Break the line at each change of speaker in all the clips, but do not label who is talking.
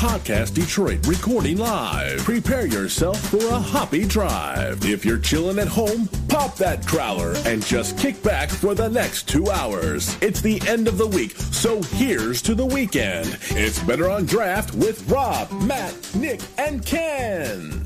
Podcast Detroit recording live. Prepare yourself for a hoppy drive. If you're chilling at home, pop that crowler and just kick back for the next two hours. It's the end of the week, so here's to the weekend. It's Better on Draft with Rob, Matt, Nick, and Ken.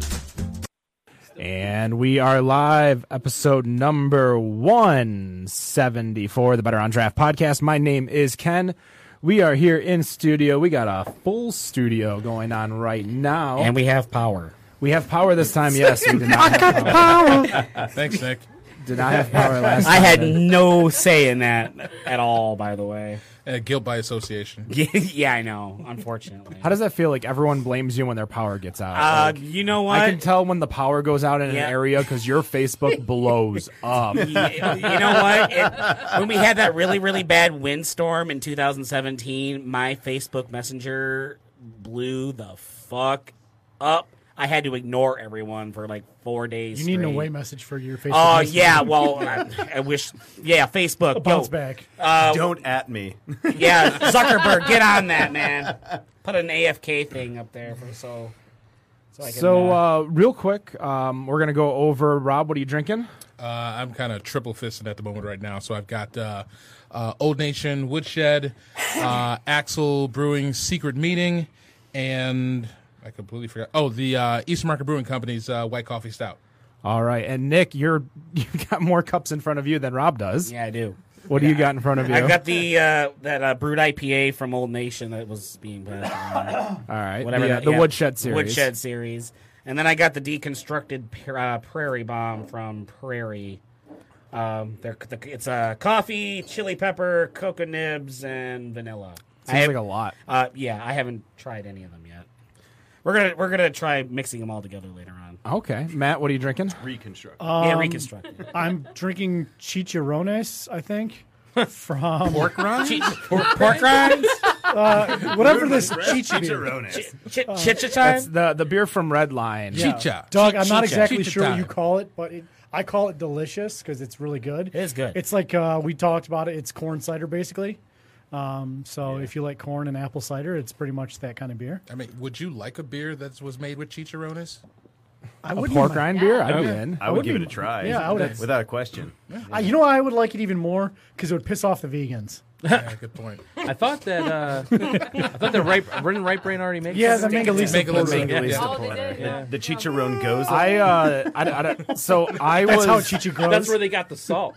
And we are live, episode number 174, the Better on Draft podcast. My name is Ken. We are here in studio. We got a full studio going on right now.
And we have power.
we have power this time. Yes, we did not have power.
Uh, Thanks, Nick.
Did not have power last
I
time.
had no say in that at all, by the way.
Uh, guilt by association.
yeah, I know, unfortunately.
How does that feel? Like everyone blames you when their power gets out.
uh,
Like,
you know what?
I can tell when the power goes out in
Yeah.
an area because your Facebook blows up.
Y- you know what? It, when we had that really, really bad windstorm in 2017, my Facebook Messenger blew the fuck up. I had to ignore everyone for like four days.
You need an
straight.
away message for your Facebook.
Oh
message.
yeah, well, uh, I, I wish. Yeah, Facebook.
bounce
yo, uh,
back.
Don't at me.
Yeah, Zuckerberg, get on that man. Put an AFK thing up there for so. So, I can,
So,
uh,
uh, real quick, um, we're gonna go over. Rob, what are you drinking?
Uh, I'm kind of triple fisted at the moment right now. So I've got uh, uh, Old Nation Woodshed, uh, Axel Brewing Secret Meeting, and I completely forgot. Oh, the uh, Eastern Market Brewing Company's uh, White Coffee Stout.
All right, and Nick, you're you've got more cups in front of you than Rob does.
yeah, I do.
What do you got in front of you?
I've got the uh, that uh, brewed IPA from Old Nation that was being put out.
All right,
whatever
the, uh,
that-
the
yeah,
Woodshed series.
Woodshed series, and then I got the deconstructed pr- uh, Prairie Bomb from Prairie. Um, they're, the- it's uh, coffee, chili pepper, coca nibs, and vanilla. I
seems
have-
like a lot.
Uh, yeah, I haven't tried any of them yet. We're gonna we're gonna try mixing them all together later on.
Okay, Matt, what are you drinking?
Reconstruct.
Um,
yeah, reconstruct. it.
Um, I'm drinking chicharrones, I think, from
Pork rinds?
Chi- pork rinds,
Uh,
Uh, whatever this chicha. beer.
Ch- chicha
That's
time.
the the beer from Red Line.
Yeah. Chicha.
Uh, Doug, I'm not
Chicha.
exactly
Chicha
sure what
time.
you call it, but it, I call it delicious because it's really good. It
is good.
It's like uh, we talked about it. It's corn cider, basically. Um, so if you like corn and apple cider, it's pretty much that kind of beer.
I mean, would you like a beer that was made with chicharrones?
I
A
would
pork rind beer. I'd be in.
I would give it a try.
yeah, I would-
That's- Without a question.
Ah, you know, why I would like it even more because it would piss off the vegans.
yeah, good point.
I thought that uh, I thought that right didn't right brain already make
Yeah, the
something?
Make a little
mangalisa.
bit. yeah.
Oh, they did. Yeah.
The chicharron goes.
I uh, I, I- I- so I
That's
was
how chicha grows.
That's where they got the salt,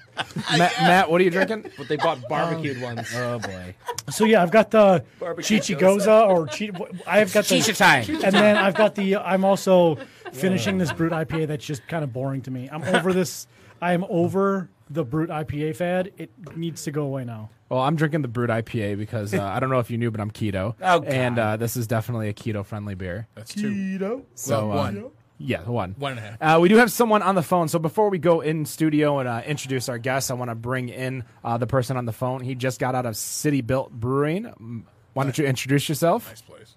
Ma- Matt, what are you drinking?
but they bought
Um,
barbecued ones.
Oh boy,
So yeah, I've got the chichigoza or chi- I've got the
chicha time.
and then I've got the. I'm also finishing this brute IPA that's just kind of boring to me. I'm over this. I am over the brute IPA fad. It needs to go away now.
Well, I'm drinking the Brute IPA because uh, I don't know if you knew, but I'm keto,
Oh, God.
and uh, this is definitely a keto-friendly beer.
That's two.
So
Well,
uh,
one.
Yeah, one.
One and a half.
Uh, we do have someone on the phone. So before we go in studio and uh, introduce our guests, I want to bring in uh, the person on the phone. He just got out of City Built Brewing. Um, Why don't you introduce yourself?
Nice place.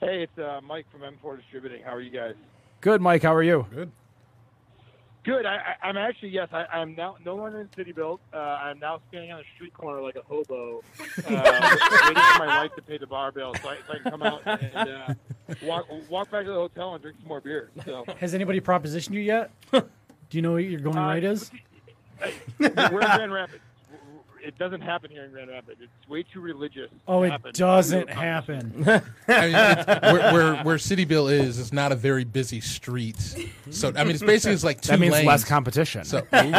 Hey, it's uh, Mike from M4 Distributing. How are you guys?
Good, Mike. How are you?
Good.
Good. I, I, I'm actually yes. I, I'm now no longer in City Built. Uh, I'm now standing on a street corner like a hobo, uh, waiting for my wife to pay the bar bill so I, so I can come out and uh, walk walk back to the hotel and drink some more beer. So
Has anybody propositioned you yet? Do you know what your going
Uh,
rate is?
we're in Grand Rapids. It doesn't happen here in Grand Rapids. It's way too religious. to
Oh, it
happen.
doesn't happen.
I mean, it's, where, where where City Bill is, it's not a very busy street. So I mean, it's basically it's like two
That means
lanes.
less competition.
so
They, they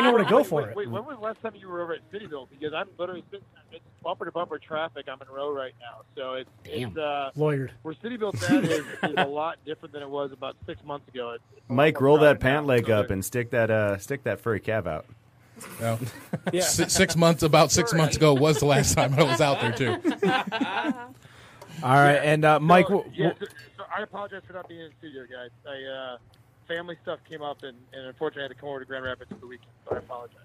know where to go
Wait,
for
wait,
it.
Wait, when was the last time you were over at Cityville? Because I'm literally sitting it's bumper to bumper traffic. I'm in row right now, so it's
Damn.
it's uh,
Lawyered.
where Cityville Dad is, is a lot different than it was about six months ago. It's, it's a lot
Mike,
more
roll that
crowded
pant
now.
leg
So
up and stick that uh, stick that furry calf out.
no.
Yeah.
Si- six months, about six months ago, was the last time I was out there too.
All right, and uh, Mike,
So,
wh-
yeah,
wh-
so, so I apologize for not being in the studio, guys. I uh, family stuff came up, and, and unfortunately, I had to come over to Grand Rapids for the weekend. So I apologize.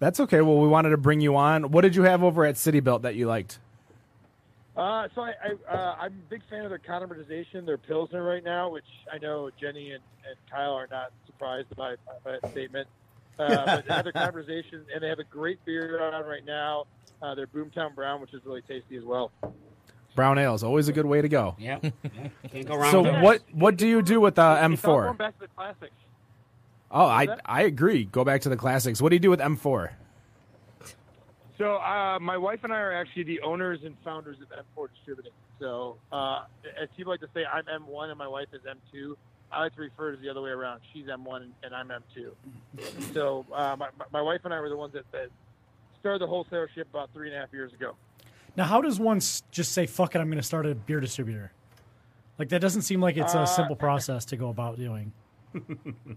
that's okay. Well, we wanted to bring you on. What did you have over at City Built that you liked?
Uh, so I, I uh, I'm a big fan of their caramelization, their pilsner right now, which I know Jenny and, and Kyle are not surprised by by that statement. Uh, but they have their caramelization, and they have a great beer on right now. Uh, their Boomtown Brown, which is really tasty as well.
Brown ale is always a good way to go.
Yeah. Can't go wrong
So
with that.
what uh, what do you do with uh,
It's all going
M4?
back to the classics.
Oh, I I agree. Go back to the classics. What do you do with M4?
So uh, my wife and I are actually the owners and founders of M4 Distributing. So uh, as people like to say, I'm M1 and my wife is M2. I like to refer to it the other way around. She's M1 and I'm M2. so uh, my, my wife and I were the ones that, that started the wholesale ship about three and a half years ago.
Now, how does one s- just say "fuck it"? I'm going to start a beer distributor. Like that doesn't seem like
Uh,
it's a simple process to go about doing.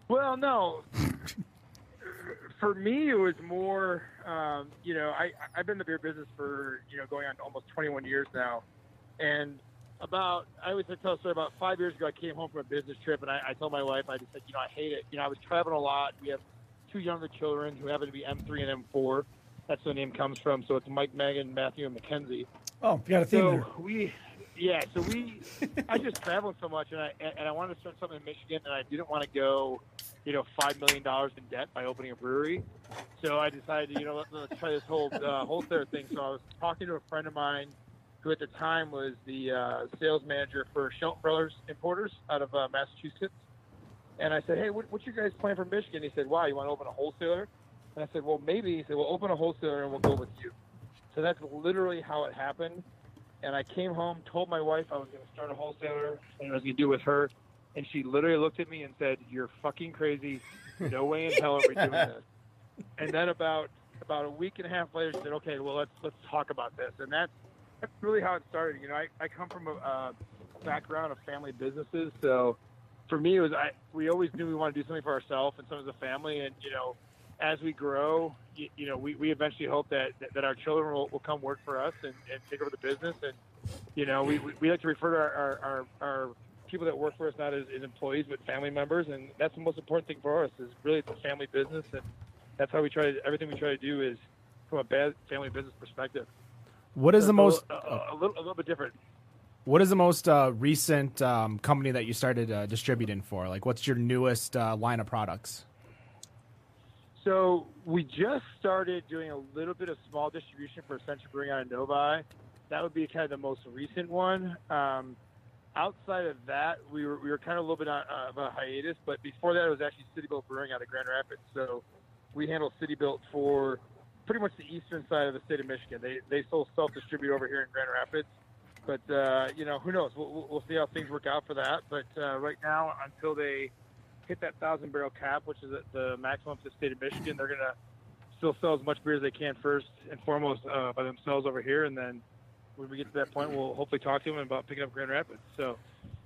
Well, no. for me, it was more, um, you know, I, I've been in the beer business for, you know, going on almost 21 years now. And about, I always tell a story about five years ago, I came home from a business trip and I, I told my wife, I just said, you know, I hate it. You know, I was traveling a lot. We have two younger children who happen to be M3 and M4. That's where the name comes from. So it's Mike, Megan, Matthew, and Mackenzie.
Oh, you got a theme
So
there.
we, yeah, so we, I just traveled so much, and I and I wanted to start something in Michigan, and I didn't want to go, you know, five million dollars in debt by opening a brewery. So I decided, you know, let, let's try this whole uh, wholesale thing. So I was talking to a friend of mine, who at the time was the uh, sales manager for Shelton Brothers Importers out of uh, Massachusetts, and I said, hey, what, what's your guys' plan for Michigan? He said, wow, you want to open a wholesaler? And I said, well, maybe. He said, well, open a wholesaler, and we'll go with you. So that's literally how it happened. And I came home, told my wife I was going to start a wholesaler and I was going to do it with her. And she literally looked at me and said, "You're fucking crazy. No way in hell are we doing this." And then about about a week and a half later, she said, "Okay, well let's let's talk about this." And that's that's really how it started. You know, I, I come from a uh, background of family businesses, so for me it was I we always knew we wanted to do something for ourselves and something as a family. And you know, as we grow, you, you know, we, we eventually hope that, that, that our children will, will come work for us and, and take over the business. And, you know, we, we, we like to refer to our, our, our, our people that work for us not as, as employees, but family members. And that's the most important thing for us is really it's a family business. And that's how we try to, everything we try to do is from a bad family business perspective.
What is the most
a, a, a little, a little bit different.
What is the most uh, recent um, company that you started uh, distributing for? Like, what's your newest uh, line of products?
So we just started doing a little bit of small distribution for Central Brewing out of Novi. That would be kind of the most recent one. Um, outside of that, we were, we were kind of a little bit on, uh, of a hiatus, but before that, it was actually City Built Brewing out of Grand Rapids. So we handled City Built for pretty much the eastern side of the state of Michigan. They they still self distribute over here in Grand Rapids, but uh, you know who knows? We'll, we'll- we'll see how things work out for that. But uh, right now, until they hit that thousand barrel cap, which is at the maximum for the state of Michigan. They're gonna still sell as much beer as they can first and foremost uh, by themselves over here, and then when we get to that point, we'll hopefully talk to them about picking up Grand Rapids. So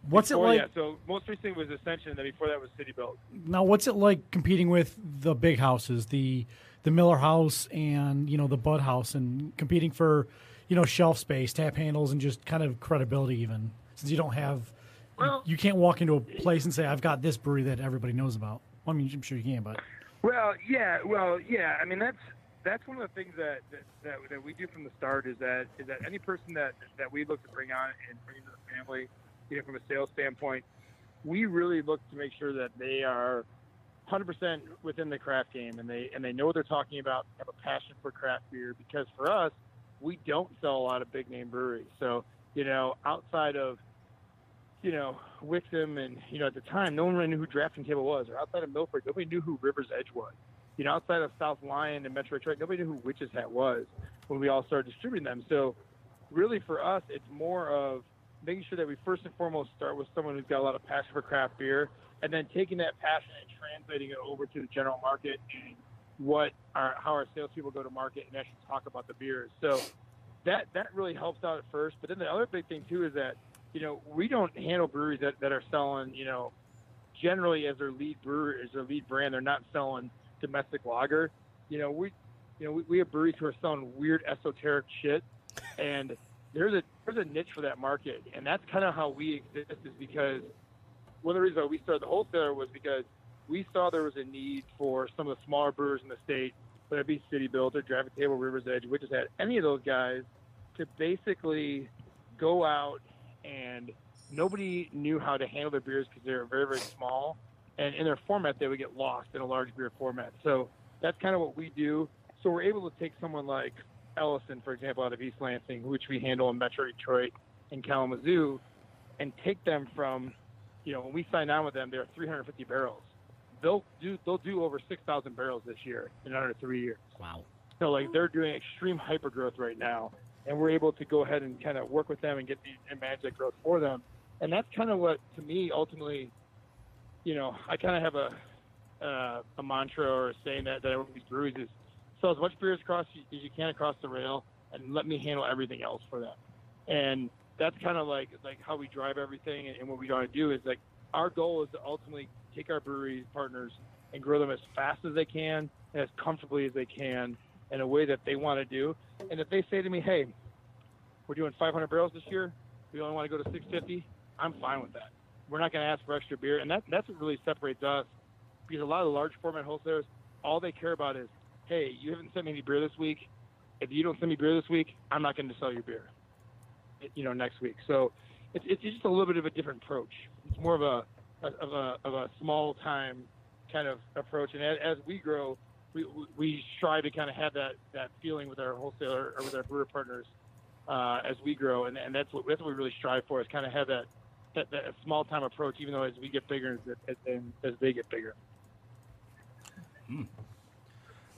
What's it
before-
like
Yeah, so most recently was Ascension, and then before that was City Belt.
now? What's it like competing with the big houses, the the Miller House and you know the Bud House, and competing for you know shelf space, tap handles, and just kind of credibility even since you don't have. you-
Well-
you, can't walk into a place and say I've got this brewery that everybody knows about. Well, I mean, I'm sure you can, but
Well, yeah, well, yeah. I mean, that's that's one of the things that that, that, that we do from the start is that is that any person that that we look to bring on and bring into the family, you know, from a sales standpoint, we really look to make sure that they are 100% within the craft game and they and they know what they're talking about, have a passion for craft beer because for us, we don't sell a lot of big name breweries. So, you know, outside of you know, Wixom and, you know, at the time, no one really knew who Drafting Table was. Or outside of Milford, nobody knew who River's Edge was. You know, outside of South Lyon and Metro Detroit, nobody knew who Witch's Hat was when we all started distributing them. So, really, for us, it's more of making sure that we first and foremost start with someone who's got a lot of passion for craft beer and then taking that passion and translating it over to the general market and what our, how our salespeople go to market and actually talk about the beers. So, that that really helps out at first. But then the other big thing too is that you know we don't handle breweries that, that are selling you know generally as their lead brewer as their lead brand they're not selling domestic lager. You know we you know we, we have breweries who are selling weird esoteric shit, and there's a there's a niche for that market, and that's kind of how we exist is because one of the reasons why we started the wholesaler was because we saw there was a need for some of the smaller brewers in the state, whether it be City Built or Traffic Table, River's Edge, we just had any of those guys to basically go out and nobody knew how to handle their beers because they were very, very small. And in their format, they would get lost in a large beer format. So that's kind of what we do. So we're able to take someone like Ellison, for example, out of East Lansing, which we handle in Metro Detroit, in Kalamazoo and take them from, you know, when we sign on with them, they're 350 barrels. They'll do they'll do over 6,000 barrels this year in under three years.
Wow.
So like they're doing extreme hyper growth right now, and we're able to go ahead and kind of work with them and get the and manage that growth for them. And that's kind of what to me ultimately, you know, I kind of have a uh, a mantra or a saying that that everyone breweries is sell as much beer as, across, as you can across the rail, and let me handle everything else for them. And that's kind of like like how we drive everything, and, and what we try to do is like our goal is to ultimately take our brewery partners and grow them as fast as they can and as comfortably as they can in a way that they want to do. And if they say to me, "Hey, we're doing 500 barrels this year. We only want to go to 650," I'm fine with that. We're not going to ask for extra beer, and that that's what really separates us because a lot of the large format wholesalers, all they care about is, "Hey, you haven't sent me any beer this week. If you don't send me beer this week, I'm not going to sell your beer." You know, next week. So it's it's just a little bit of a different approach. It's more of a of a of a small time kind of approach, and as, as we grow, we, we- we strive to kind of have that, that feeling with our wholesaler or with our brewer partners uh, as we grow, and, and that's what that's what we really strive for is kind of have that that, that small time approach, even though as we get bigger, as, as, and as they get bigger.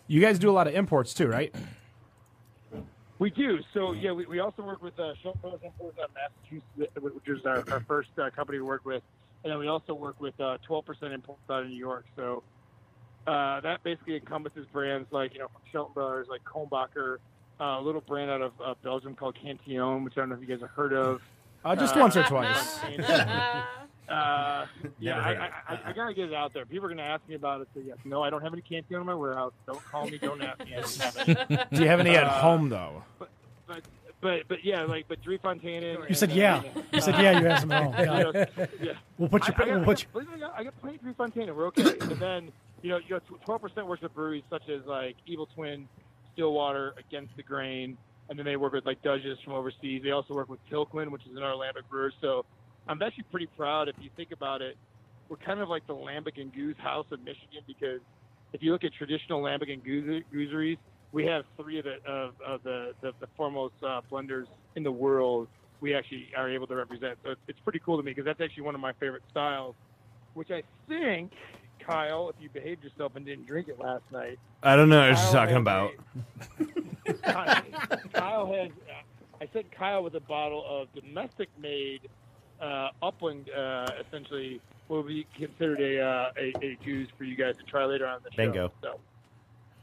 You guys do a lot of imports too, right?
We do. So
Mm-hmm.
yeah, we, we also work with uh, Shelf Brothers Imports out of Massachusetts, which is our, our first uh, company we work with, and then we also work with uh, 12% Imports out of New York. So uh, that basically encompasses brands like you know from Shelton Brothers, like Kombacher, uh, a little brand out of uh, Belgium called Cantillon, which I don't know if you guys have heard of.
Uh, just once or twice.
Uh, yeah,
Never
I,
heard
I, I, I gotta get it out there. People are gonna ask me about it. So yes, no, I don't have any Cantillon in my warehouse. Don't call me. Don't ask me. I don't have it. Uh,
Do you have any at home though?
But but but yeah, like but Dree Fontaine.
You said yeah. You said yeah. You asked him home.
You
Yeah.
know, uh, yeah.
Well put you.
I, I, got,
we'll
I,
put
got,
you.
believe it or not, I got plenty of Drew Fontana. We're okay. and then, you know, you got twelve percent works with breweries such as like Evil Twin, Stillwater, Against the Grain, and then they work with like Dudges from overseas. They also work with Tilquin, which is an Lambic brewer. So I'm actually pretty proud if you think about it. We're kind of like the Lambic and Goose house of Michigan because if you look at traditional Lambic and Goose- Gooseries, we have three of the of, of the, the, the foremost uh, blenders in the world. We actually are able to represent, so it's, it's pretty cool to me because that's actually one of my favorite styles. Which I think, Kyle, if you behaved yourself and didn't drink it last night,
I don't know what
Kyle
you're talking
has
about.
a- Kyle, Kyle has. uh, I said Kyle with a bottle of domestic-made uh, Upland, uh, essentially will be considered a, uh, a a juice for you guys to try later on in the show.
Bingo.
So,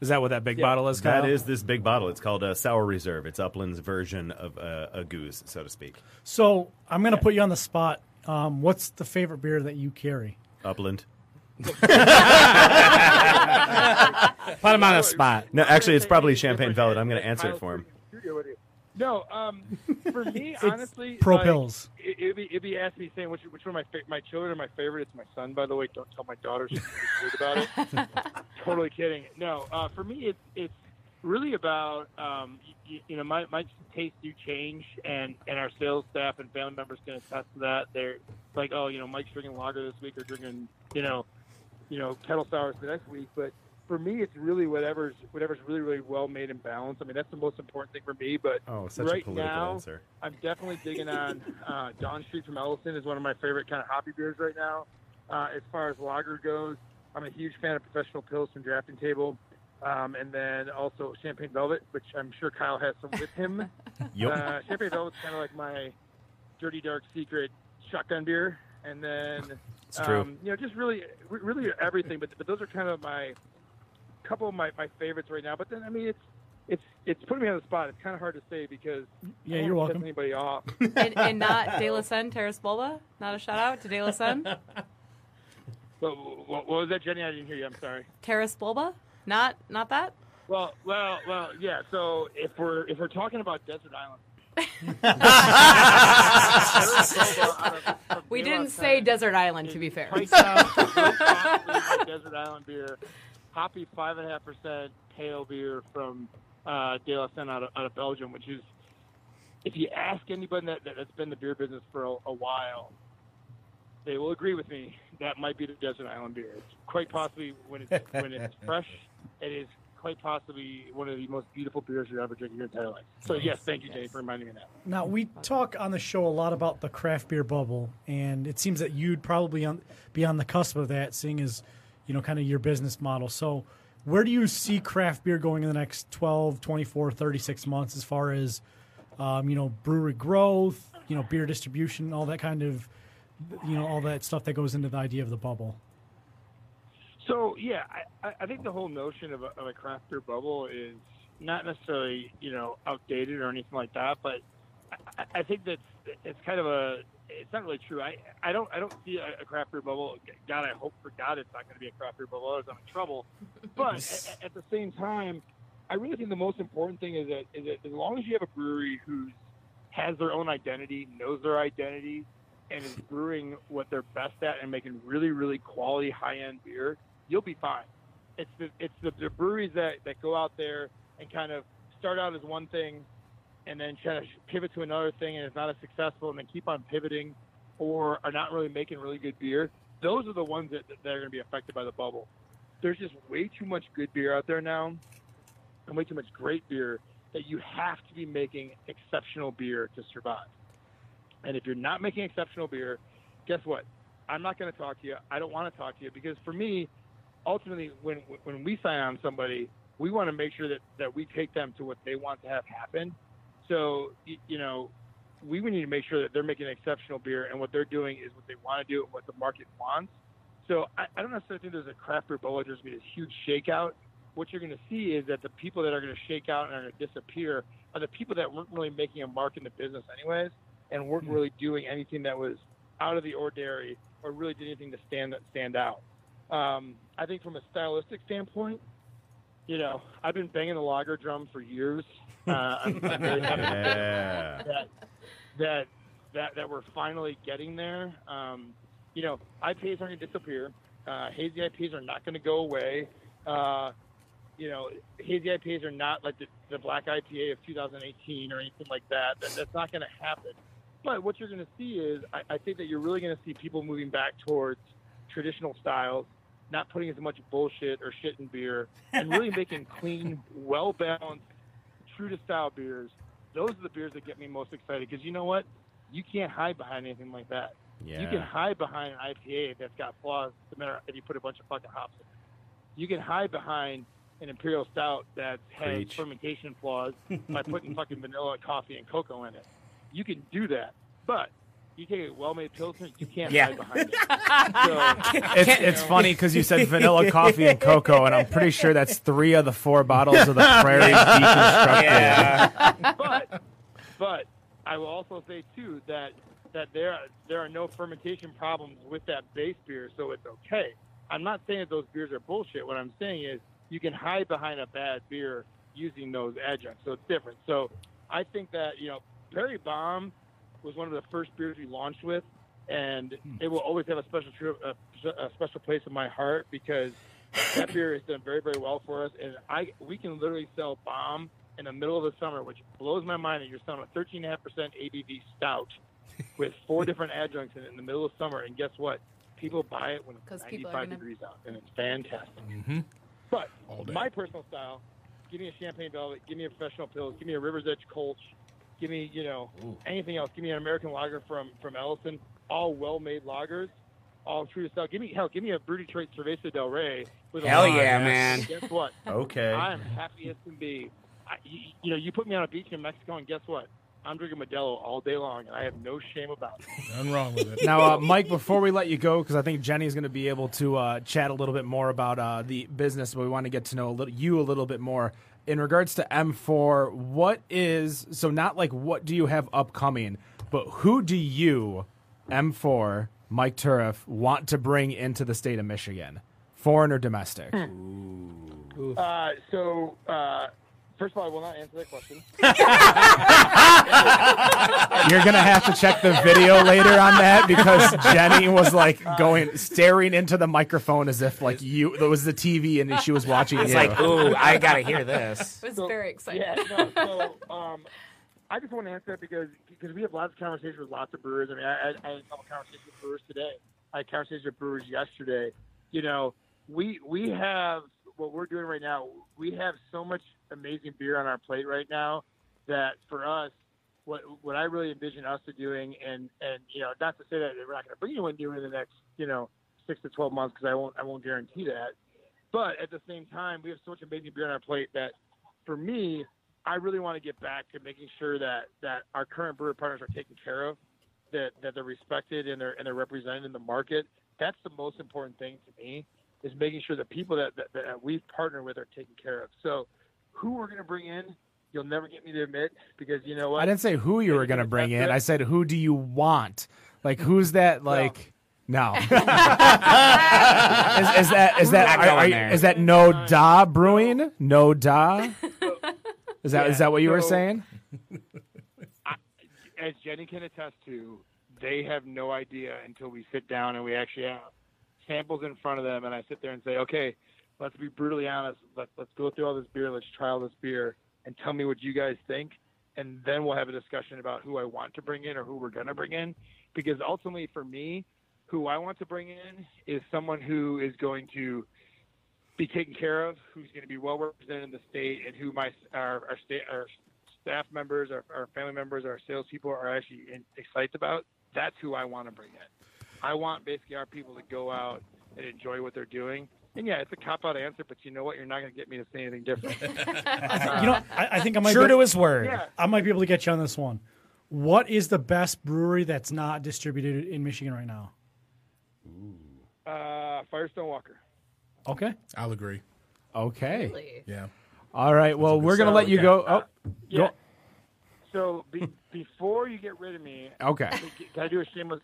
Is that what that big
Yeah.
bottle is? Kyle?
That is this big bottle. It's called a Sour Reserve. It's Upland's version of uh, a goose, so to speak.
So I'm gonna put you on the spot. Um, what's the favorite beer that you carry?
Upland.
Put him on the spot.
No, actually, it's
say
probably
anything
Champagne
different
Velvet.
than-
I'm going to
than
answer it
Kyle's
for him.
freaking studio with you. No, um, for me, honestly,
pro
like,
pills.
It, it'd be it'd be asking me saying which which one of my fa- my children are my favorite. It's my son, by the way. Don't tell my daughter she's gonna be weird about it. totally kidding. No, uh, for me, it's it's really about um, you, you know my my tastes do change, and and our sales staff and family members can attest to that. They're like, oh, you know, Mike's drinking lager this week, or drinking you know you know, kettle sours the next week. But for me, it's really whatever's whatever's really really well made and balanced. I mean, that's the most important thing for me. But
Oh, such
right
a political
now,
answer.
I'm definitely digging on uh, Don Street from Ellison is one of my favorite kind of hoppy beers right now. Uh, as far as lager goes, I'm a huge fan of Professional Pills from Drafting Table. Um, and then also Champagne Velvet, which I'm sure Kyle has some with him.
Yup.
Uh, Champagne Velvet's kind of like my dirty dark secret shotgun beer, and then
true.
um, you know just really re- really everything. But, but those are kind of my couple of my, my favorites right now. But then I mean it's it's it's putting me on the spot. It's kind of hard to say because
Yeah,
I don't
you're
wanna piss
welcome.
Anybody off?
and, and not De La Sun, Terrace Bulba? Not a shout out to De La Sun?
But what, what was that, Jenny? I didn't hear you. I'm sorry.
Terrace Bulba? Not not that?
Well, well, well, yeah. So if we're if we're talking about desert island,
We didn't say Desert Island, to be fair.
Pike House, Great Fox Brewery, Desert Island beer, hoppy five and a half percent pale beer from uh, De La Sen out of, out of Belgium, which is, if you ask anybody that, that that's been in the beer business for a, a while, they will agree with me. That might be the Desert Island beer. It's quite possibly when it's when it's fresh, it is quite possibly one of the most beautiful beers you'll ever drink in your entire life. So yes, thank you, Dave, for reminding me of that.
Now we talk on the show a lot about the craft beer bubble, and it seems that you'd probably on, be on the cusp of that, seeing as you know kind of your business model. So, where do you see craft beer going in the next 12, 24, 36 months, as far as um, you know brewery growth, you know beer distribution, all that kind of you know all that stuff that goes into the idea of the bubble?
So yeah, I, I- I think the whole notion of a, of a craft beer bubble is not necessarily you know outdated or anything like that, but I- I, I think that it's kind of a it's not really true. I, I don't I don't see a, a craft beer bubble. God, I hope for God it's not going to be a craft beer bubble. Otherwise, I'm in trouble. But at, at the same time, I really think the most important thing is that is that as long as you have a brewery who's has their own identity, knows their identity, and is brewing what they're best at and making really, really quality high end beer, you'll be fine. It's the it's the, the breweries that, that go out there and kind of start out as one thing and then try to pivot to another thing and it's not as successful and then keep on pivoting or are not really making really good beer. Those are the ones that, that are going to be affected by the bubble. There's just way too much good beer out there now and way too much great beer that you have to be making exceptional beer to survive. And if you're not making exceptional beer, guess what? I'm not going to talk to you. I don't want to talk to you because for me, ultimately, when when we sign on somebody, we want to make sure that, that we take them to what they want to have happen. So, y- you know, we we need to make sure that they're making exceptional beer and what they're doing is what they want to do and what the market wants. So I, I don't necessarily think there's a craft beer bubble. There's going to be this huge shakeout. What you're going to see is that the people that are going to shake out and are going to disappear are the people that weren't really making a mark in the business, anyways, and weren't really doing anything that was out of the ordinary or really did anything to stand stand out. Um, I think from a stylistic standpoint, you know, I've been banging the lager drum for years. Uh, I'm, I'm very happy
Yeah.
that that that that we're finally getting there. Um, you know, IPAs aren't going to disappear. Uh, hazy IPAs are not going to go away. Uh, you know, hazy IPAs are not like the, the black IPA of 2018 or anything like that. that that's not going to happen. But what you're going to see is, I, I think that you're really going to see people moving back towards traditional styles, not putting as much bullshit or shit in beer, and really making clean, well balanced, true to style beers. Those are the beers that get me most excited because you know what? You can't hide behind anything like that. You can
Yeah.
hide behind an IPA that's got flaws, no matter if you put a bunch of fucking hops in it. You can hide behind an imperial stout that has
Preach.
fermentation flaws by putting fucking vanilla, coffee, and cocoa in it. You can do that, but you take a well-made pilsner, you can't
Yeah.
hide behind it. So,
It's, it's funny because you said vanilla coffee and cocoa, and I'm pretty sure that's three of the four bottles of the Prairie deconstructed.
but but I will also say too that that there are, there are no fermentation problems with that base beer, so it's okay. I'm not saying that those beers are bullshit. What I'm saying is you can hide behind a bad beer using those adjuncts, so it's different. So I think that you know Perry Bomb was one of the first beers we launched with, and
Hmm.
it will always have a special tri- a, a special place in my heart because that beer has done very very well for us, and I we can literally sell Bomb in the middle of the summer, which blows my mind that you're selling a 13.5% ABV stout with four different adjuncts in it in the middle of summer, and guess what? People buy it when it's
'Cause people
95
are gonna-
degrees out, and it's fantastic. But
Mm-hmm. All day.
my personal style, give me a champagne velvet, give me a professional pills, give me a River's Edge Colch, give me you know anything else. Give me an American lager from from Ellison, all well-made lagers, all true to style. Give me hell, give me a Brew Detroit Cerveza Del Rey. With a
Hell
lime.
yeah, man.
Guess what? I
Okay.
am happy as can be. I, you, you know, you put me on a beach in Mexico, and guess what? I'm drinking Modelo all day long, and I have no shame about it.
Nothing wrong with it.
Now, uh, Mike, before we let you go, because I think Jenny's going to be able to uh, chat a little bit more about uh, the business, but we want to get to know a little, you a little bit more. In regards to M4, what is, so not like what do you have upcoming, but who do you, M4, Mike Turiff, want to bring into the state of Michigan? Foreign or domestic?
Uh, so, uh, first of all, I will not answer that question.
You're gonna have to check the video later on that because Jenny was like going staring into the microphone as if like you that was the TV and she was watching
It's
you.
like, ooh, I gotta hear this.
was
So-
very excited.
Yeah, no, so um, I just want to answer that because because we have lots of conversations with lots of brewers. I mean, I, I, I had a couple conversations with brewers today. I had conversations with brewers yesterday. You know, we we have what we're doing right now, we have so much amazing beer on our plate right now that for us, what what I really envision us to doing, and and you know, not to say that we're not going to bring anyone new in the next you know six to twelve months because I won't I won't guarantee that. But at the same time, we have so much amazing beer on our plate that for me, I really want to get back to making sure that that our current brewer partners are taken care of, that that they're respected and they're and they're represented in the market. That's the most important thing to me is making sure the people that that, that we've partnered with are taken care of. So, who we're going to bring in, you'll never get me to admit because you know what
I didn't say who you were going to bring in. I said who do you want? Like who's that? Like no. is, is that is that
Not going
are- are you-
there.
is that no da brewing? No da. Is that is that what you were
so-
saying?
as Jenny can attest to, they have no idea until we sit down and we actually have samples in front of them, and I sit there and say, okay, let's be brutally honest. Let's let's go through all this beer. Let's try all this beer, and tell me what you guys think, and then we'll have a discussion about who I want to bring in or who we're gonna bring in, because ultimately for me, who I want to bring in is someone who is going to be taken care of, who's going to be well represented in the state, and who my our our, sta- our staff members, our, our family members, our salespeople are actually in, excited about. That's who I want to bring in. I want basically our people to go out and enjoy what they're doing. And yeah, it's a cop out answer, but you know what? You're not going to get me to say anything different.
You know, I, I think I might
True
be,
to his word.
I might be able to get you on this one. What is the best brewery that's not distributed in Michigan right now?
uh, Firestone Walker.
Okay,
I'll agree.
Okay.
Really?
Yeah.
All right. Well, we're going to
So,
let you
okay.
go. Oh,
Uh, Yeah. So be, before you get rid of me,
okay.
can I do a shameless?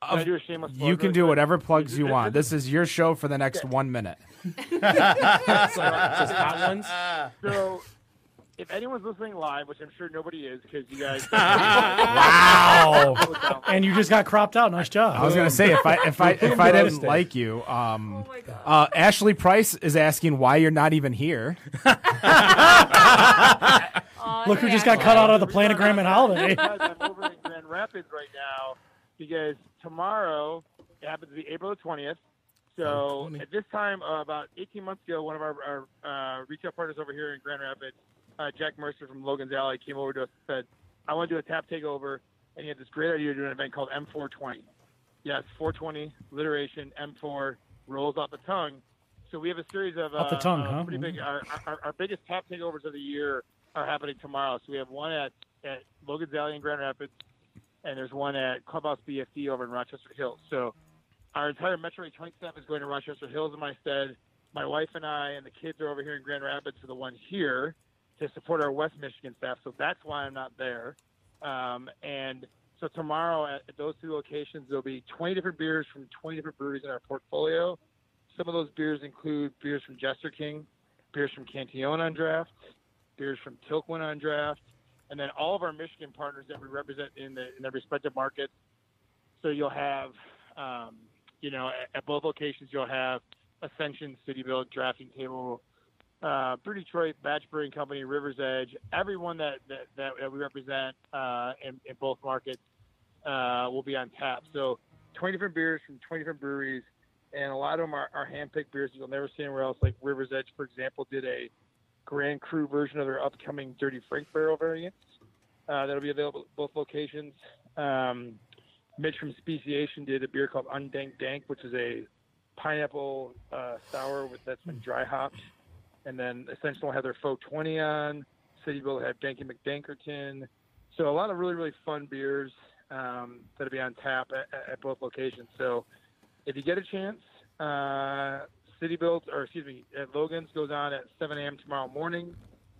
Can I do a shameless? plug
You can
really
do
quick?
whatever plugs you
This
want.
is-
This is your show for the next one minute.
Just hot ones.
So, if anyone's listening live, which I'm sure nobody is, because you guys.
and you just got cropped out. Nice job.
I was gonna say if I if I if I didn't
Roasted.
like you, um,
Oh my god.
uh, Ashley Price is asking why you're not even here.
Aw,
Look who
hey,
just got
Ashley.
cut out of the planogram and holiday.
Guys, I'm over in Grand Rapids right now because tomorrow it happens to be April the 20th. So at this time, uh, about 18 months ago, one of our, our uh, retail partners over here in Grand Rapids, uh, Jack Mercer from Logan's Alley, came over to us and said, "I want to do a tap takeover," and he had this great idea to do an event called M420. Yes, 420 alliteration M4 rolls off the tongue. So we have a series of
Off the
uh,
tongue,
uh,
huh? Mm-hmm.
pretty big. Our, our, our biggest tap takeovers of the year are happening tomorrow. So we have one at at Logan's Alley in Grand Rapids, and there's one at Clubhouse BFD over in Rochester Hills. So our entire Metro 820 staff is going to Rochester Hills in my stead. My wife and I and the kids are over here in Grand Rapids for the one here to support our West Michigan staff. So that's why I'm not there. Um, and so tomorrow at, at those two locations, there'll be 20 different beers from 20 different breweries in our portfolio. Some of those beers include beers from Jester King, beers from Cantillon on draft, beers from Tilquin on draft, and then all of our Michigan partners that we represent in, the, in their respective markets. So you'll have, um, you know, at, at both locations, you'll have Ascension, City Build, Drafting Table, uh, Brew Detroit, Batch Brewing Company, Rivers Edge, everyone that, that, that, that we represent uh, in, in both markets uh, will be on tap. So 20 different beers from 20 different breweries, and a lot of them are, are hand-picked beers that you'll never see anywhere else. Like Rivers Edge, for example, did a Grand Cru version of their upcoming Dirty Frank Barrel variant. Uh, that'll be available at both locations. Um, Mitch from Speciation did a beer called Undank Dank, which is a pineapple uh, sour with, that's been dry hopped. And then Essential had their Faux 20 on. City will have Danky McDankerton. So a lot of really, really fun beers um, that'll be on tap at, at- at both locations. So if you get a chance, uh, City Builds, or excuse me, at Logan's goes on at 7 a.m. tomorrow morning.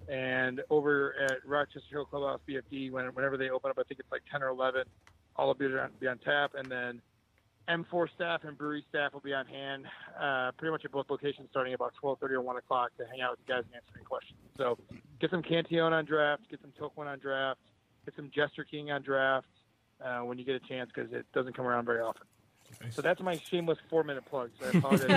And over at Rochester Hill Clubhouse BFD, when, whenever they open up, I think it's like 10 or 11, all the beers are on, be on tap. And then M4 staff and brewery staff will be on hand uh, pretty much at both locations starting about 12.30 or 1 o'clock to hang out with you guys and answer any questions. So get some Cantillon on draft, get some Toquin on draft, get some Jester King on draft uh, when you get a chance because it doesn't come around very often. So that's my shameless four-minute plug. So I apologize.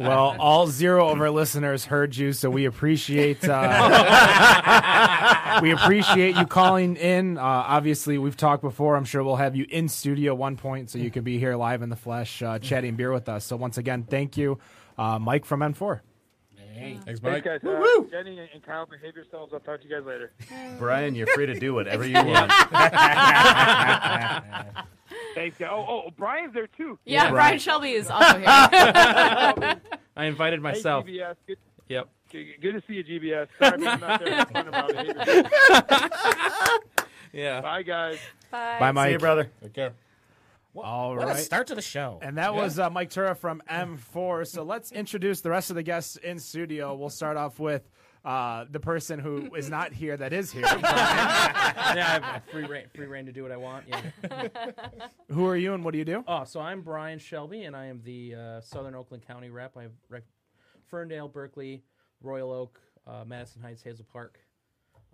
Well, all zero of our listeners heard you, so we appreciate uh, we appreciate you calling in. Uh, obviously, we've talked before. I'm sure we'll have you in studio at one point, so you can be here live in the flesh, uh, chatting beer with us. So once again, thank you, uh, Mike from N4.
Jenny.
Thanks,
Thanks,
Mike.
guys. Uh,
Woo-woo.
Jenny and Kyle, behave yourselves. I'll talk to you guys later.
Brian, you're free to do whatever you want.
Thanks, guys. Oh, oh, Brian's there too.
Yeah, Brian Shelby is also here.
I invited
Hey,
myself.
GBS. Good,
Yep.
good- good to see you, GBS. Sorry if I'm not there. Have fun about it. Hey, yourself.
Yeah.
Bye, guys.
Bye,
See
Mike.
you, brother.
Take care.
All
What a
right.
start to the show.
And that was uh, Mike Tura from M4. So let's introduce the rest of the guests in studio. We'll start off with uh, the person who is not here that is here.
yeah, I have free reign, free reign to do what I want. Yeah.
who are you and what do you do?
Oh, so I'm Brian Shelby, and I am the uh, Southern Oakland County rep. I rep Ferndale, Berkeley, Royal Oak, uh, Madison Heights, Hazel Park,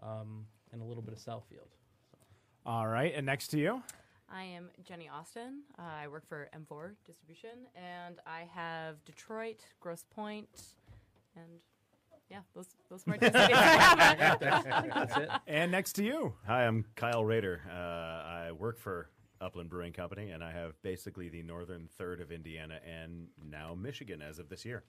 um, and a little bit of Southfield.
All right. And next to you?
I am Jenny Austin. Uh, I work for M4 Distribution, and I have Detroit, Gross Point, and yeah, those those were my two cities I have.
That's it.
And next to you.
Hi, I'm Kyle Rader. Uh, I work for Upland Brewing Company, and I have basically the northern third of Indiana and now Michigan as of this year.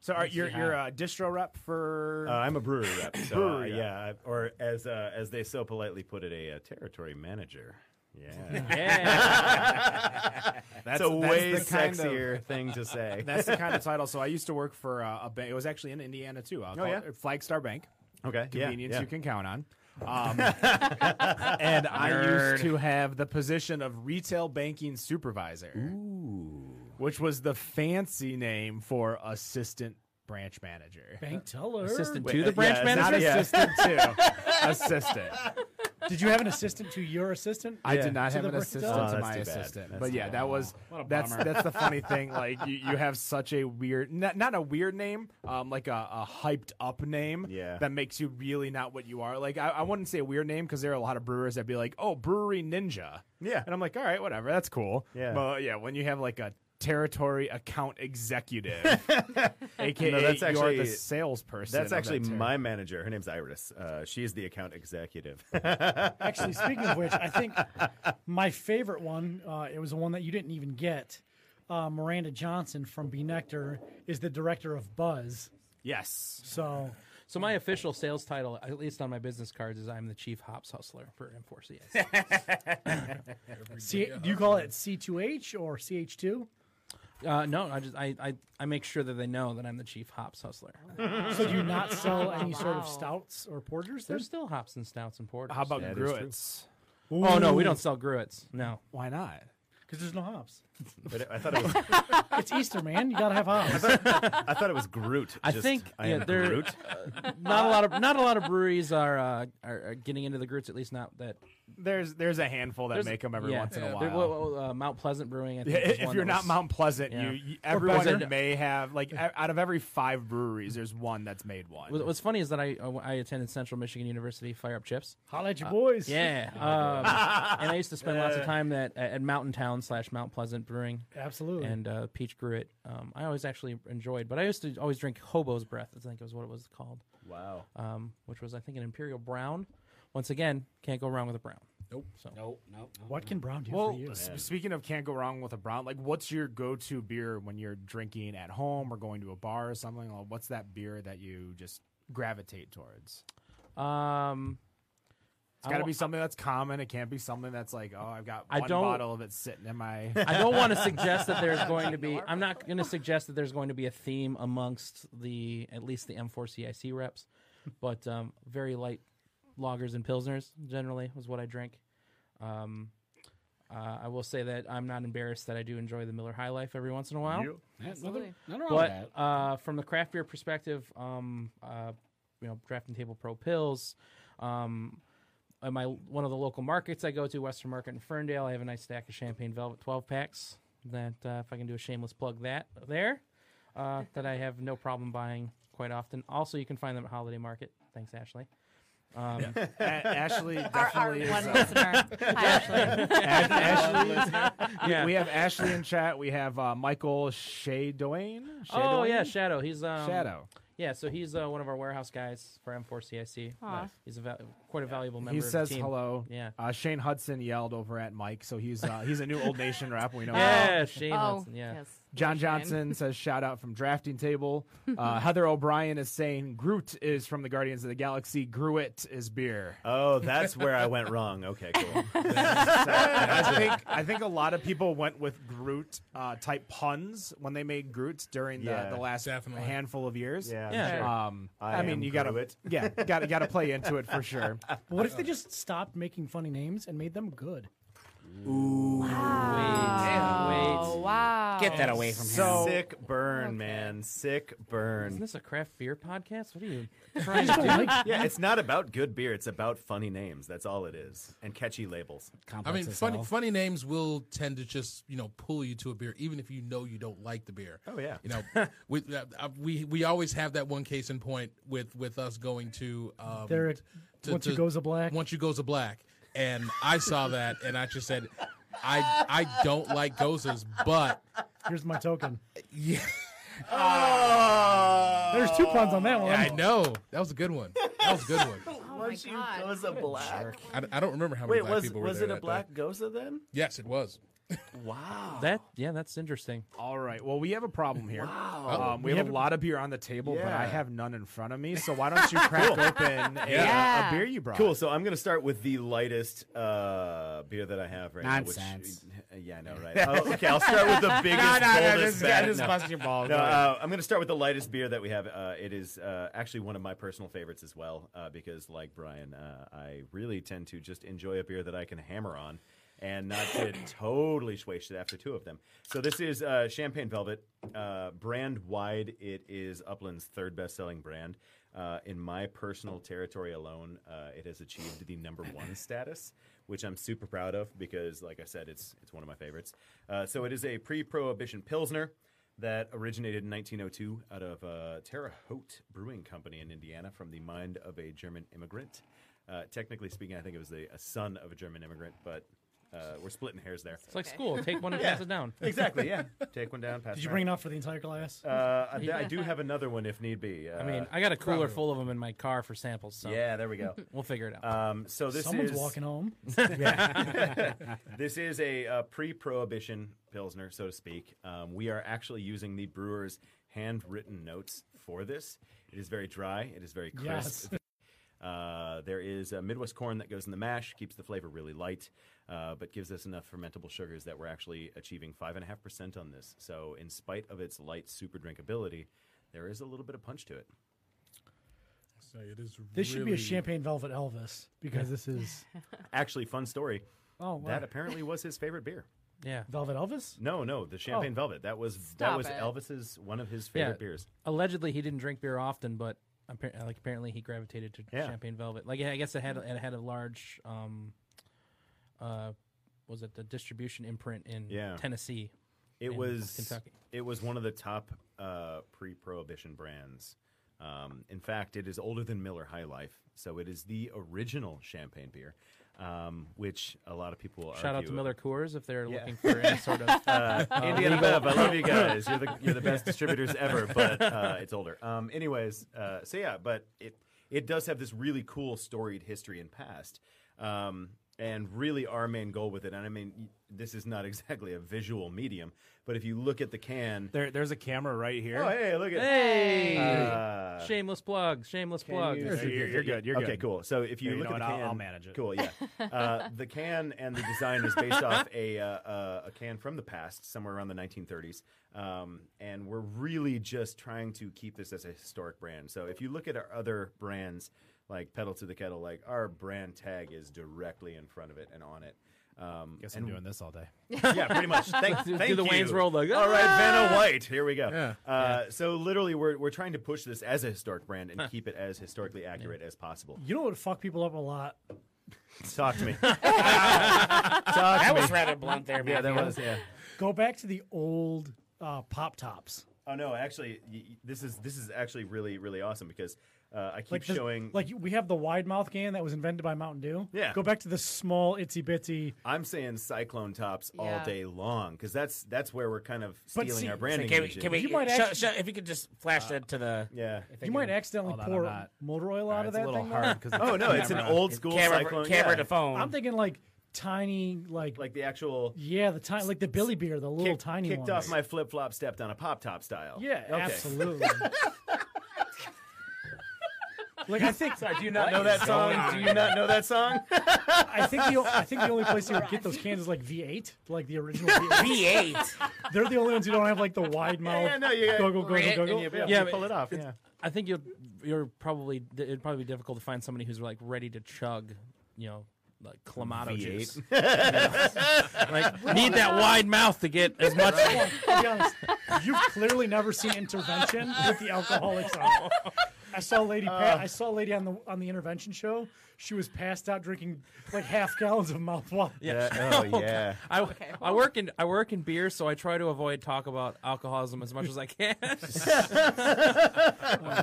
So are, you're, you're a distro rep for.
Uh, I'm a brewery rep. So,
Brewery
uh,
rep.
yeah, I- or as uh, as they so politely put it, a, uh territory manager. Yeah,
Yeah.
that's
that's
a way
the kind of-
sexier thing to say.
that's the kind of title. So I used to work for uh, a bank. It was actually in Indiana too. Uh,
Oh, yeah?
Flagstar Bank.
okay, yeah,
convenience
yeah.
you can count on. Um, and I used to have the position of retail banking supervisor, which was the fancy name for assistant branch manager. uh,
Bank teller.
Assistant
Wait,
to the
yeah,
branch
it's
manager.
Not
Yeah.
assistant to assistant.
Did you have an assistant to your assistant?
I did not
To
have
the
an
branch-
assistant
Oh, that's
to my
too bad.
assistant,
That's
but
too
yeah, that was
a
that's
bummer.
that's the funny thing. Like you, you have such a weird, not, not a weird name, um, like a, a hyped up name,
Yeah.
that makes you really not what you are. Like I, I wouldn't say a weird name because there are a lot of brewers that be like, oh, brewery ninja,
Yeah.
and I'm like, all right, whatever, that's cool,
Yeah.
But yeah, when you have like a territory account executive, aka
No, that's actually-
you're the salesperson.
That's
of
actually
that
my manager. Her name's Iris. Uh, she is the account executive.
Actually, speaking of which, I think my favorite one, uh, it was the one that you didn't even get. Uh, Miranda Johnson from B Nectar is the director of Buzz.
yes.
So
So my official sales title, at least on my business cards, is I'm the chief hops hustler for M4CS.
C- do you call it C2H or CH2?
uh, no, I just I, I I make sure that they know that I'm the chief hops hustler.
So do you not sell any sort
Wow.
of stouts or porters? Then?
There's still hops and stouts and porters.
How about
That is true.
Gruit's?
Oh no, we don't sell gruits. No.
Why not?
Because there's no hops.
but I thought it was
It's Easter, man. You gotta have hops.
I thought it was Groot.
I
Just,
think,
I
yeah,
am
they're-
Groot.
not a lot of not a lot of breweries are uh, are, are getting into the Groots. At least not that
There's there's a handful that
There's-
make them every
yeah.
once in a
There-
while.
well, well, uh, Mount Pleasant Brewing. I
Yeah,
think is
if
one
you're
that
not
was-
Mount Pleasant,
yeah.
you, you
Or
everyone
Pleasant.
may have like o- out of every five breweries, there's one that's made one.
What- What's funny is that I uh, I attended Central Michigan University Fire Up Chips. Uh,
Holla at your boys.
Yeah, um, and I used to spend lots
Uh,
of time at at Mountain Town slash Mount Pleasant Brewing
Absolutely.
and uh, Peach Gruit. Um, I always actually enjoyed, but I used to always drink Hobo's Breath. I think was what it was called,
Wow.
um, which was I think an Imperial Brown. Once again, can't go wrong with a brown.
Nope.
Nope, nope. nope.
what can Brown do for
well,
uh,
you?
s- speaking of can't go wrong with a brown, like what's your go-to beer when you're drinking at home or going to a bar or something? Or what's that beer that you just gravitate towards?
Um,
It's got to
wa-
be something that's common. It can't be something that's like, oh, I've got
I
one
don't-
bottle of it sitting in my.
I don't want to suggest that there's going to be. I'm not going to suggest that there's going to be a theme amongst the at least the M4CIC reps, but um, very light lagers and pilsners generally was what I drink. Um, uh, I will say that I'm not embarrassed that I do enjoy the Miller High Life every once in a while.
That's nothing, nothing wrong with
But
that.
uh, from the craft beer perspective, um, uh, you know, drafting table pro pills. Um, at my one of the local markets I go to, Western Market in Ferndale, I have a nice stack of Champagne Velvet 12 packs. That uh, if I can do a shameless plug that there, uh, that I have no problem buying quite often. Also, you can find them at Holiday Market. Thanks, Ashley. Um,
A- Ashley
Our, our
definitely is.
one
uh,
listener. Hi, Ashley.
Ash- Ashley.
Yeah.
We have Ashley in chat. We have uh, Michael Shea Doane.
oh yeah, Shadow. He's um,
Shadow.
Yeah, so he's uh, one of our warehouse guys for M4CIC.
Aw.
He's a val- quite a valuable member.
He
of the
says
team.
hello.
Yeah.
Uh, Shane Hudson yelled over at Mike, so he's uh, he's a new Old Nation rap. We know.
Yeah, Shane
oh,
Hudson. Yeah.
yes.
John
shame.
Johnson says shout out from drafting table. Uh, Heather O'Brien is saying Groot is from the Guardians of the Galaxy. Gruit is beer.
Oh, that's where I went wrong. Okay, cool.
I think I think a lot of people went with Groot uh, type puns when they made Groot during the,
Yeah,
the last
definitely.
handful of years.
Yeah, I'm
Yeah.
sure.
Um,
I
I, mean,
am
you gotta
Groot.
yeah, gotta gotta play into it for sure.
What if they just stopped making funny names and made them good?
Oh, wow.
Get that away from him.
So
Sick burn, man. Sick
Isn't
burn.
this a craft beer podcast? What are you?
I just don't like-
Yeah, it's not about good beer. It's about funny names. That's all it is, and catchy labels.
Complex
I mean,
as
funny
hell.
funny names will tend to just you know pull you to a beer, even if you know you don't like the beer.
Oh, yeah.
you know we uh, uh, we we always have that one case in point with with us going to um,
Derek, Once You Goes a Black.
Once you goes a black, and I saw that, and I just said, I I don't like gozas, but
Here's my token.
yeah,
There's two puns on that one.
I know that was a good one. That was a good one.
Oh my God.
a black.
I, I don't remember how many
Wait,
black
was
people were
was
there
it a
that
black
day.
goza then?
Yes, it was.
Wow.
That yeah, that's interesting.
all right, well we have a problem here.
Oh.
Um, we, have a lot of beer on the table, but I
Yeah.
have none in front of me. So why don't you crack open a,
Yeah.
a beer you brought?
Cool. So I'm going to start with the lightest uh, beer that I have right
Nonsense.
now. Which, yeah, I know, right? oh, okay, I'll start with the biggest.
no, no,
boldest,
this is-
bad-
this is
no.
busting your balls.
No,
Go ahead.
uh, I'm going to start with the lightest beer that we have. Uh, it is uh, actually one of my personal favorites as well, uh, because like Brian, uh, I really tend to just enjoy a beer that I can hammer on and not get totally swasted after two of them. So this is uh, Champagne Velvet, uh, brand wide. It is Upland's third best-selling brand. Uh, in my personal territory alone, uh, it has achieved the number one status, which I'm super proud of because, like I said, it's it's one of my favorites. Uh, so it is a pre-prohibition pilsner that originated in 1902 out of uh, Terre Haute Brewing Company in Indiana from the mind of a German immigrant. Uh, technically speaking, I think it was a, a son of a German immigrant, but uh, we're splitting hairs there.
It's like school. Take one and pass it down.
exactly, yeah. Take one down, pass
Did you
it
bring
around.
enough for the entire class?
Uh, I, I do have another one if need be. Uh,
I mean, I got a cooler full of them in my car for samples. So
yeah, there we go.
we'll figure it out.
Um, so this
Someone's
is
walking home.
This is a, uh pre-prohibition pilsner, so to speak. Um, we are actually using the brewer's handwritten notes for this. It is very dry. It is very crisp. Uh, there is a Midwest corn that goes in the mash, keeps the flavor really light, uh, but gives us enough fermentable sugars that we're actually achieving five and a half percent on this. So, in spite of its light super drinkability, there is a little bit of punch to it.
So it is.
This should be a
really-
champagne velvet Elvis because this is
Actually, fun story.
Oh, wow.
that apparently was his favorite beer.
yeah.
velvet Elvis. Oh.
No, no, the Champagne Velvet. That was that
Stop
was
it.
Elvis's one of his favorite
Yeah.
beers.
Allegedly, he didn't drink beer often, but appar- like apparently he gravitated to
Yeah.
Champagne Velvet. Like I guess it had it had a large, um, uh, was it the distribution imprint in
Yeah.
Tennessee?
It
in
was
Kentucky.
It was one of the top uh, pre-prohibition brands. Um, in fact, it is older than Miller High Life, so it is the original champagne beer, um, which a lot of people
Shout out
argue-
to Miller Coors if they're
Yeah.
looking for any sort of. Uh,
Indiana Bev, I love you guys. You're the you're the best distributors ever, but uh, it's older. Um, anyways, uh, so yeah, but it it does have this really cool storied history and past. Um, and really, our main goal with it, and I mean, y- this is not exactly a visual medium, but if you look at the can,
There, there's a camera right here.
oh hey, look at
hey,
Uh,
shameless plug, shameless plug.
you- You're- you're good, you're
Okay,
good.
cool. So if you
Yeah, you
look
know
at the
what, I'll-
can,
I'll manage it.
Cool, yeah. Uh, the can and the design is based off a uh, uh, a can from the past, somewhere around the 1930s. Um, and we're really just trying to keep this as a historic brand. So if you look at our other brands, like Pedal to the Kettle, like our brand tag is directly in front of it and on it. Um,
Guess I'm
and
doing this all day.
yeah, pretty much. Thank,
Do
thank
the
you.
Wayne's World, like,
All right, Vanna White. Here we go.
Yeah.
Uh, So literally, we're, we're trying to push this as a historic brand and keep it as historically accurate as possible.
You know what would fuck people up a lot?
Talk to me.
that was rather blunt there,
yeah, that
Matthew.
was yeah.
Go back to the old uh, pop tops.
Oh no, actually, y- y- this is this is actually really really awesome because uh, I keep
the-
showing.
like you- we have the wide mouth can that was invented by Mountain Dew.
Yeah.
Go back to the small itsy bitsy.
I'm saying cyclone tops all
Yeah.
day long because that's that's where we're kind of
But
stealing
see-
our
so
branding.
Can we,
engine.
can we
You might
show,
actually-
show, if you could just flash that to the
yeah.
You might accidentally
Hold on, I'm
pour
not.
motor oil out of
It's a
that
little
thing. though.
hard because
Oh no, it's an old school
camera,
cyclone.
camera
yeah.
to phone?
I'm thinking like tiny like,
like the actual
yeah, the tiny like the Billy Beer, the little
kick-
tiny
kicked
ones.
off my flip flop, stepped on a pop top style.
yeah,
Okay.
absolutely. like I think
Sorry, do you not
Know that song? Do you not know that song?
I think the o- I think the only place you would get those cans is like V8, like the original V8.
V8.
They're the only ones who don't have like the wide mouth.
yeah, no, you got-
go go go
Right,
go
And
go.
you,
go.
yeah,
Yeah,
you
but-
pull it off. Yeah.
I think you're you're probably it'd probably be difficult to find somebody who's like ready to chug, you know, like clamato juice. You know? like need that wide mouth to get as much.
I'll be honest, you've clearly never seen intervention with the alcoholics. Anonymous. I saw a lady. pa- I saw a lady on the on the intervention show. She was passed out drinking like half gallons of mouthwash.
Yeah, oh yeah.
I, I work in I work in beer, so I try to avoid talk about alcoholism as much as I can. the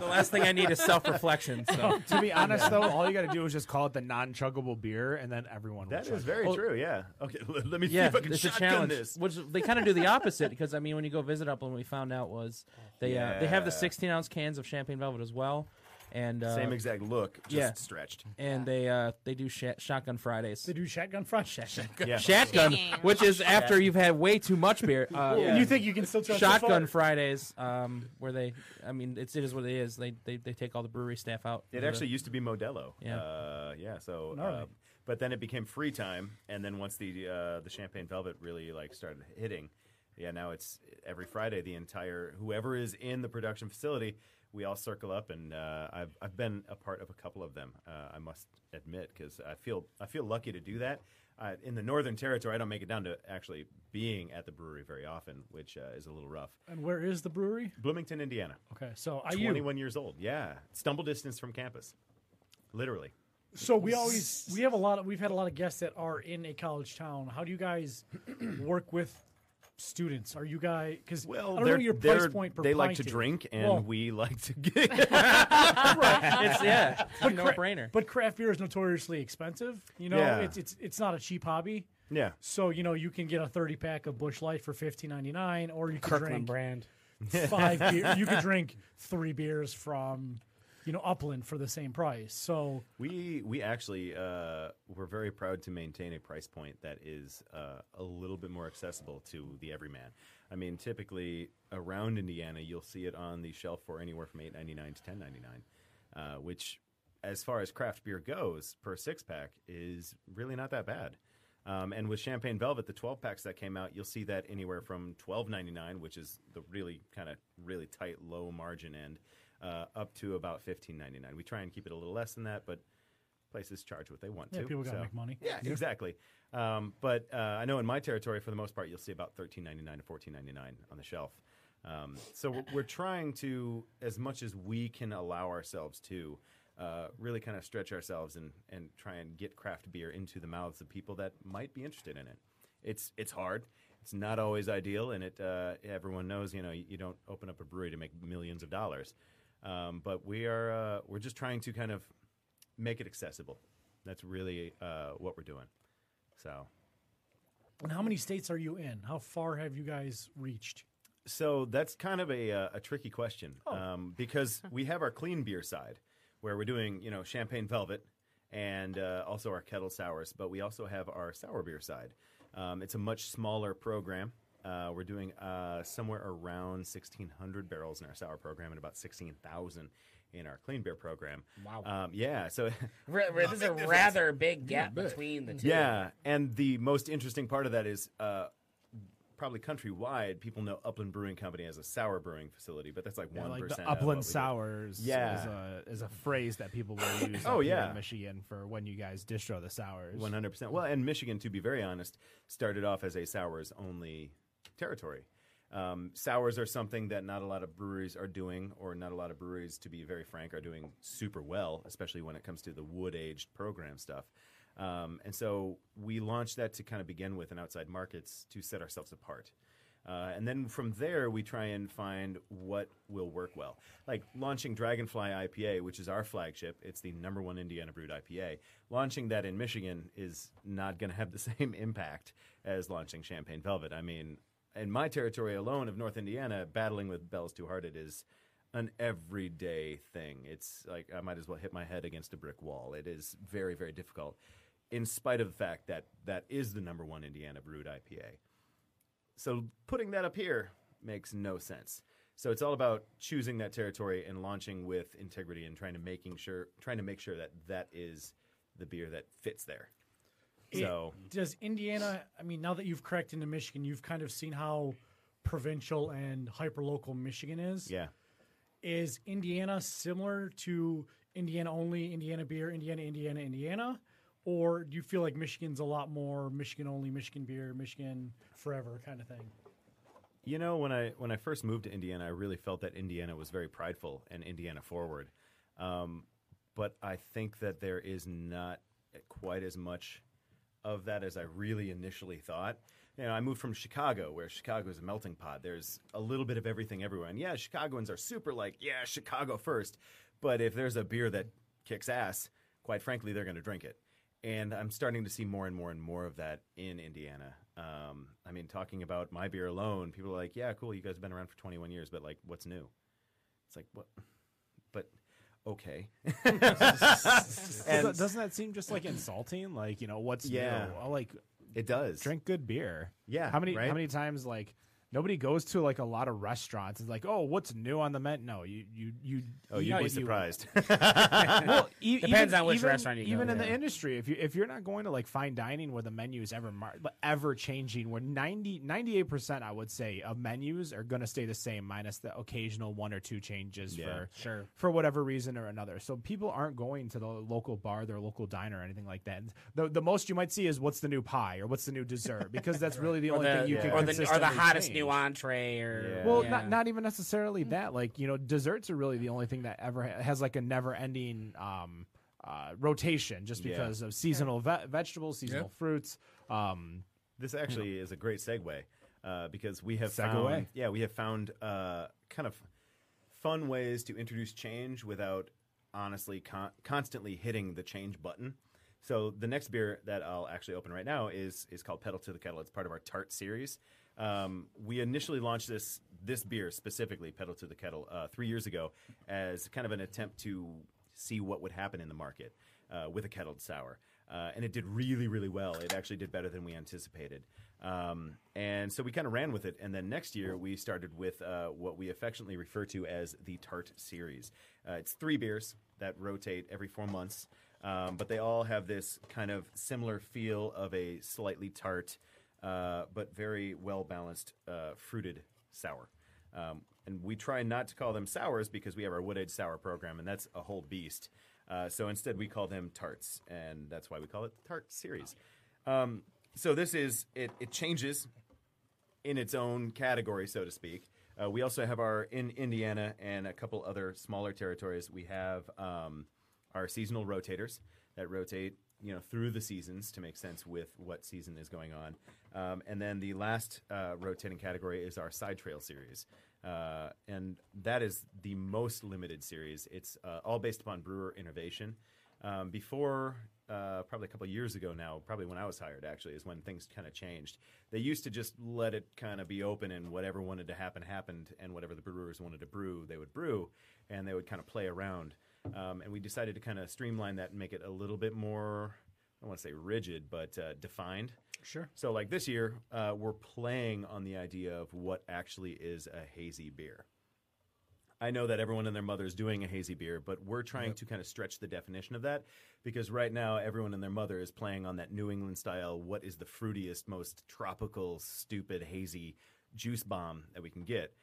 last thing I need is self reflection.
Oh,
So
to be honest, though, all you got to do is just call it the non-chuggable beer, and then everyone.
That
will
is
chug
very
Well-
true. Yeah. Okay. Let, let me see
yeah,
if I can
it's a
shotgun
challenge.
this.
Which they kind of do the opposite because I mean, when you go visit Upland, we found out was they uh, they have the
Yeah.
16 ounce cans of champagne velvet as well, and uh,
Same exact look, just
yeah.
stretched.
and they uh, they do sh- shotgun Fridays.
They do shotgun front.
Yeah.
shotgun,
Damn.
which is after you've had way too much beer. Uh,
Yeah.
You think you can still trust the
Shotgun
fart?
Fridays, um, where they, I mean, it's, it is what it is. They, they they take all the brewery staff out. for
It
the-
actually used to be Modelo.
Yeah.
Uh, yeah. So, uh,
Gnarly.
but then it became free time, and then once the uh, the Champagne Velvet really like started hitting, yeah. Now it's every Friday. The entire whoever is in the production facility, we all circle up, and uh, I've I've been a part of a couple of them. Uh, I must admit, because I feel I feel lucky to do that. Uh, in the Northern Territory, I don't make it down to actually being at the brewery very often, which uh, is a little rough.
And where is the brewery?
Bloomington, Indiana.
Okay, so Oh, I you.
21 years old. Yeah. Stumble distance from campus. Literally.
So we always we have a lot of we've had a lot of guests that are in a college town. How do you guys work with students? Are you guys because I don't know your price point per
they like
pint
to
is.
drink, and
Well,
we like to get.
it's yeah, it's a no brainer.
But craft beer is notoriously expensive. You know,
Yeah.
it's it's it's not a cheap hobby.
yeah.
So you know you can get a thirty pack of Bush Light for fifteen ninety nine, or you can
Kirkland
drink
brand.
five. beer, you could drink three beers from, you know, Upland for the same price. So
We we actually uh, we're very proud to maintain a price point that is uh, a little bit more accessible to the everyman. I mean, typically around Indiana, you'll see it on the shelf for anywhere from eight ninety nine to ten ninety nine, uh, which, as far as craft beer goes, per six pack is really not that bad. Um, and with Champagne Velvet, the twelve packs that came out, you'll see that anywhere from twelve ninety nine, which is the really kind of really tight low margin end, uh, up to about fifteen ninety nine. We try and keep it a little less than that, but places charge what they want
yeah,
to.
people gotta
so-
make money.
Yeah, exactly. Um, but uh, I know in my territory, for the most part, you'll see about thirteen ninety nine to fourteen ninety nine on the shelf. Um, so we're, we're trying to, as much as we can allow ourselves to, uh, really kind of stretch ourselves and and try and get craft beer into the mouths of people that might be interested in it. It's it's hard. It's not always ideal, and it uh, everyone knows. You know, you, you don't open up a brewery to make millions of dollars. Um, but we are uh, we're just trying to kind of make it accessible. That's really uh, what we're doing. So,
And how many states are you in? How far have you guys reached?
so that's kind of a, uh, a tricky question um, because we have our clean beer side where we're doing you know champagne velvet and uh, also our kettle sours, but we also have our sour beer side. Um, it's a much smaller program. Uh, we're doing uh, somewhere around 1,600 barrels in our sour program and about 16,000 in our clean beer program. Wow. Um, yeah. So
Re- re- There's a rather big gap between the two.
Yeah, and the most interesting part of that is uh, probably countrywide, people know Upland Brewing Company as a sour brewing facility, but that's like one
like the upland sours
Yeah.
is, uh, a, is a phrase that people will use
Oh,
up here in
yeah.
michigan for when you guys distro the sours
One hundred percent. Well, and Michigan, to be very honest, started off as a sours only territory. Um, sours are something that not a lot of breweries are doing, or not a lot of breweries, to be very frank, are doing super well, especially when it comes to the wood aged program stuff. Um, and so we launched that to kind of begin with in outside markets to set ourselves apart. Uh, and then from there, we try and find what will work well. Like launching Dragonfly IPA, which is our flagship, it's the number one Indiana brewed IPA. Launching that in Michigan is not going to have the same impact as launching Champagne Velvet. I mean, in my territory alone of North Indiana, battling with Bell's Two Hearted is an everyday thing. It's like I might as well hit my head against a brick wall. It is very, very difficult in spite of the fact that that is the number one Indiana brewed IPA. So putting that up here makes no sense. So it's all about choosing that territory and launching with integrity and trying to making sure trying to make sure that that is the beer that fits there. So
Does Indiana? I mean, now that you've cracked into Michigan, you've kind of seen how provincial and hyperlocal Michigan is.
yeah,
Is Indiana similar to Indiana only, Indiana beer, Indiana, Indiana, Indiana? Or do you feel like Michigan's a lot more Michigan only, Michigan beer, Michigan forever kind of thing?
you know when I when I first moved to Indiana, I really felt that Indiana was very prideful and Indiana forward. Um, but I think that there is not quite as much of that as I really initially thought. You know, I moved from Chicago, where Chicago is a melting pot. There's a little bit of everything everywhere. And yeah, Chicagoans are super like, yeah, Chicago first. But if there's a beer that kicks ass, quite frankly, they're going to drink it. And I'm starting to see more and more and more of that in Indiana. Um, I mean, talking about my beer alone, people are like, yeah, cool, you guys have been around for 21 years, but like, what's new? It's like, what? But okay.
Doesn't- doesn't that seem just like insulting? Like you know what's
Yeah.
new? Well, Like
It does.
drink good beer.
Yeah,
How many
right?
how many times like nobody goes to like a lot of restaurants? It's like oh what's new on the menu? No, you you you.
Oh,
eat
you'd
what
be
you-
surprised.
well, e-
Depends
even-
on which
even-
restaurant you go
Even in
to.
the industry, if you if you're not going to like fine dining where the menu is ever mar- ever changing, where 98 percent I would say of menus are going to stay the same, minus the occasional one or two changes
Yeah.
for
Sure.
for whatever reason or another. So people aren't going to the local bar, their local diner, or anything like that. And the the most you might see is what's the new pie or what's the new dessert because that's really the only thing you
yeah.
or
can
the or the
consistently
hottest
change.
new entree or
Yeah.
Well,
yeah.
not not even necessarily that. Like you know, desserts are really the only thing that ever ha- has like a never-ending um, uh, rotation, just
Yeah.
because of seasonal ve- vegetables, seasonal fruits. Um,
This actually is a great segue uh, because we have
Segue.
found, yeah, we have found uh, kind of fun ways to introduce change without honestly con- constantly hitting the change button. So the next beer that I'll actually open right now is is called Pedal to the Kettle. It's part of our Tart series. Um, we initially launched this this beer specifically, Pedal to the Kettle, uh, three years ago, as kind of an attempt to see what would happen in the market uh, with a kettled sour. Uh, and it did really, really well. It actually did better than we anticipated. Um, and so we kind of ran with it. And then next year, we started with uh, what we affectionately refer to as the Tart series. Uh, it's three beers that rotate every four months, um, but they all have this kind of similar feel of a slightly tart, uh, but very well balanced, uh, fruited sour. Um, and we try not to call them sours because we have our wood edge sour program, and that's a whole beast. Uh, so instead, we call them tarts, and that's why we call it the tart series. Um, so this is it, it changes in its own category, so to speak. Uh, we also have our in Indiana and a couple other smaller territories. We have um, our seasonal rotators that rotate, you know, through the seasons to make sense with what season is going on. Um, and then the last uh, rotating category is our side trail series, uh, and that is the most limited series. It's uh, all based upon brewer innovation. Um, before, uh, probably a couple of years ago now, probably when I was hired, actually, is when things kind of changed. They used to just let it kind of be open and whatever wanted to happen happened, and whatever the brewers wanted to brew, they would brew, and they would kind of play around. Um, and we decided to kind of streamline that and make it a little bit more, I don't want to say rigid, but uh, defined. Sure. So, like this year, uh, we're playing on the idea of what actually is a hazy beer. I know that everyone and their mother is doing a hazy beer, but we're trying to kind of stretch the definition of that because right now everyone and their mother is playing on that New England style. What is the fruitiest, most tropical, stupid, hazy juice bomb that we can get?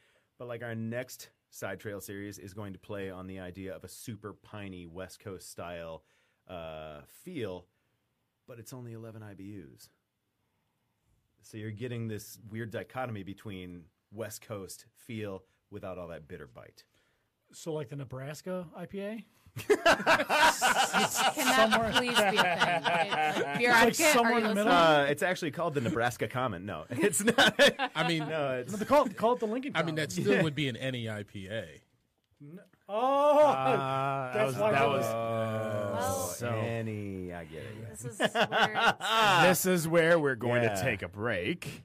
But like our next side trail series is going to play on the idea of a super piney West Coast style uh, feel, but it's only 11 IBUs. So you're getting this weird dichotomy between West Coast feel without all that bitter bite.
So, like the Nebraska IPA?
Can that please be a thing? It- like, beer advocate, are
somewhere
you
in the
listening?
middle.
Uh, it's actually called the Nebraska Common. No, it's not.
I mean,
No, it's,
They call it, call it the Lincoln.
I mean that still would be an E any IPA.
Oh,
uh, that was,
why
that
we-
was
Oh,
Well,
so.
any. I get it. yeah.
this is where
this is where we're going
Yeah.
to take a break.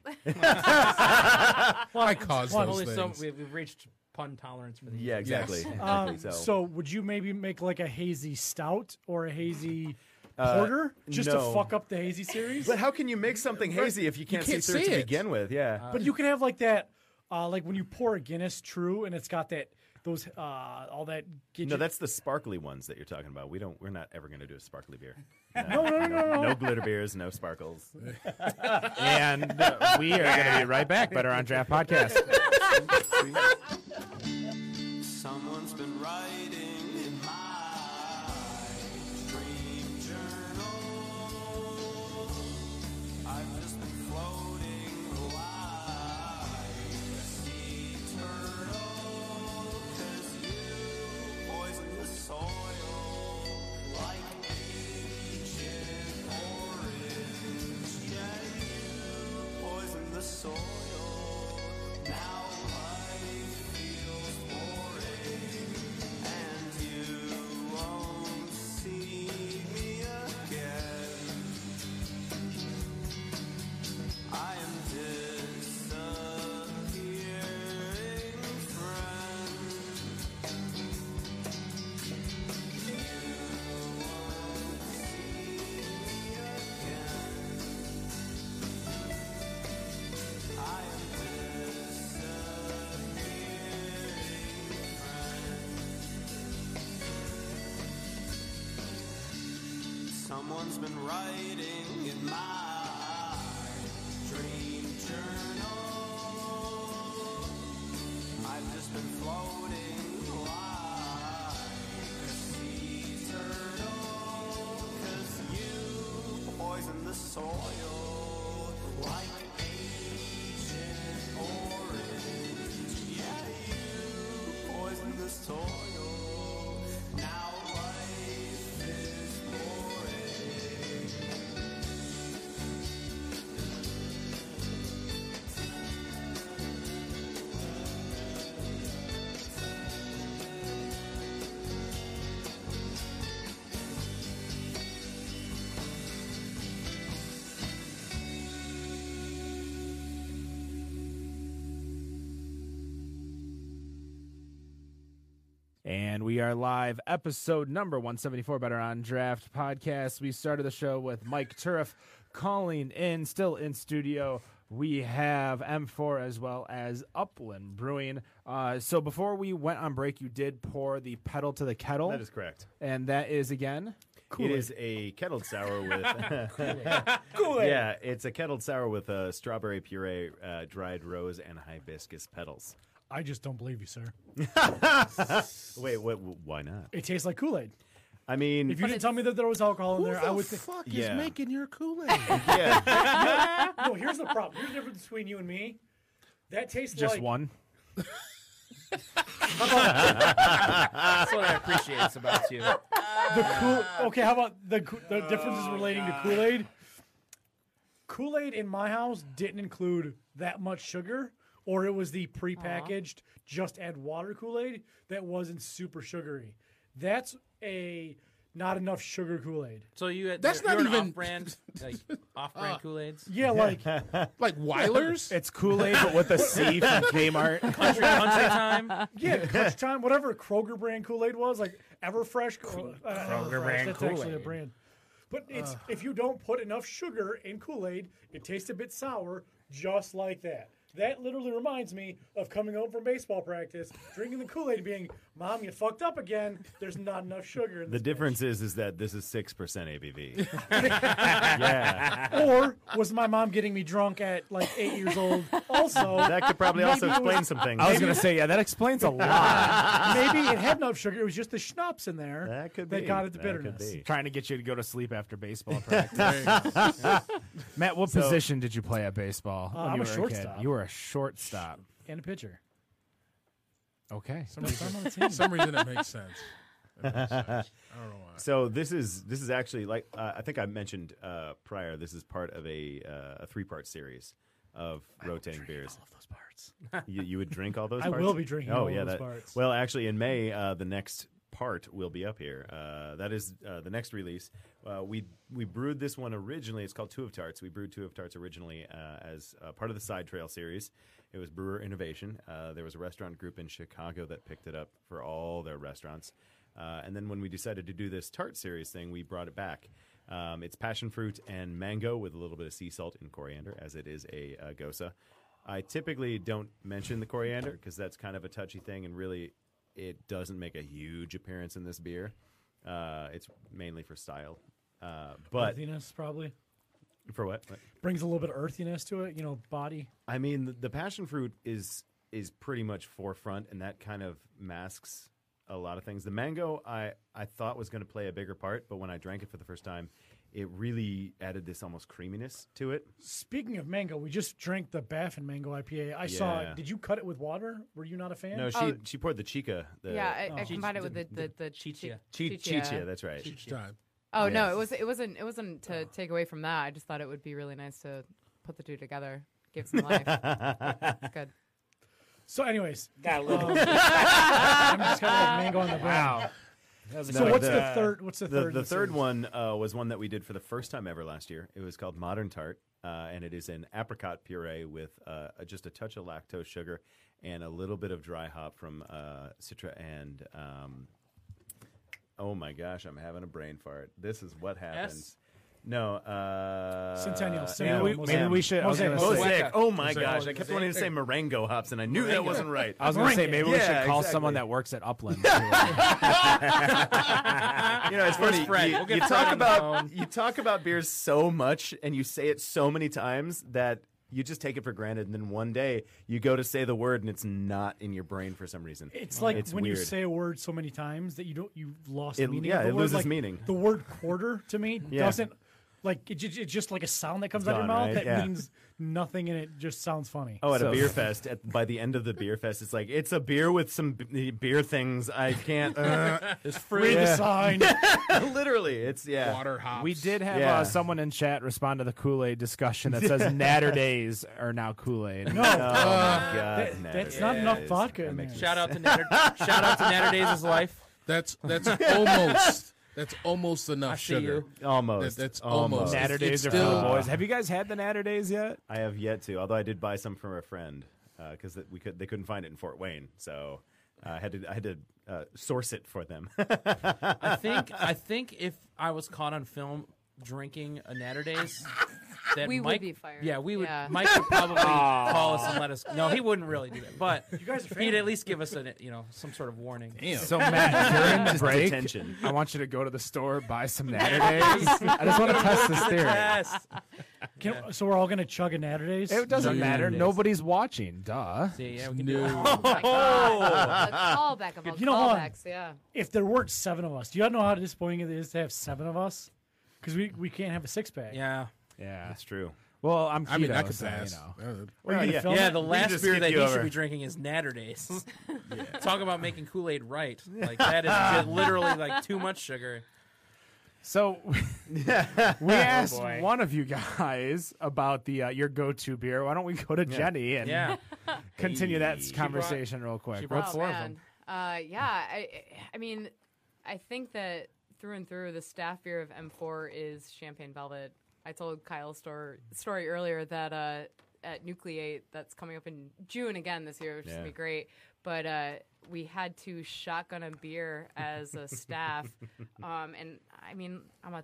I caused those
Luckily,
things.
so we've, we've reached pun tolerance for the
Yeah, exactly.
Yes.
exactly.
Um,
so,
so. would you maybe make like a hazy stout or a hazy
Uh,
Porter just
no.
to fuck up the hazy series.
But how can you make something hazy if you can't,
can't
see through it
see
to
it.
begin with? Yeah.
Uh, But you can have like that, uh, like when you pour a Guinness True, and it's got that those uh, all that. Get
no,
you-
that's the sparkly ones that you're talking about. We don't. We're not ever going to do a sparkly beer. No,
no, no, no,
no glitter beers, no sparkles.
and uh, we are going to be right back. Better on Draft Podcast.
Someone's been writing in my dream journal. I've just been floating like a sea turtle. 'Cause you poison the soil like ancient orange. Yeah, you poison the soil. Now life feels boring, and you won't see me again. I am disappearing, friend. I am disappearing, friend. Someone's been writing in my dream journal. I've just been floating like a sea turtle. 'Cause you poison the soil like ancient orange. Yeah, you poison the soil. Now life is boring.
And we are live, episode number 174, Better on Draft podcast. We started the show with Mike Turiff calling in, still in studio. We have M4 as well as Upland Brewing. Uh, so before we went on break, you did pour the pedal to the kettle.
That is correct.
And that is again.
It is a kettled sour with. Yeah, it's a kettled sour with uh, strawberry puree, uh, dried rose, and hibiscus petals.
I just don't believe you, sir.
Wait, what? Why not?
It tastes like Kool Aid.
I mean,
If you didn't tell me that there was alcohol in
Who
there,
the
I would. think
fuck is
Yeah.
making your Kool-Aid?
yeah,
no, here's the problem. Here's the difference between you and me. That tastes
Just
like
one.
That's what I appreciate about you.
the Kool. Okay, how about the Ko- the differences
Oh,
relating to Kool Aid? Kool Aid in my house didn't include that much sugar, or it was the prepackaged just add water Kool Aid that wasn't super sugary. That's a not enough sugar Kool Aid.
So you had,
That's
you're,
not
you're an
even-
off-brand, like off-brand Kool Aids.
Uh, Yeah, like
like Weiler's?
It's Kool Aid, but with a C from Kmart.
Country time.
yeah, Crunch Time, whatever Kroger brand Kool Aid was, like Everfresh. Kroger
Kroger brand
That's actually a
Kool-Aid.
brand. But it's if you don't put enough sugar in Kool Aid, it tastes a bit sour, just like that. That literally reminds me of coming home from baseball practice, drinking the Kool Aid, and being, "Mom, you fucked up again. There's not enough sugar." In
the
this
difference is is that this is six percent ABV. yeah,
batch." Or was my mom getting me drunk at like eight years old? Also,
that could probably also explain some things.
I was going to say, yeah, that explains a lot.
maybe it had enough sugar. It was just the schnapps in there
that could be.
that got it to
That could
bitterness.
be.
Trying to get you to go to sleep after baseball practice. Matt, what position did you play at baseball? when
Uh,
you
I'm a
were kid?
shortstop.
You were a shortstop.
And a pitcher.
Okay.
some, reason, some reason it makes sense. It makes sense. I don't know why.
So this is this is actually like uh, I think I mentioned uh, prior. This is part of a uh, a three part series of rotating beers.
All of those parts.
you, you would drink all those.
I
parts?
will be drinking
Oh
all
yeah,
those
that-
parts.
Well, actually, in May, uh, the next part will be up here. Uh, that is uh, the next release. Uh, we we brewed this one originally. It's called Two of Tarts. We brewed Two of Tarts originally uh, as uh, part of the Side Trail series. It was Brewer Innovation. Uh, there was a restaurant group in Chicago that picked it up for all their restaurants. Uh, and then when we decided to do this tart series thing, we brought it back. Um, it's passion fruit and mango with a little bit of sea salt and coriander, as it is a uh, gosa. I typically don't mention the coriander because that's kind of a touchy thing, and really, it doesn't make a huge appearance in this beer. Uh, it's mainly for style, uh, but
earthiness probably
for what? What?
brings a little bit of earthiness to it. You know, body.
I mean, the, the passion fruit is is pretty much forefront, and that kind of masks a lot of things. The mango, I I thought was going to play a bigger part, but when I drank it for the first time, it really added this almost creaminess to it.
Speaking of mango, we just drank the Baffin Mango IPA. I saw
Yeah.
it. Did you cut it with water? Were you not a fan?
No, she
Oh.
she poured the chica. The Oh.
yeah, I, I combined it with the the, the
Chicha.
chi-
chicha.
chicha. That's right.
Each time.
Oh no,
Yes.
it was it wasn't it wasn't to
Oh.
take away from that. I just thought it would be really nice to put the two together, give some life. It's good.
So, anyways, um,
Got a little.
I'm just kind of like mango on the ground. So
No,
what's the, third? What's the,
The,
third? in
the third
series?
one uh, was one that we did for the first time ever last year. It was called Modern Tart, uh, and it is an apricot puree with uh, just a touch of lactose sugar and a little bit of dry hop from uh, Citra and. Um, oh my gosh, I'm having a brain fart. This is what happens. No, uh,
Centennial,
M,
Centennial, Mosaic.
Maybe we should. I was
Mosaic.
gonna say-
Mosaic. Oh my
Mosaic.
gosh, I kept wanting to say Marengo hops, and I knew that wasn't right.
I was going to say maybe we
Yeah,
should call someone
exactly.
that works at Upland.
you know, it's funny.
Fred.
You,
We'll get
you
Fred
talk
on the
about
phone.
you talk about beers so much, and you say it so many times that you just take it for granted. And then one day you go to say the word, and it's not in your brain for some reason.
It's like
Uh,
when
weird.
you say a word so many times that you don't you have lost
It-
meaning.
yeah,
of the
it
word.
loses
like,
meaning.
The word quarter to me
Yeah.
doesn't like it, ju- it's just like a sound that comes out of your
gone,
mouth
right?
that
Yeah.
means nothing and it just sounds funny.
Oh, at a beer fest, at, by the end of the beer fest, it's like it's a beer with some b- beer things. I can't. Uh,
There's
Read
fruit.
the sign.
literally, it's yeah.
Water hops.
we did have
Yeah.
uh, someone in chat respond to the Kool Aid discussion that says Natter Days are now Kool Aid.
No,
Oh
uh,
my god,
that-
no,
that's
it
not enough
is.
vodka
That
in
makes
there.
Shout out to Natter, shout out to Natter Days' life.
That's that's almost that's almost enough
I see
sugar.
you.
me- Almost,
That- that's
almost.
almost.
Natter
It's
Days are for
still-
the boys. Have you guys had the Natter Days yet?
I have yet to, although I did buy some from a friend because we could they couldn't find it in Fort Wayne, so uh, I had to I had to uh, source it for them.
I think I think if I was caught on film drinking a Natter Days, that
We would
Mike,
be fired.
Yeah, we would.
Yeah.
Mike would probably call us and let us. No, he wouldn't really do that. But you
guys are
he'd
family.
at least give us a you know some sort of warning.
Damn.
So Matt, during the break,
detention.
I want you to go to the store buy some Natter Days. I just want to test this theory.
Yes.
Can- So we're all gonna chug a Natterdays.
It
Natter
doesn't matter.
Days.
Nobody's watching. Duh.
Yeah, yeah, we can do that.
No.
Oh, the callback of all
You know what?
callbacks, yeah.
if there weren't seven of us, do you know how disappointing it is to have seven of us? Because we, we can't have a six pack.
Yeah.
Yeah.
That's true.
Well, I'm keto,
I mean, I could
so,
pass.
you know.
Uh,
Or you
Well,
can
yeah.
film
Yeah,
it.
the last
just
beer
skip
that
you
he
over.
should be drinking is Natter Days. Talk about making Kool Aid right. Like, that is ju- literally like too much sugar.
So
Oh,
we asked one of you guys about the uh, your go-to beer. Why don't we go to Jenny and
Yeah.
continue that conversation real
she
quick?
brought-
What's
Oh,
four of
man. Uh, yeah, I, I mean, I think that through and through, the staff beer of M4 is Champagne Velvet. I told Kyle's story, story earlier that uh, at Nucleate, that's coming up in June again this year, which is going
Yeah.
to be great. But uh, we had to shotgun a beer as a staff. um, and I mean, I'm a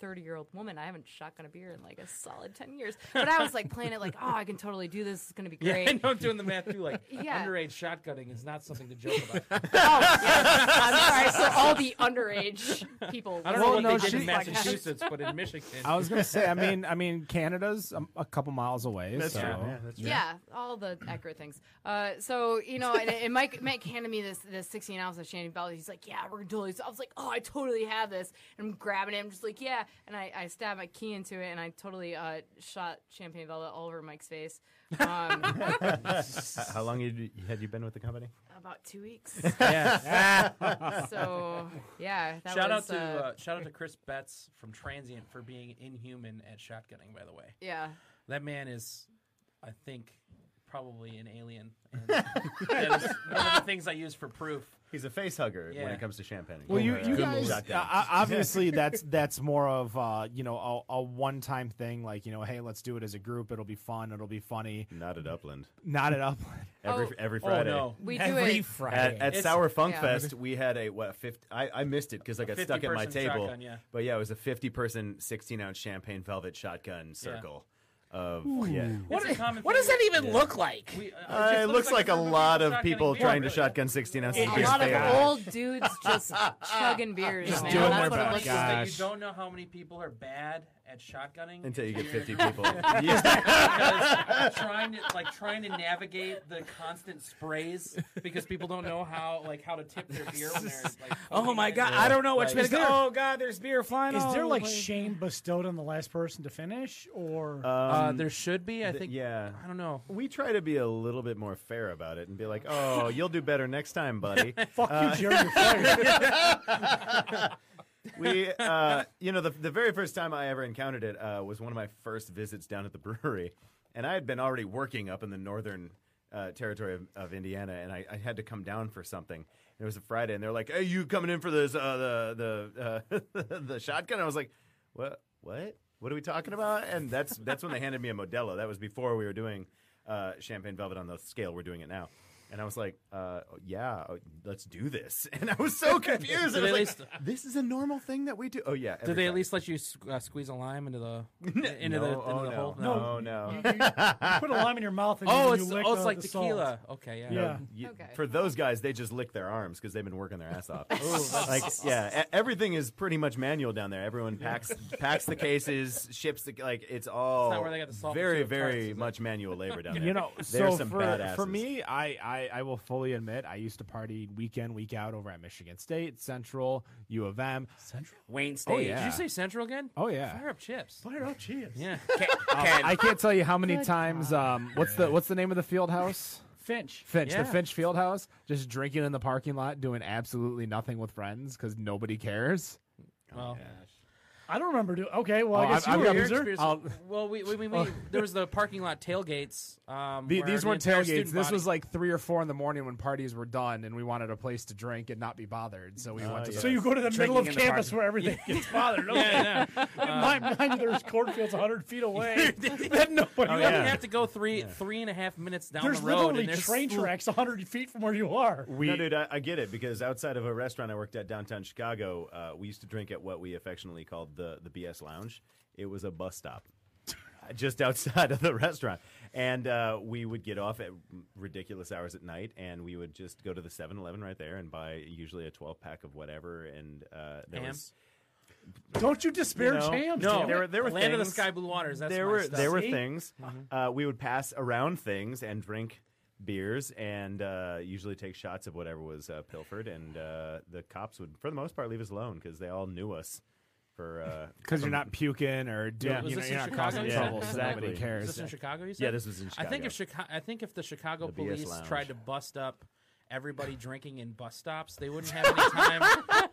30 year old woman. I haven't shotgun a beer in like a solid 10 years. But I was like playing it like, oh, I can totally do this. It's going to be
Yeah,
great.
I know I'm doing the math too. Like,
Yeah.
underage shotgunning is not something to joke about.
Oh, I'm sorry for all the underage people.
I don't
Well,
know what
no,
they did in
she-
Massachusetts, but in Michigan.
I was gonna say. I mean, I mean, Canada's a, a couple miles away. so.
Yeah. all the accurate things. Uh, so you know, and, and Mike Mike handed me this this 16 ounce of Shandy Valley. He's like, "Yeah, we're gonna do this." I was like, "Oh, I totally have this," and I'm grabbing it. I'm just like, "Yeah," and I, I stabbed my key into it, and I totally uh, shot Champagne Velvet all over Mike's face. Um,
How long had you, had you been with the company?
about two weeks.
yeah.
So Oh, yeah, that
Shout out
was,
to
uh,
uh, shout out to Chris Betts from Transient for being inhuman at shotgunning. By the way,
yeah.
that man is, I think, probably an alien. And that is one of the things I use for proof.
He's a face hugger when
Yeah.
it comes to champagne.
Well, you, you
Good
guys,
lord.
uh, uh, obviously that's that's more of uh, you know a, a one time thing. Like you know, hey, let's do it as a group. It'll be fun. It'll be funny.
not at Upland.
Not at Upland.
Every
Oh.
every Friday.
Oh
We do
Every
it.
Friday.
At, at
It's-
Sour Funk
yeah.
Fest, we had a what fifty? I, I missed it because I got stuck at my
50-person
table.
shotgun, yeah.
But yeah, it was a fifty-person, sixteen-ounce champagne velvet shotgun circle. Of
Oh,
yeah,
no! What,
What does that even look like?
We, uh,
Uh, it
just
looks like a
number
lot of
shotgunning
people
beer.
trying to shotgun sixteen-ounce
A
beers.
lot
They-
of old dudes just chugging beers, man.
doing
That's
their
what it
best.
looks
God.
like.
That you
Gosh.
don't know how many people are bad at shotgunning
until you get
You're-
fifty people. Yeah.
because trying to like trying to navigate the constant sprays because people don't know how like how to tip their beer when they're like
Oh my god, I don't know what's been. oh god, there's beer flying.
Is
all
there
over
like
the place.
shame bestowed on the last person to finish, or
uh, there should be I think
Um, yeah.
I don't know
We try to be a little bit more fair about it and be like, "Oh, you'll do better next time, buddy."
fuck you, Jerry? You're fired.
we, uh, you know, the, the very first time I ever encountered it uh, was one of my first visits down at the brewery, and I had been already working up in the northern uh, territory of, of Indiana, and I, I had to come down for something. And it was a Friday, and they're like, "Hey, you coming in for this uh, the the uh, the shotgun?" And I was like, "What? What? What are we talking about?" And that's that's when they handed me a Modelo. That was before we were doing uh, Champagne Velvet on the scale we're doing it now. And I was like, uh, "Yeah, uh, let's do this." And I was so confused. I
Did they
was
at
like, "This is a normal thing that we do." Oh yeah. every
did they at
Friday.
least let you s- uh, squeeze a lime into the into
no,
the into
oh,
the
no.
hole
No, no.
You- you put a lime in your mouth. And
oh
you
it's
lick
oh it's
the-
like
the salt.
tequila okay yeah
Yeah.
You-
Okay.
For those guys, they just lick their arms because they've been working their ass off. like, yeah, e- everything is pretty much manual down there. Everyone packs packs the cases, ships the like. It's all
not where they got the salt
very,
potato tarts,
very
is it?
much manual labor down there.
You know,
there's
so
some
for,
badasses.
for me, I, I I will fully admit I used to party weekend week out over at Michigan State Central U of M. Oh,
Wayne
Oh,
State.
did
yeah.
you say Central again
Oh, yeah.
fire up chips
Fire up, cheers.
yeah Oh.
Ken,
I can't tell you how many times. Um, what's the what's the name of the field house?
Finch.
Finch,
Yeah.
the Finch Field House, just drinking in the parking lot, doing absolutely nothing with friends because nobody cares.
well.
Oh, I don't remember. Do okay. Well,
Oh,
I guess
I've-
you
I've
were a
got-
loser.
Experience-
I'll-
well, we, we, we, we there was the parking lot tailgates. Um,
Oh. The,
where
these
the
weren't
entire
tailgates.
student
This
body-
was like three or four in the morning when parties were done, and we wanted a place to drink and not be bothered. So we
Uh,
went to.
So you go to the
Drinking
middle of
in the
campus
park.
where everything gets bothered. Okay. yeah, Uh, In
Uh,
my mind, there's cornfields 100 feet away. that nobody.
You
wants.
wouldn't have to go three three and a half minutes down
There's
the road.
literally
and there's
train
still-
tracks 100 feet from where you are.
no, dude, I, I get it because outside of a restaurant I worked at downtown Chicago, uh, we used to drink at what we affectionately called the the BS Lounge. It was a bus stop. Just outside of the restaurant, and uh, we would get off at ridiculous hours at night, and we would just go to the 7-Eleven right there and buy usually a twelve pack of whatever, and uh, there
Ham?
was
Don't you despair
No.
champs?
No,
damn
there
it.
were, there were land of the Mm-hmm.
things-
sky blue waters. That's
there
my
were
stuff.
there were
See?
things uh, we would pass around things and drink beers and uh, usually take shots of whatever was uh, pilfered and uh, the cops would for the most part leave us alone because they all knew us for uh,
because you're not puking or doing,
Yeah.
you
Was
know,
this
you're
in
not
Chicago?
causing
you said?
trouble.
Yeah,
so nobody
exactly.
Is
cares.
this in Chicago? You said?
yeah this was in Chicago.
I think if Chicago, I think if the Chicago
The BS
police
Lounge.
tried to bust up everybody drinking in bus stops, they wouldn't have any time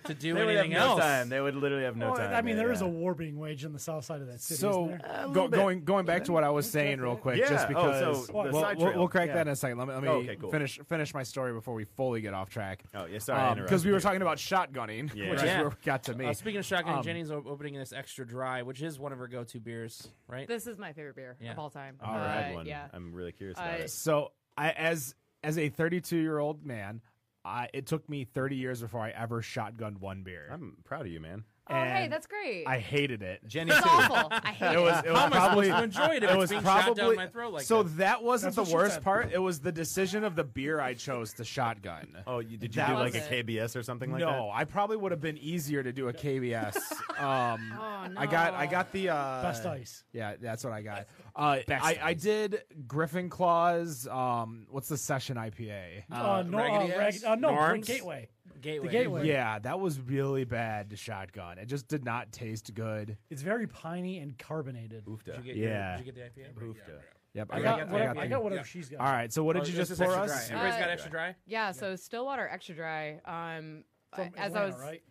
to do
they would have
anything
no
else.
time they would literally have no
Well,
time
I mean,
yeah,
there is
yeah.
a war being waged on the south side of that city.
So
isn't there?
go, going going back to what I was saying real quick,
Yeah.
just
Oh,
because
so the
we'll,
side
we'll-
trail.
we'll crack
Yeah.
that in a second. Let me, let me
Oh, okay, cool.
finish finish my story before we fully get off track.
Oh, yeah, sorry, I interrupted
because we were
you.
talking about shotgunning,
Yeah.
which
Yeah.
is where it got to me.
Uh, speaking of shotgun,
Um,
Jenny's o- opening this extra dry, which is one of her go-to beers, right?
This is my favorite beer
Yeah.
of all time.
Never had
Uh,
one.
Yeah.
I'm really curious about
Uh,
it
so I, as as a 32 year old man, I, it took me 30 years before I ever shotgunned one beer.
I'm proud of you man
oh, hey,
and
that's great.
I hated it.
Jenny
it's awful. I hate
It
it.
was, it was
am I
probably
supposed to enjoy it if it's being shot down my throat like
so
that?
wasn't
That's what
the
she
worst
said.
part. It was the decision of the beer I chose to shotgun.
oh you, did you
That
do like
was
a
it.
KBS or something like
no, I probably would have been easier to do a KBS. um,
Oh, no.
I got I got the uh,
Best ice.
Yeah, that's what I got. Uh, I, I did Griffin Claws. Um, what's the session IPA?
Uh, no, uh,
Raggedy
rag,
Ass?
uh, no, Green
Norms?
Gateway.
Gateway.
The Gateway.
yeah, that was really bad to shotgun. It just did not taste good.
It's very piney and carbonated.
that
Did you get,
Yeah.
Did you get the IPA?
Oof, duh.
Yep,
I,
I
got,
got, I
whatever,
got the-
I got whatever she's got.
All right, so what did
Or
you
is
just
Oh, this
pour
extra
us?
dry? Everybody's got
Uh,
extra dry.
yeah, so Stillwater Extra Dry. Um,
From
as
Atlanta,
I was
right?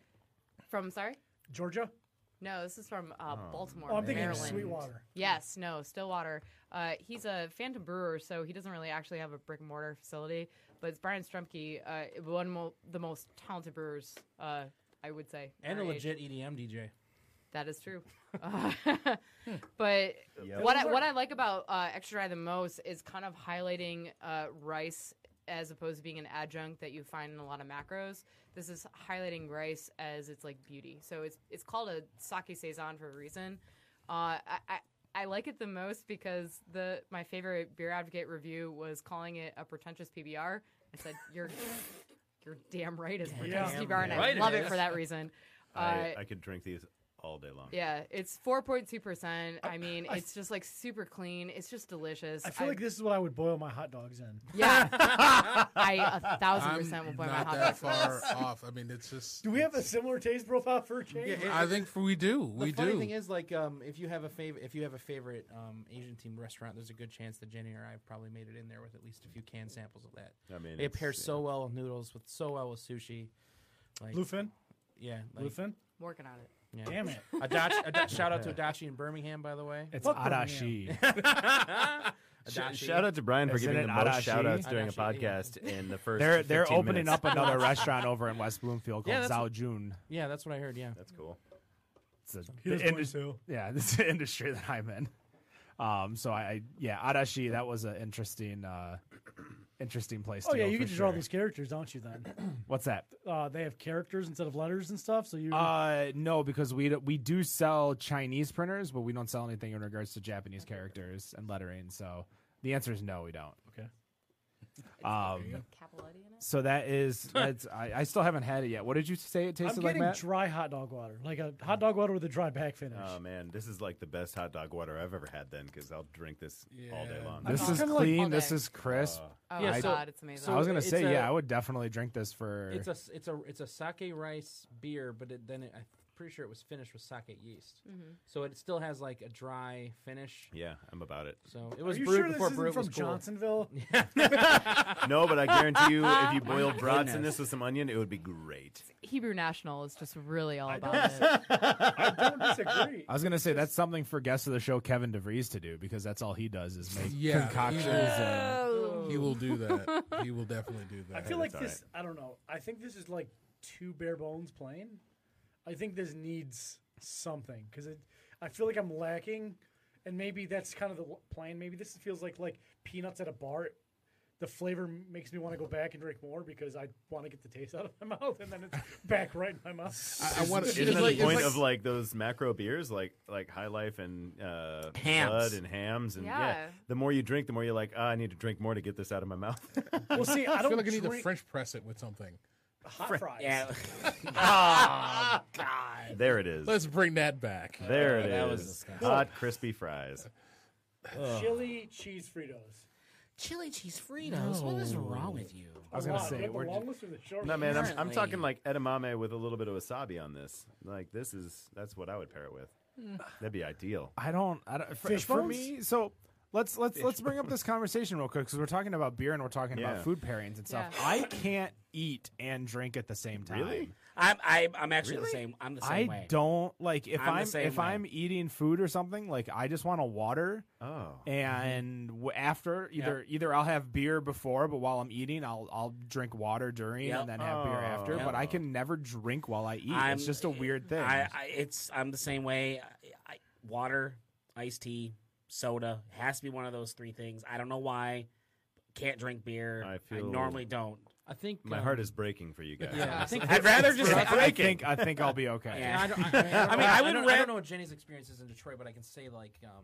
from, sorry?
Georgia?
No, this is from uh, Baltimore,
Oh, I'm thinking
Maryland.
Sweetwater.
Yes, no, Stillwater. Uh, he's a phantom brewer, so he doesn't really actually have a brick and mortar facility. But it's Brian Strumpke, uh, one of mo- the most talented brewers, uh, I would say.
and a
our age.
legit E EDM DJ.
That is true. but what I, what I like about uh, Extra Dry the most is kind of highlighting uh, rice as opposed to being an adjunct that you find in a lot of macros. This is highlighting rice as its like beauty. So it's it's called a sake saison for a reason. Uh, I. I I like it the most because the my favorite beer advocate review was calling it a pretentious PBR. I said, "You're you're damn right it's pretentious PBR," and
right
I
it
love it,
is.
for that reason. Uh,
I, I could drink these all day long.
Yeah, it's 4.2%. I mean, it's just like super clean. It's just delicious.
I feel like this is what I would boil my hot dogs in.
Yeah. I a thousand
I'm
percent will buy my
not
hot
that
dog.
far off. I mean, it's just.
Do we have a similar taste profile for a change?
I think we do.
The
We
funny
do.
thing is, like, um, if you have a favorite, if you have a favorite um, Asian themed restaurant, there's a good chance that Jenny or I have probably made it in there with at least a few canned samples of that.
I mean,
it
it's-
pairs so well with noodles, with so well with sushi. Like,
Bluefin?
yeah, like,
Bluefin?
Working on it.
yeah.
Damn it.
Adachi, Ada- shout out to Adachi in Birmingham, by the way.
It's
Fuck Birmingham.
Adashi.
Sh-
Adachi.
shout out to Brian for
Isn't
giving
it
the most
Adashi?
shout outs during a
Adashi, yeah.
podcast in the first.
They're they're
15
opening
minutes.
up another restaurant over in West Bloomfield
Yeah,
Oh, called
that's
Zhao
what-
Jun.
Yeah, that's what I heard. Yeah,
That's cool.
It's a-
He does
the
mine
indus-
too.
yeah, this is the industry that I'm in. Um, so I, I yeah, Adashi. That was an interesting, uh, interesting place.
Oh
to
yeah,
go
you
for
get to draw
sure.
those characters, don't you? Then
What's that?
uh, they have characters instead of letters and stuff. So you
Uh, no, because we d- we do sell Chinese printers, but we don't sell anything in regards to Japanese characters and lettering. So the answer is no, we don't. Um,
okay?
Capelletti in it?
So that is that's I, I still haven't had it yet. What did you say it
I'm
tasted like,
getting
Matt?
dry hot dog water, like a hot dog water with a dry back finish.
Oh man, this is like the best hot dog water I've ever had. Then because I'll drink this all day long.
this is
kinda like-
clean.
All
this
day.
is crisp.
Oh,
Yeah,
my
so-
God. It's amazing.
so-
I was gonna
it's
say
a-
yeah, I would definitely drink this for.
it's a s- it's a it's a sake rice beer, but it, then it, I'm pretty sure it was finished with sake yeast, so it still has like a dry finish.
yeah, I'm about it.
So it
Are
was
you
brewed
sure this
before
isn't
brewed
from
was cool.
Johnsonville?
No, but I guarantee you, if you boiled brats in this with some onion, it would be great.
Hebrew National is just really all about it.
Don't disagree.
I was gonna say that's something for guest of the show Kevin DeVries to do because that's all he does is make
Yeah,
concoctions.
he will.
and-
uh,
Oh.
He will do that. He will definitely do that.
I feel like
it's all
this. I don't know. I think this is like too bare bones plain. I think this needs something because I feel like I'm lacking, and maybe that's kind of the l- plan. Maybe this feels like like peanuts at a bar. The flavor m- makes me want to go back and drink more because I want to get the taste out of my mouth, and then it's back right in my mouth.
I want
Isn't that the point of like those macro beers, like like High Life and uh,
Hams.
Bud and hams, and yeah.
Yeah.
the more you drink, the more you're like, ah, I need to drink more to get this out of my mouth.
well, see, I
I
don't
feel like I need to
drink
French press it with something. Ah.
hot fries.
Yeah,
there it is.
Let's bring that back.
there it is.
that was disgusting.
Hot crispy fries.
Chili cheese Fritos.
chili cheese Fritos. What is wrong with you?
I was gonna
Wow,
say
you got the
we're
long
ju-
list or the short
No
list?
man, I'm, I'm
Apparently.
talking like edamame with a little bit of wasabi on this. Like this is that's what I would pair it with. That'd be ideal.
I don't. I don't for,
Fish
for
bones?
me, so let's let's let's bring up this conversation real quick because we're talking about beer and we're talking
Yeah.
about food pairings and stuff.
Yeah.
I can't eat and drink at the same time.
Really?
I'm I'm, I'm actually the same. I'm the same
I
way.
don't like if
I'm the
I'm,
same
if
way.
I'm eating food or something like I just want a water
Oh.
Mm-hmm.
and w- after either either I'll have beer before but while I'm eating I'll I'll drink water during
Yep.
and then have
Oh,
beer after but I can never drink while I eat
I'm-
it's just
eh,
a weird thing
I, I it's I'm the same way. I, I, water, iced tea, soda It has to be one of those three things. I don't know why. Can't drink beer.
I
I,
feel-
normally don't.
I think
My
um,
heart is breaking for you guys.
Yeah, I think
I'd rather just.
I think I think I'll be okay
Yeah.
Yeah, I, don't, I, I, mean, I,
would
don't, I
ra-
don't know what Jenny's experience is in Detroit, but I can say like, um,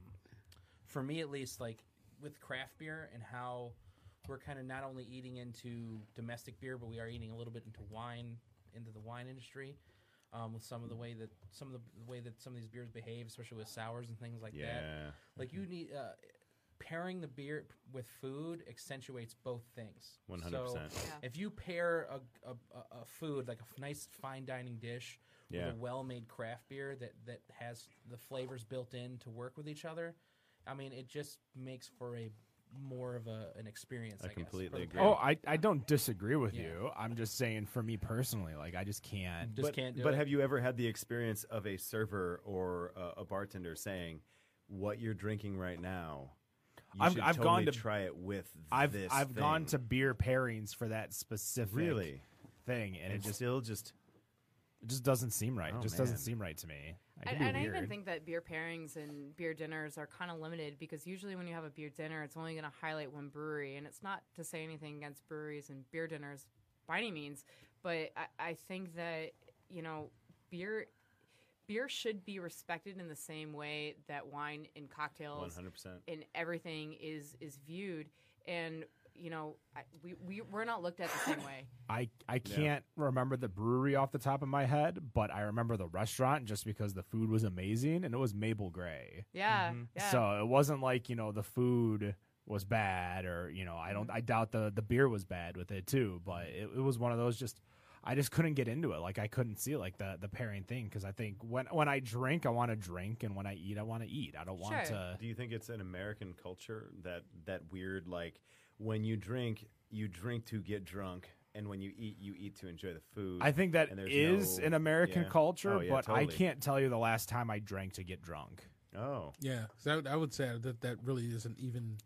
for me at least, like with craft beer and how we're kind of not only eating into domestic beer, but we are eating a little bit into wine, into the wine industry. Um, with some of the way that some of the the way that some of these beers behave, especially with sours and things like that.
Yeah.
Like you need uh, pairing the beer with food accentuates both things.
100%.
So
Yeah.
if you pair a, a, a- a food like a f- nice fine dining dish
Yeah.
with a well-made craft beer that that has the flavors built in to work with each other, I mean it just makes for a more of a, an experience. I, guess, for
completely
the
agree.
parent.
Oh, I, I don't disagree with
Yeah.
you. I'm just saying for me personally, like I just can't.
Just
but,
can't do
but
it.
have you ever had the experience of a server or uh, a bartender saying, "What you're drinking right now, you
I've-
should
I've
totally
gone to-
try it with
I've
this."
I've gone to
thing."
beer pairings for that specific
really,
thing, and,
and
it just
still just
it just doesn't seem right.
Oh,
it just
man.
doesn't seem right to me. I
And,
could be
and I even
weird.
think that beer pairings and beer dinners are kind of limited because usually when you have a beer dinner, it's only going to highlight one brewery. And it's not to say anything against breweries and beer dinners by any means, but I, I think that, you know, beer. Beer should be respected in the same way that wine and
one
cocktails
hundred percent.
and everything is is viewed. And you know, I, we we we're not looked at the same way.
I I can't remember the brewery off the top of my head, but I remember the restaurant just because the food was amazing, and it was Mabel Gray.
Yeah,
Mm-hmm.
yeah.
So it wasn't like you know the food was bad or you know I don't
Mm-hmm.
I doubt the the beer was bad with it too, but it, it was one of those just I just couldn't get into it. Like I couldn't see like the the pairing thing because I think when when I drink I want to drink and when I eat I want to eat. I don't want
Sure.
to.
Do you think it's an American culture that that weird like when you drink, you drink to get drunk, and when you eat, you eat to enjoy the food?
I think that
and there's
is
no-
an American
yeah.
culture,
Oh, yeah,
but I
totally.
can't tell you the last time I drank to get drunk.
Oh,
Yeah, 'cause I, would- I would say that that really isn't even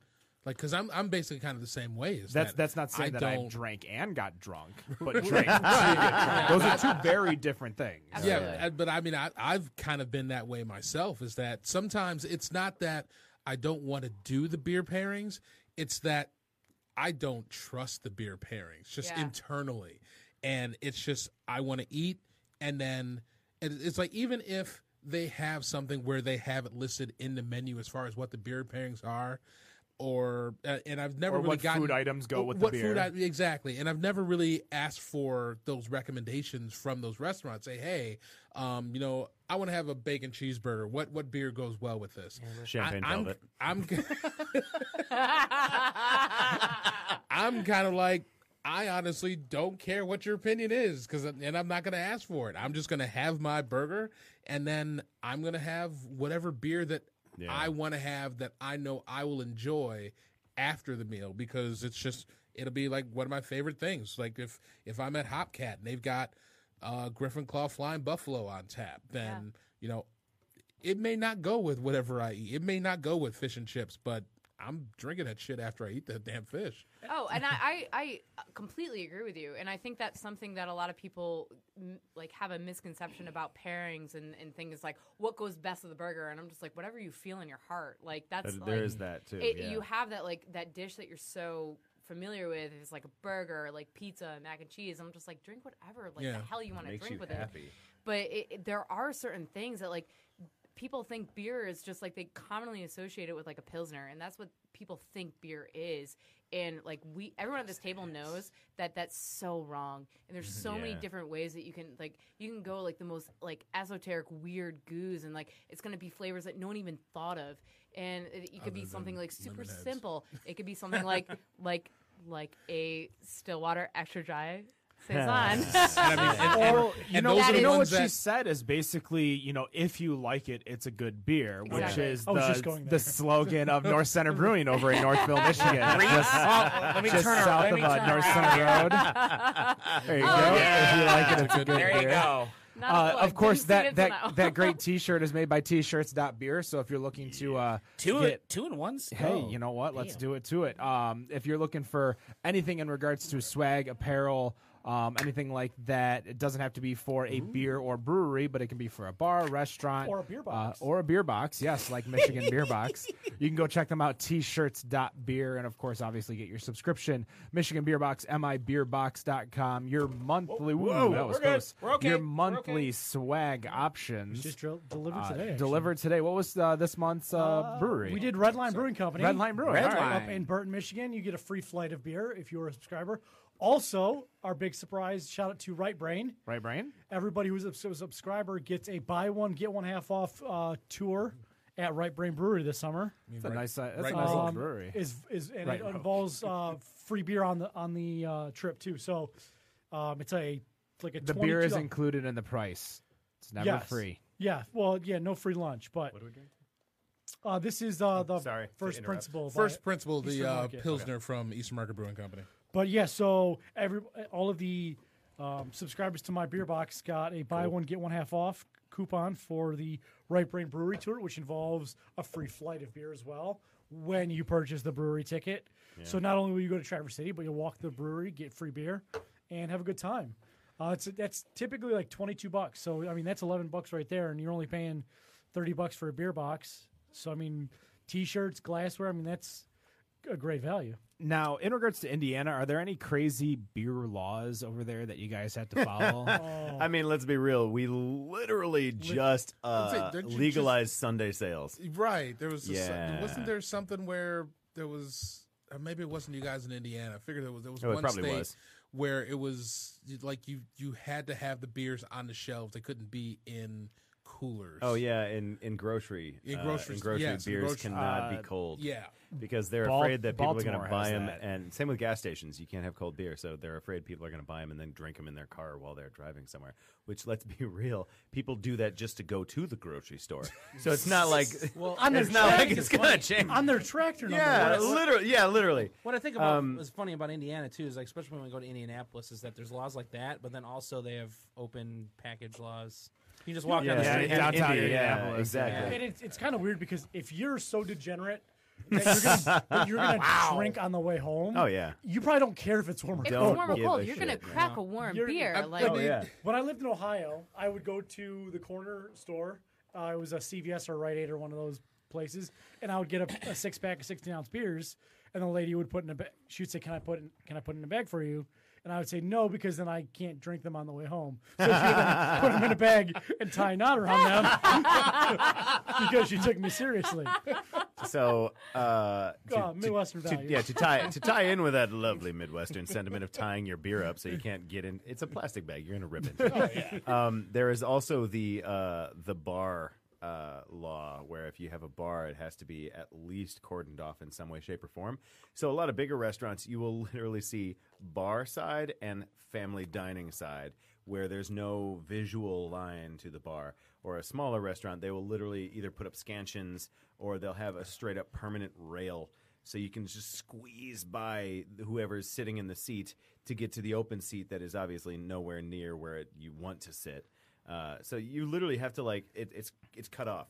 like because I'm I'm basically kind of the same way. Is
That's
that
that's not saying
I
that I
don't-
drank and got drunk, but drank. to get drunk. Those are two very different things.
Yeah, I- but I mean, I, I've kind of been that way myself. Is that sometimes it's not that I don't want to do the beer pairings; it's that I don't trust the beer pairings, just
Yeah.
internally, and it's just I want to eat, and then it, it's like even if they have something where they have it listed in the menu as far as what the beer pairings are. Or uh, and I've never
Or
really
what
gotten
food items go with the
what
beer.
food I- exactly and i've never really asked for those recommendations from those restaurants say hey um, you know i want to have a bacon cheeseburger what what beer goes well with this
champagne
I, am
velvet.
i'm i'm kind of like i honestly don't care what your opinion is because and i'm not going to ask for it i'm just going to have my burger and then i'm going to have whatever beer that
Yeah.
i want to have that i know i will enjoy after the meal because it's just it'll be like one of my favorite things. Like if if I'm at Hopcat and they've got uh, Griffin Claw Flying Buffalo on tap, then you know it may not go with whatever I eat. It may not go with fish and chips, but I'm drinking that shit after I eat that damn fish.
Oh, and I, I, I completely agree with you. And I think that's something that a lot of people m- like have a misconception about pairings and, and things like what goes best with the burger. And I'm just like, whatever you feel in your heart, like that's
That- there
like,
is that too.
It,
yeah.
You have that like that dish that you're so familiar with. It's like a burger, like pizza, mac and cheese. I'm just like, drink whatever, like
Yeah.
the hell you want to
Makes
drink
you
with it
happy.
but it, it- there are certain things that like people think beer is just like they commonly associate it with like a pilsner and that's what people think beer is and like we everyone at this table knows that that's so wrong and there's so many
Yeah.
different ways that you can like you can go like the most like esoteric weird goos and like it's going to be flavors that no one even thought of and it, it could be something like super simple it could be something like like like a stillwater extra dry
And,
saison
I mean, and- and-
Well, you
and
know,
those
that
are the
is-
you know what
ones
she
that
said is basically, you know, if you like it, it's a good beer, which
Exactly.
is
I was Oh, just
the,
going
the
there.
slogan of North Center Brewing over in Northville, Michigan. just
Oh, let me
just
turn
south
around. Let
of
me
uh,
turn
North
around. Oh,
Center Road. There you go. If you like it, it's a good
There
beer.
you go.
Not a
Uh,
plug.
of course,
Didn't see it
that
till now.
that, that great T-shirt is made by T-shirts.beer. So if you're looking to uh,
Two,
get,
two and one. Oh,
hey, you know what? Let's do it to it. Um, if you're looking for anything in regards to swag, apparel, um, anything like that, it doesn't have to be for a beer or brewery, but it can be for a bar, restaurant,
Or a beer
uh,
box.
or a beer box. Yes, like Michigan Beer Box. You can go check them out, t-shirts.beer, and of course, obviously, get your subscription. Michigan Beer Box, mibeerbox.com. Your monthly, whoa, that was
we're good.
close.
We're okay.
Your
We're
monthly
okay.
swag options.
Just drill, delivered
uh,
today.
delivered today. What was uh, this month's uh,
actually.
brewery?
We did Red Line Brewing Company.
Red Line Brewing.
Red
all right.
Line.
up in Burton, Michigan. You get a free flight of beer if you're a subscriber. Also, our big surprise shout out to Right Brain.
Right, Brian?
Everybody who's a sub- subscriber gets a buy one get one half off uh, tour at Right Brain Brewery this summer.
It's a nice, uh, that's
right
a nice little
Um,
brewery.
Is is and
Right
it
Road.
involves uh, free beer on the on the uh, trip too. So um, it's a it's like a
the beer is
22
included in the price. It's never
Yes.
free.
Yeah, well, yeah, no free lunch, but what do we drink? Uh, this is
Oh,
uh, the
Sorry to
first
interrupt.
principle.
First
by-
principle,
Eastern
the uh,
Market.
Pilsner from Eastern Market Brewing Company.
But yeah, so every all of the um, subscribers to my beer box got a buy one get one half off coupon for the Right Brain Brewery Tour, which involves a free flight of beer as well when you purchase the brewery ticket. So not only will you go to Traverse City, but you'll walk to the brewery, get free beer, and have a good time. Uh, it's that's typically like twenty two bucks. So I mean that's eleven bucks right there, and you're only paying thirty bucks for a beer box. So I mean, t-shirts, glassware. I mean that's a great value.
Now, in regards to Indiana, are there any crazy beer laws over there that you guys have to follow?
I mean, let's be real. We literally just uh,
That's it. Don't you
legalized Sunday sales.
Right. There was this,
Yeah.
wasn't there something where there was or maybe it wasn't you guys in Indiana. I figured there was there was
Oh, it
one
probably
state
was.
where it was you'd- like you you had to have the beers on the shelves. They couldn't be in coolers.
Oh yeah, in in grocery,
In
uh,
groceries,
in grocery
yes, in
beers
grocery- uh,
cannot be cold.
Yeah.
because they're
Bal-
afraid that people are
Baltimore
going to buy
has
them,
that.
and same with gas stations. You can't have cold beer, so they're afraid people are going to buy them and then drink them in their car while they're driving somewhere. Which, let's be real, people do that just to go to the grocery store. So it's not like
on their
it's not like
track
it's
is
going
funny.
to change.
on their tractor. number
Yeah,
one.
literally. Yeah, literally. Um,
What I think about is funny about Indiana too is like especially when we go to Indianapolis is that there's laws like that, but then also they have open package laws. You just walk down the
Yeah,
street.
yeah,
and-
downtown
India, yeah,
Indianapolis,
exactly.
And it's, it's kind of weird because if you're so degenerate that you're gonna, that you're gonna drink on the way home,
Oh, yeah.
you probably don't care if it's warm or
If
Don't
cold.
it's warm or
give a
cold, you're gonna
shit,
crack a warm
You're-
beer.
I-
like,
Oh yeah.
When I lived in Ohio, I would go to the corner store. Uh, it was a CVS or Rite Aid or one of those places, and I would get a, a six pack of sixteen ounce beers, and the lady would put in a bag. She would say, "Can I put in, Can I put in a bag for you?" And I would say no because then I can't drink them on the way home. So she would then put them in a bag and tie a knot around them because she took me seriously.
So, uh, to,
Uh, Midwestern
to-
values.
yeah, to tie to tie in with that lovely Midwestern sentiment of tying your beer up so you can't get in. It's a plastic bag. You're gonna rip it. um, there is also the uh, the bar uh, law where if you have a bar, it has to be at least cordoned off in some way, shape, or form. So a lot of bigger restaurants, you will literally see bar side and family dining side where there's no visual line to the bar. Or a smaller restaurant, they will literally either put up scansions or they'll have a straight up permanent rail so you can just squeeze by whoever's sitting in the seat to get to the open seat that is obviously nowhere near where it, you want to sit. Uh, so you literally have to like it, it's it's cut off.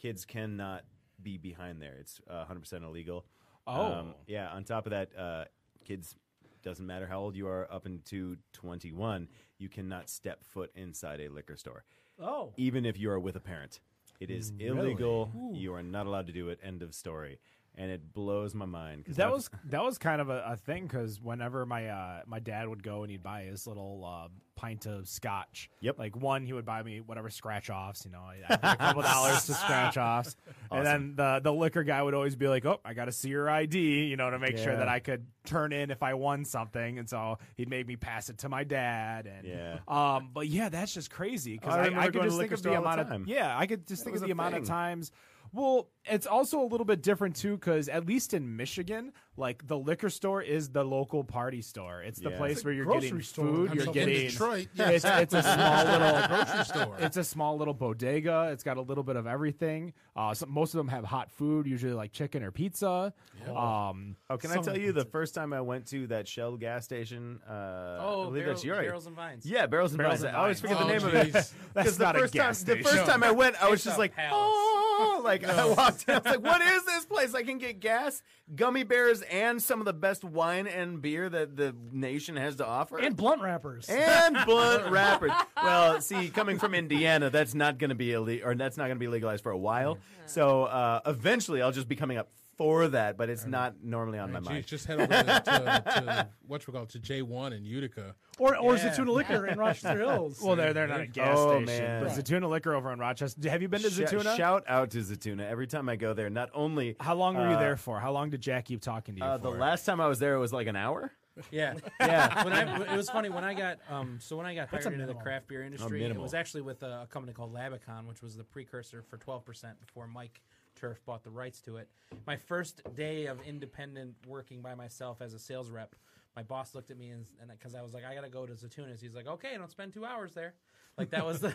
Kids cannot be behind there. It's uh, 100% illegal. Oh, yeah. On top of that, uh, kids doesn't matter how old you are up into 21, you cannot step foot inside a liquor store
Oh,
even if you are with a parent. It is illegal. You are not allowed to do it. End of story. And it blows my mind. 'cause
that
I've-
was that was kind of a, a thing because whenever my uh, my dad would go and he'd buy his little uh, pint of scotch.
Yep.
Like one, he would buy me whatever scratch offs. You know, I- I'd pay a couple dollars to scratch offs, and then the the liquor guy would always be like, "Oh, I got to see your ID," you know, to make sure
Yeah.
that I could turn in if I won something. And so he'd make me pass it to my dad. And
Yeah.
um, but yeah, that's just crazy because
I
I, I,
remember
could
going to
just
liquor
think of
store
the
all the
amount of
time.
yeah, I could just think
was a
of the amount of
thing.
times. Well, it's also a little bit different too, because at least in Michigan, like the liquor store is the local party store. It's the
Yeah.
place
It's
where you're
grocery
getting
store.
food.
I
mean,
you're
in
getting
Detroit, yeah,
It's, it's a small little
Grocery store.
It's a small little bodega. It's got a little bit of everything. Uh, so most of them have hot food, usually like chicken or pizza. Um,
Oh, can I tell you the first time I went to that Shell gas station? Uh,
Oh,
I believe
Barrel-
that's your
Barrels and Vines.
Yeah, barrels and
Barrels
vines.
and
I always
Vines.
forget
Oh,
the name of it.
jeez.
Because the
not a
first time,
gas
the first
station.
time I went, I was
It's
just
a
like,
palace.
oh, like I walked in, I was like, what is this place? I can get gas, gummy bears, and some of the best wine and beer that the nation has to offer,
and blunt wrappers.
and blunt wrappers. Well, see, coming from Indiana, that's not going to be illegal, or that's not going to be legalized for a while. So uh, eventually, I'll just be coming up for that, but it's not normally on my
Geez,
mind.
just head over to, to, to what we call to J one in Utica.
Or or Zatuna Liquor in Rochester Hills.
well, they're they're not a gas
Oh,
station,
man.
but Zatuna Liquor over in Rochester. Have you been to
Sh-
Zatuna?
Shout out to Zatuna. Every time I go there, not only
How long were you there for? How long did Jack keep talking to you?
uh,
for?
the last time I was there, it was like an hour.
Yeah,
Yeah.
when I, it was funny when I got um, so when I got hired into the
minimal.
craft beer industry, it
minimal.
was actually with a, a company called Labicon, which was the precursor for twelve percent before Mike Turf bought the rights to it. My first day of independent working by myself as a sales rep, my boss looked at me and because I was like, I gotta go to Zatunas. He's like, Okay, don't spend two hours there. Like that was the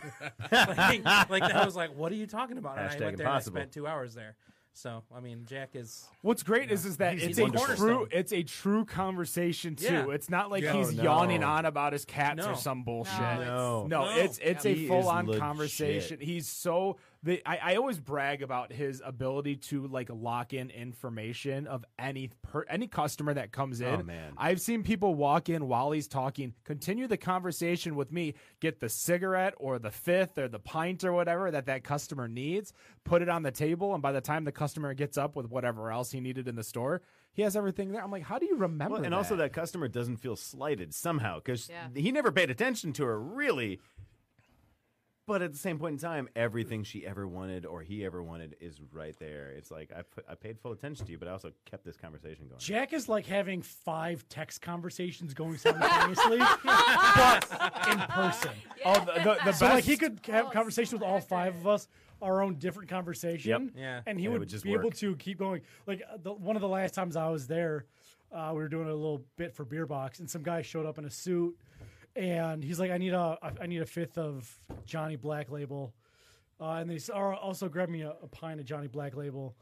like, like that was like, what are you talking about? and I
Hashtag
went there
impossible.
and I spent two hours there. So I mean, Jack is
What's great is is that
He's
it's a
wonderful.
true it's a true conversation too.
Yeah.
It's not like
Yeah.
he's
Oh,
no.
yawning on about his cats
No.
or some bullshit.
No.
No,
No.
it's it's a
He is
full on
legit.
conversation. He's so the I, I always brag about his ability to like lock in information of any per, any customer that comes in.
Oh, man.
I've seen people walk in while he's talking, continue the conversation with me, get the cigarette or the fifth or the pint or whatever that that customer needs, put it on the table, and by the time the customer gets up with whatever else he needed in the store, he has everything there. I'm like, how do you remember?
Well, and
that?
also that customer doesn't feel slighted somehow because
Yeah.
he never paid attention to her really. But at the same point in time, everything she ever wanted or he ever wanted is right there. It's like I put, I paid full attention to you, but I also kept this conversation going.
Jack is like having five text conversations going simultaneously, but in person.
oh, the, the, the best.
So like he could have
Oh,
a conversation with all
accurate.
five of us, our own different conversation.
Yep.
Yeah.
And
And
he
it
would,
would just
be able
work.
to keep going. Like uh, the, one of the last times I was there, uh, we were doing a little bit for beer box, and some guy showed up in a suit, and he's like, "I need a I need a fifth of Johnny Black Label," uh, and they s- are also grabbed me a, a pint of Johnny Black Label,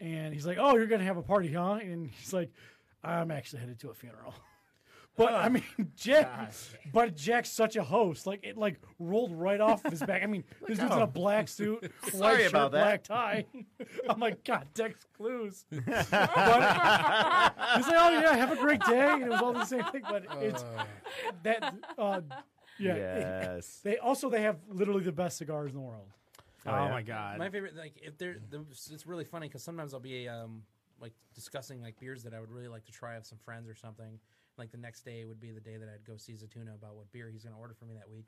and he's like, "Oh, you're gonna have a party, huh?" And he's like, "I'm actually headed to a funeral." But
Oh.
I mean, Jack. But Jack's such a host. Like it, like rolled right off his back. I mean, this dude's in a black suit, white
Sorry
shirt,
about that.
black tie. I'm like, God, Dex clues. but he's like, Oh yeah, have a great day. And it was all the same thing. But it's that. Uh, yeah.
Yes.
They also they have literally the best cigars in the world.
oh
yeah.
my god.
my favorite. Like if there, the, it's really funny because sometimes I'll be um like discussing like beers that I would really like to try with some friends or something. Like the next day would be the day that I'd go see Zatuna about what beer he's going to order for me that week.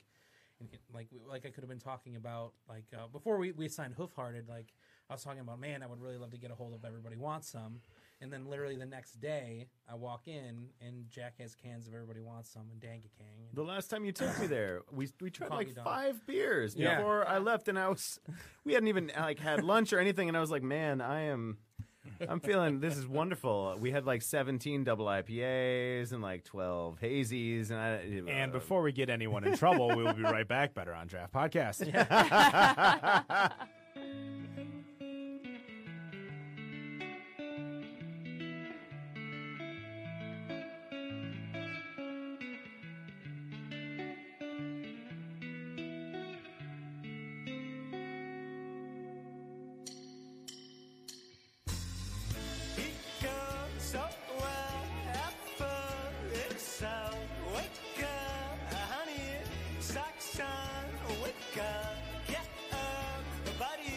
And it- like we- like I could have been talking about like uh, before we we signed Hoofhearted. Like I was talking about, man, I would really love to get a hold of Everybody Wants Some. And then literally the next day, I walk in and Jack has cans of Everybody Wants Some and Dangakang.
The last time you took me there, we we tried
Caught
like
me down.
five beers
Yeah.
before I left, and I was we hadn't even like had lunch or anything, and I was like, man, I am. I'm feeling this is wonderful. We had like 17 double IPAs and like 12 hazies, and I
And
uh,
before we get anyone in trouble, we will be right back. Better on Draft Podcast.
Wake up, get up, buddy.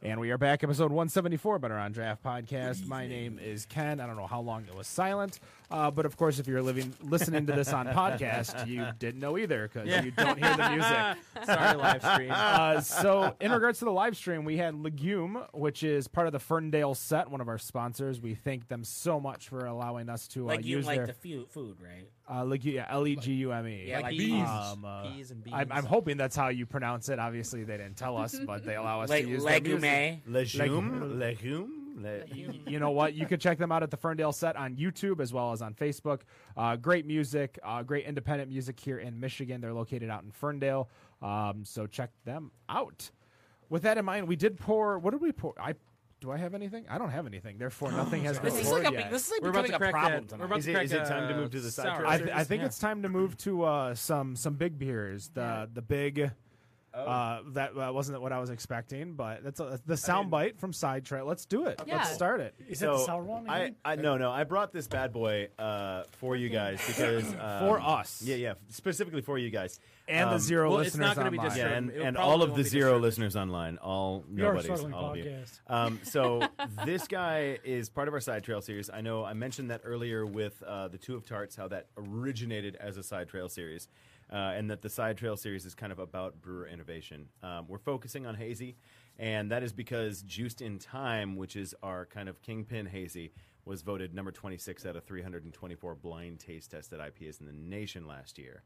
And we are back, episode 174, Better on Draft podcast. My name is Ken. I don't know how long it was silent, uh, but of course, if you're living listening to this on podcast, you didn't know either because you don't hear the music.
Sorry, live stream.
Uh, so, in regards to the live stream, we had Legume, which is part of the Ferndale set, one of our sponsors. We thank them so much for allowing us to uh,
Like you
use
like
their
the fu- food, right?
uh, Legume, yeah, L E G U M E.
Yeah, like
bees.
bees.
Um, uh,
Peas and beans.
I'm, I'm hoping that's how you pronounce it. Obviously, they didn't tell us, but they allow us
like
to use their music.
legume.
Legume, legume, le-
Y- you know what? You can check them out at the Ferndale set on YouTube as well as on Facebook. Uh, great music, uh, great independent music here in Michigan. They're located out in Ferndale, um, so check them out. With that in mind, we did pour. What did we pour? I do I have anything? I don't have anything. Therefore, nothing has been
This is
poured
like a
yet.
big, this is like
We're about
becoming
to crack
a problem
that.
tonight.
We're about
Is
to
it-
crack
is it time to
uh,
move to the side
sour
for a
I,
service?
th- I think
Yeah.
it's time to move to uh, some some big beers. The the big. Uh, that uh, wasn't what I was expecting, but that's a, the sound bite from Side Trail. Let's do it.
Yeah.
Let's start it.
Is that the sour one?
I,
again?
I no no I brought this bad boy uh, for you guys because um,
For us.
yeah yeah specifically for you guys
And the
Um,
zero
well, it's
listeners
not gonna be
online.
yeah
distributed.
and,
It'll
and
probably
all of
won't
the
be
zero
distributed.
listeners online all
We are a
nobodies
struggling
all of you
podcast.
um, so this guy is part of our side trail series I know I mentioned that earlier with uh, the two of tarts how that originated as a side trail series. Uh, and that the side trail series is kind of about brewer innovation. Um, we're focusing on hazy, and that is because Juiced in Time, which is our kind of kingpin hazy, was voted number 26 out of 324 blind taste tested IPAs in the nation last year.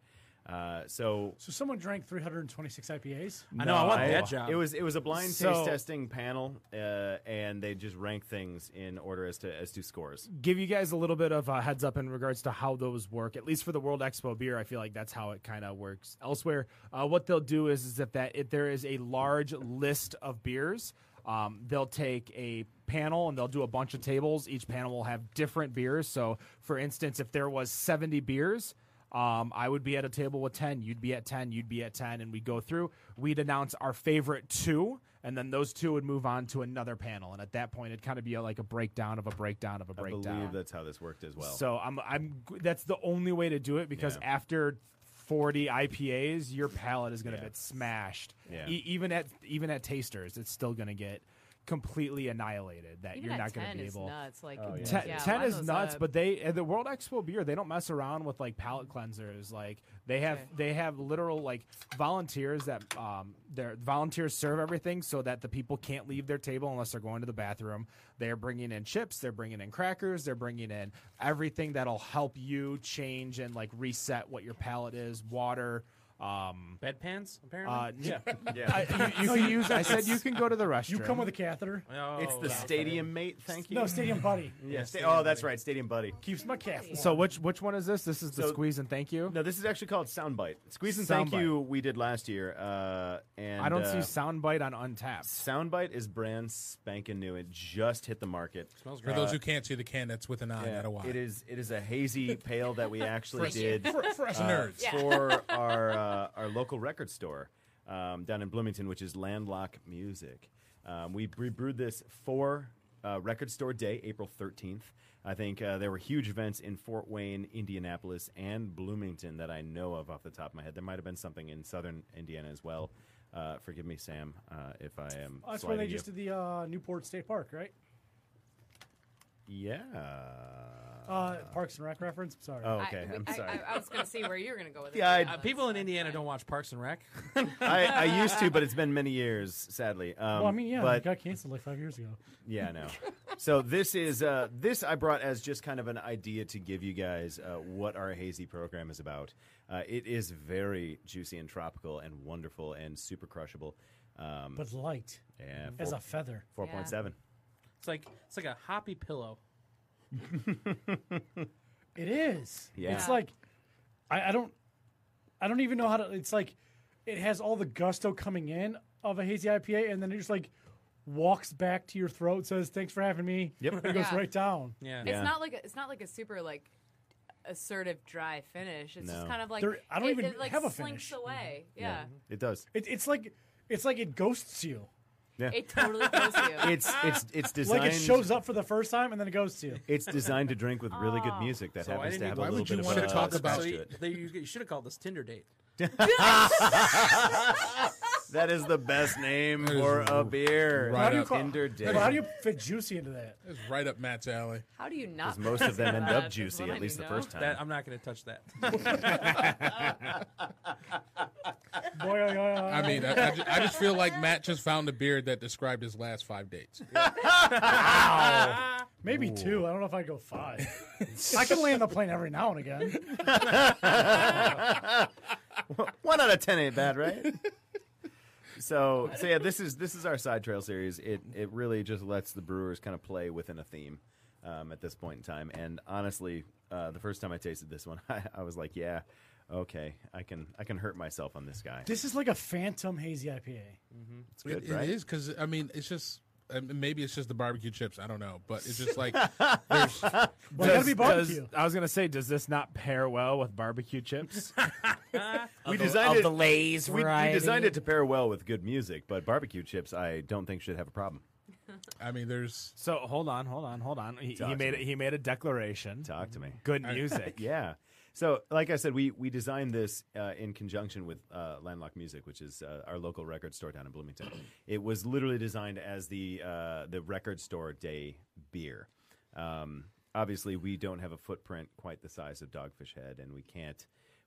Uh, so
so someone drank 326 IPAs.
I know. I want
I-
that job.
It was it was a blind
So-
taste testing panel, uh, and they just rank things in order as to as to scores.
give you guys a little bit of a heads up in regards to how those work. At least for the World Expo beer, I feel like that's how it kind of works. Elsewhere, uh, what they'll do is is if that if there is a large list of beers, um, they'll take a panel and they'll do a bunch of tables. Each panel will have different beers. So, for instance, if there was seventy beers. Um, I would be at a table with 10, you'd be at 10, you'd be at 10, and we'd go through. We'd announce our favorite two, and then those two would move on to another panel. And at that point, it'd kind of be a, like a breakdown of a breakdown of a
I
breakdown.
believe that's how this worked as well.
So I'm I'm g- that's the only way to do it because
Yeah.
after 40 IPAs, your palate is going to
Yeah.
get smashed.
Yeah.
E- even at even at tasters, it's still going to get completely annihilated. That
Even
you're
at
not going
10
to be
is
able.
Nuts. Like,
Oh, yeah.
Ten,
yeah,
10
line
is
those
nuts,
up.
but they at the World Expo beer they don't mess around with like palate cleansers. Like they have
Okay.
they have literal like volunteers that um their volunteers serve everything so that the people can't leave their table unless they're going to the bathroom. They're bringing in chips, they're bringing in crackers, they're bringing in everything that'll help you change and like reset what your palate is. Water. Um,
bedpans. Apparently,
uh, yeah,
yeah,
you, you can use. I said you can go to the restroom.
You come with a catheter.
Oh,
it's the
yeah.
stadium mate. Thank you.
No, Stadium Buddy
Yeah, sta- oh, that's right, stadium buddy.
keeps my catheter.
So which which one is this? This is the
So-
squeeze and thank you.
No, this is actually called soundbite. Squeeze and
Soundbite.
thank you. We did last year, uh, and
I don't
uh,
see soundbite on untapped.
Soundbite is brand spanking new. It just hit the market. Uh, Smells
For those who can't see the can, that's with an eye, not a Y.
Oh, It is. It is a hazy pale that we actually did. uh,
For, for us nerds.
for our uh, our local record store um, down in Bloomington, which is Landlock Music. Um, we bre- brewed this for uh, Record Store Day, April thirteenth. I think uh, there were huge events in Fort Wayne, Indianapolis, and Bloomington that I know of off the top of my head. There might have been something in Southern Indiana as well. Uh, forgive me, Sam, uh, if I am.
Oh, That's where they
slighting you.
just did the uh, Newport State Park, right?
Yeah.
Uh, Parks and Rec reference. Sorry.
oh,
I-
okay.
we-
I'm
I,
sorry.
I, I was going to see where you were going to go with it.
Yeah, I-
but-
Uh, People in Indiana don't watch Parks and Rec.
I, I used to, but it's been many years, sadly. Um,
well, I mean, yeah,
but
it got canceled like five years ago.
Yeah, I know. so this is uh, this I brought as just kind of an idea to give you guys uh, what our hazy program is about. Uh, it is very juicy and tropical and wonderful and super crushable. Um,
But light
yeah,
as
four-
a feather.
4.7.
It's like it's like a hoppy pillow.
It is.
Yeah.
It's like I, I don't I don't even know how to it's like it has all the gusto coming in of a hazy IPA and then it just like walks back to your throat, says, Thanks for having me.
Yep.
And it goes
Yeah.
right down.
Yeah.
It's
Yeah.
not like a, it's not like a super like assertive dry finish. It's just
No.
kind of like
There- I don't
it,
even
it, like
have a
slinks
finish.
away. Yeah.
It does.
It, it's like it's like it ghosts you.
it totally goes to you.
It's it's it's designed
Like it shows up for the first time and then it ghosts to you.
It's designed to drink with really good music that
So I
happens to
didn't
have
even-
a
Why
little
would you
bit of
wanna
uh,
talk about-
spice
So
to
you,
it.
they, you, you should have called this Tinder date.
That is the best name for a beer.
right How do you up.
call-
Interdate.
Well, how do you fit juicy into that?
It's right up Matt's alley.
How do you not?
Because most of them end
that?
up
That's
juicy,
what I
at least the
need to know.
first time.
That, I'm not going to touch that.
Boy, oh, yeah.
I mean, I, I, just, I just feel like Matt just found a beard that described his last five dates.
maybe two. I don't know if I'd go five. I can land the plane every now and again.
One out of ten ain't bad, right? so, so yeah, this is this is our side trail series. It it really just lets the brewers kind of play within a theme um, at this point in time. And honestly, uh, the first time I tasted this one, I, I was like, yeah, okay, I can I can hurt myself on this guy.
This is like a phantom hazy IPA.
It's good,
It-
right?
It is because I mean, it's just I mean, maybe it's just the barbecue chips. I don't know, but it's just like there's,
Well, it gotta be
Does-
barbecue.
I was gonna say, does this not pair well with barbecue chips?
We
the-
designed
of
it.
the Lay's
we, we
variety.
designed it to pair well with good music, but barbecue chips, I don't think should have a problem.
I mean, there's
so hold on, hold on, hold on. He, he
Talk
made
to
it. He made a declaration.
Talk to me.
Good music.
Yeah. So, like I said, we we designed this uh, in conjunction with uh, Landlocked Music, which is uh, our local record store down in Bloomington. It was literally designed as the uh, the record store day beer. Um, obviously, we don't have a footprint quite the size of Dogfish Head, and we can't.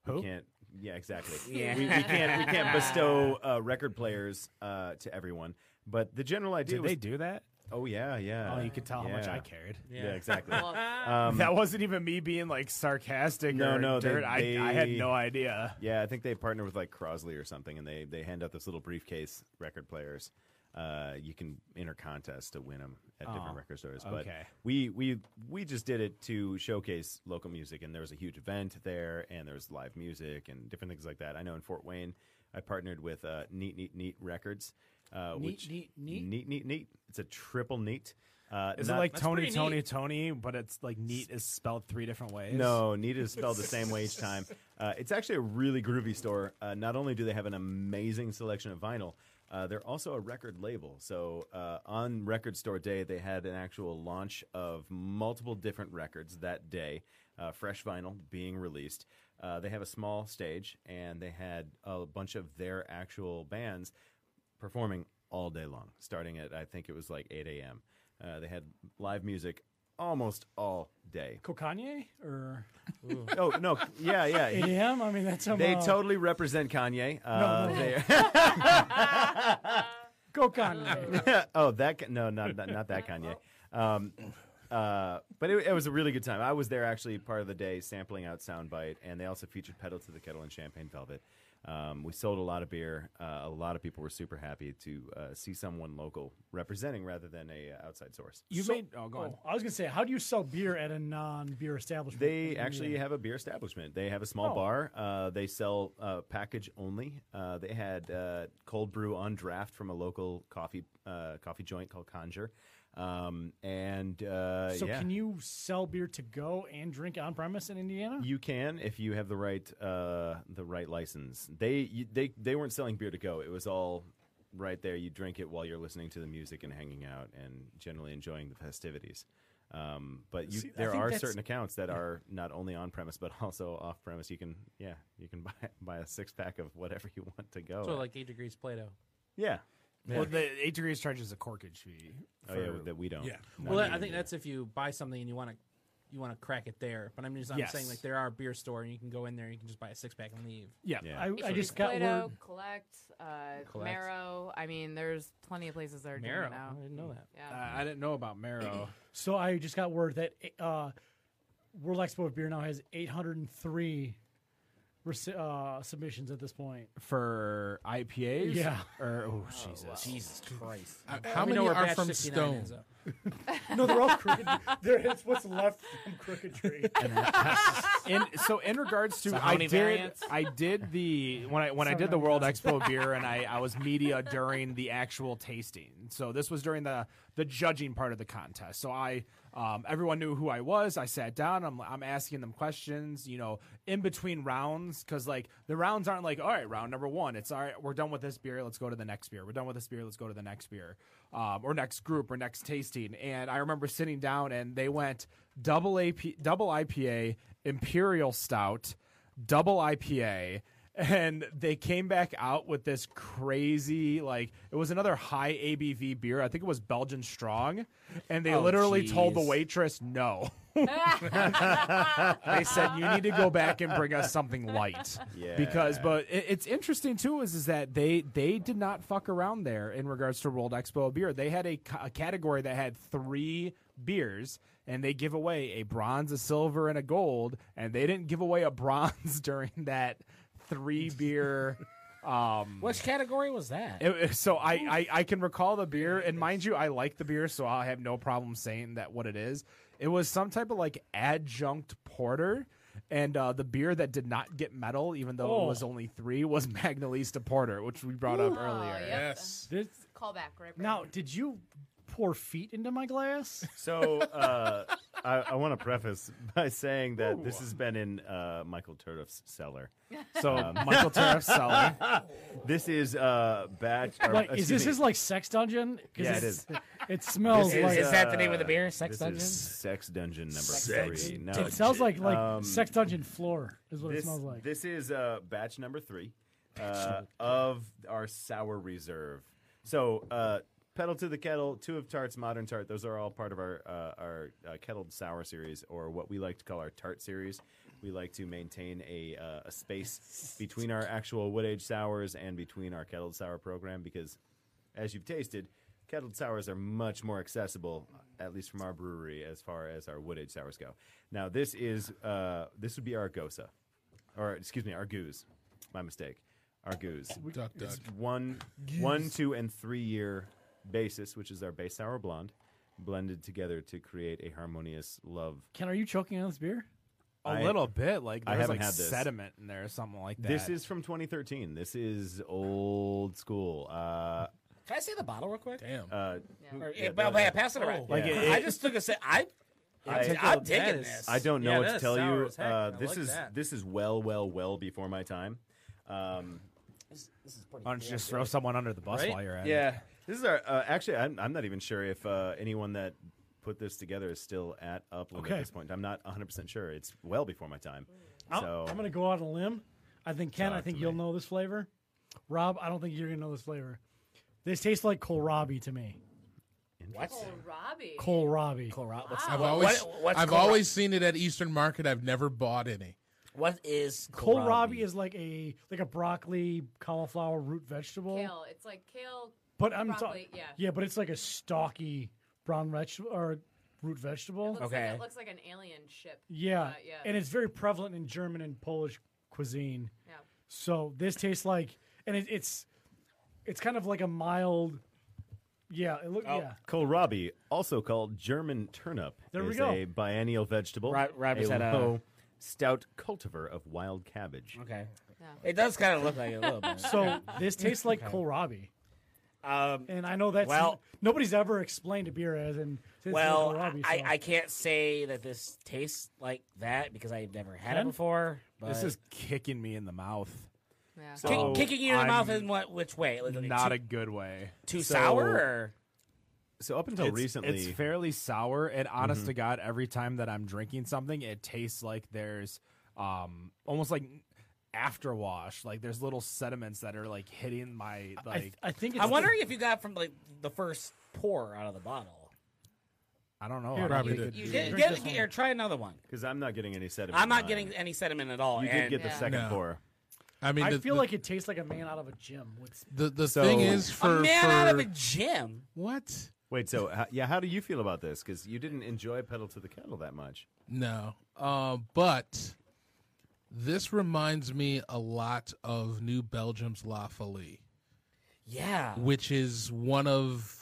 We can't. Yeah, exactly.
Yeah.
We, we can't. We can't bestow uh, record players uh, to everyone. But the general idea
Did
was.
they do that?
oh yeah, yeah.
Oh, you could tell how much
Yeah.
I cared.
Yeah, exactly. Um,
that wasn't even me being like sarcastic
No,
or
no, they-
dirt.
they-
I, I had no idea.
Yeah, I think they partner with like Crosley or something, and they they hand out this little briefcase record players. Uh, you can enter contests to win them at different record stores. But
Oh, okay.
we we we just did it to showcase local music, and there was a huge event there, and there was live music and different things like that. I know in Fort Wayne, I partnered with uh, Neat Neat Neat Records. Uh,
Neat,
which,
Neat, Neat?
neat neat neat. It's a triple neat. Uh,
Is
not-
it like Tony,
pretty
Tony,
neat.
Tony? But it's like neat is spelled three different ways.
No, Nita is spelled the same way each time. Uh, it's actually a really groovy store. Uh, not only do they have an amazing selection of vinyl, uh, they're also a record label. So uh, on Record Store Day, they had an actual launch of multiple different records that day, uh, fresh vinyl being released. Uh, they have a small stage, and they had a bunch of their actual bands performing all day long, starting at, I think it was like 8 a.m. Uh, they had live music almost all day.
Kokanye or
Oh no, yeah, yeah. He-
AM? I mean, that's how
they
uh,
totally represent Kanye. Uh, they-
Kokanye.
oh, that Ka- no, not not, not that Kanye. Um, uh, but it, it was a really good time. I was there actually part of the day sampling out Soundbite, and they also featured Pedal to the Kettle and Champagne Velvet. Um, we sold a lot of beer. Uh, a lot of people were super happy to uh, see someone local representing rather than a uh, outside source.
you
So-
made. Oh, go on.
Oh, I was gonna say, how do you sell beer at a non-beer establishment?
They actually have a beer establishment. They have a small
Oh.
bar. Uh, they sell uh, package only. Uh, they had uh, cold brew on draft from a local coffee uh, coffee joint called Conjure. Um, and uh,
So
yeah,
can you sell beer to go and drink on premise in Indiana?
You can if you have the right uh, the right license. They you, they they weren't selling beer to go. It was all right there. You drink it while you're listening to the music and hanging out and generally enjoying the festivities. Um, but you,
See, I
there
think
are
that's-
certain accounts that are not only on premise but also off premise. You can yeah you can buy buy a six pack of whatever you want to go.
so
at.
like eight degrees Play-Doh.
yeah.
Well, the eight degrees charges a corkage fee.
Oh yeah, that we don't.
Yeah.
Not
Well,
we
I
don't
think
do.
that's if you buy something and you want to you want to crack it there. But I'm just I'm
Yes.
saying like there are a beer store and you can go in there and you can just buy a six pack and leave.
Yeah,
Yeah.
I, I just got
Play-Doh,
word.
collect, uh,
Collect.
marrow. I mean, there's plenty of places that are doing
Marrow.
it now.
I didn't know that.
Yeah.
Uh, I didn't know about marrow.
So I just got word that uh, World Expo of Beer now has 803 rec- uh, submissions at this point.
for IPAs?
Yeah.
Or oh Jesus.
Jesus Christ.
uh, how
We
many
know where
are
Batch
from
69
Stone?
is, though.
No, they're all crooked. there is what's left from Crooked Tree.
In, so in regards to
So how
I
many
did
variants?
I did the when I when I did the World Expo beer and I, I was media during the actual tasting. So this was during the the judging part of the contest. So I um, everyone knew who I was. I sat down. I'm I'm asking them questions. You know, in between rounds because like the rounds aren't like all right round number one. It's all right. We're done with this beer. Let's go to the next beer. We're done with this beer. Let's go to the next beer um, or next group or next tasting. And I remember sitting down and they went double AP double IPA imperial stout double IPA, and they came back out with this crazy like it was another high ABV beer. I think it was Belgian Strong, and they
Oh,
literally told the
jeez.
waitress no. they said you need to go back and bring us something light
Yeah.
because but it, it's interesting too is is that they they did not fuck around there in regards to World Expo of beer they had a, ca- a category that had three beers and they give away a bronze a silver and a gold and they didn't give away a bronze during that three beer um
Which category was that?
it- so I, I I can recall the beer, and mind you, I like the beer, so I have no problem saying that what it is. It was some type of like adjunct porter, and uh, the beer that did not get metal, even though it was
Oh.
only three, was Magnolista Porter, which we brought up earlier.
Oh, yep.
Yes.
This,
Call back right
now, did you pour feet into my glass?
So uh, I, I want to preface by saying that this has been in uh, Michael Turdoff's cellar. Um,
So Michael Tariff seller.
This is uh, batch. Or,
Like, is
excuse
this
me.
his like sex dungeon? 'Cause
Yeah, it
it's-
is.
It smells
This
like
is that the name of the beer?
uh,
Sex
this
Dungeon?
Is sex dungeon number three. No,
it sounds like like
Um,
sex dungeon floor is what
this,
it smells like.
This is uh, batch number three uh, of our sour reserve. So, uh, pedal to the kettle, two of tarts, modern tart. Those are all part of our uh, our uh, kettled sour series, or what we like to call our tart series. We like to maintain a uh, a space between our actual wood age sours and between our kettled sour program because, as you've tasted. Kettled sours are much more accessible, uh, at least from our brewery, as far as our wood age sours go. Now, this is uh, this would be our gosa or excuse me, our goose. My mistake. Our goose.
Duck, duck.
One, one, two, and three year basis, which is our base sour blonde, blended together to create a harmonious love.
Ken, are you choking on this beer?
A
I-
little bit like
I
there's
haven't
like
had this.
sediment in there or something like that.
This is from 2013. This is old school. Uh,
Can I see the bottle real quick?
Damn.
uh,
Or, yeah, but- but pass it around.
Like, it-
I just took a sip. I, I,
take
I'm
a- that
taking
is-
this.
I don't know
Yeah,
what
that
to
is
tell
sour
you.
as heck.
Uh,
I
this
like
is
that.
this is well, well, well before my time. Um,
This, this is pretty
Why don't you just throw someone under the bus while you're at it?
Yeah, this is our. Uh, actually, I'm, I'm not even sure if uh, anyone that put this together is still at Upland
Okay.
at this point. I'm not 100 percent sure. It's well before my time.
I'm,
so
I'm gonna go out on a limb. I think Ken, I
Talk
think
to
you'll
me.
know this flavor. Rob, I don't think you're gonna know this flavor. This tastes like kohlrabi to me.
Oh, Robbie.
Kohlrabi.
Chloride. What's,
I've
what-
always,
what- what's
I've
chloride?
always seen it at Eastern Market. I've never bought any.
What is
Kohlrabi is like a like a broccoli, cauliflower root vegetable.
Kale. It's like kale.
But I'm
broccoli,
talking.
yeah.
yeah, but it's like a stalky brown vegetable or root vegetable.
Looks
Okay.
Like, it looks like an alien ship.
Yeah.
Uh, yeah.
And it's very prevalent in German and Polish cuisine.
yeah.
So this tastes like, and it, it's it's kind of like a mild. Yeah, it look.
Oh.
Oh.
Yeah,
kohlrabi, also called German turnip,
There
is
we go.
a biennial vegetable.
Rob- Rob
a
just had a-
low, stout cultivar of wild cabbage.
Okay.
Yeah.
It does kind of look like it a little bit.
So this tastes like kohlrabi,
Um,
and I know that's
Well-
nobody's ever explained a beer as and
well, I, I can't say that this tastes like that because I've never had it
Ken?
before. But
This is kicking me in the mouth.
Yeah.
Kick-
so
kicking you in the mouth
I'm
in what? Which way? Like, like
Not
too,
a good way.
too
so-
sour? Or?
So up until
it's,
recently,
It's fairly sour, and honest to God, every time that I'm drinking something, it tastes like there's um almost like afterwash. Like there's little sediments that are like hitting my
I,
like
I think it's
I'm wondering if you got from like the first pour out of the bottle.
I, don't know.
Here,
I
Robbie,
think
did.
it-
You
Get,
did.
drink
get,
this
get-
one.
or try another one.
because I'm not getting any sediment.
I'm not
on
getting
it.
any sediment at all.
You
and
did get the
Yeah.
second
No.
pour.
I mean,
I
the,
feel
the,
like it tastes like a man out of a gym. With,
the, the
So-
thing is for
a man out of
for-
a gym.
what?
Wait, so how, yeah, how do you feel about this? Because you didn't enjoy pedal to the kettle that much.
No. Uh, but this reminds me a lot of New Belgium's La Folie,
Yeah,
which is one of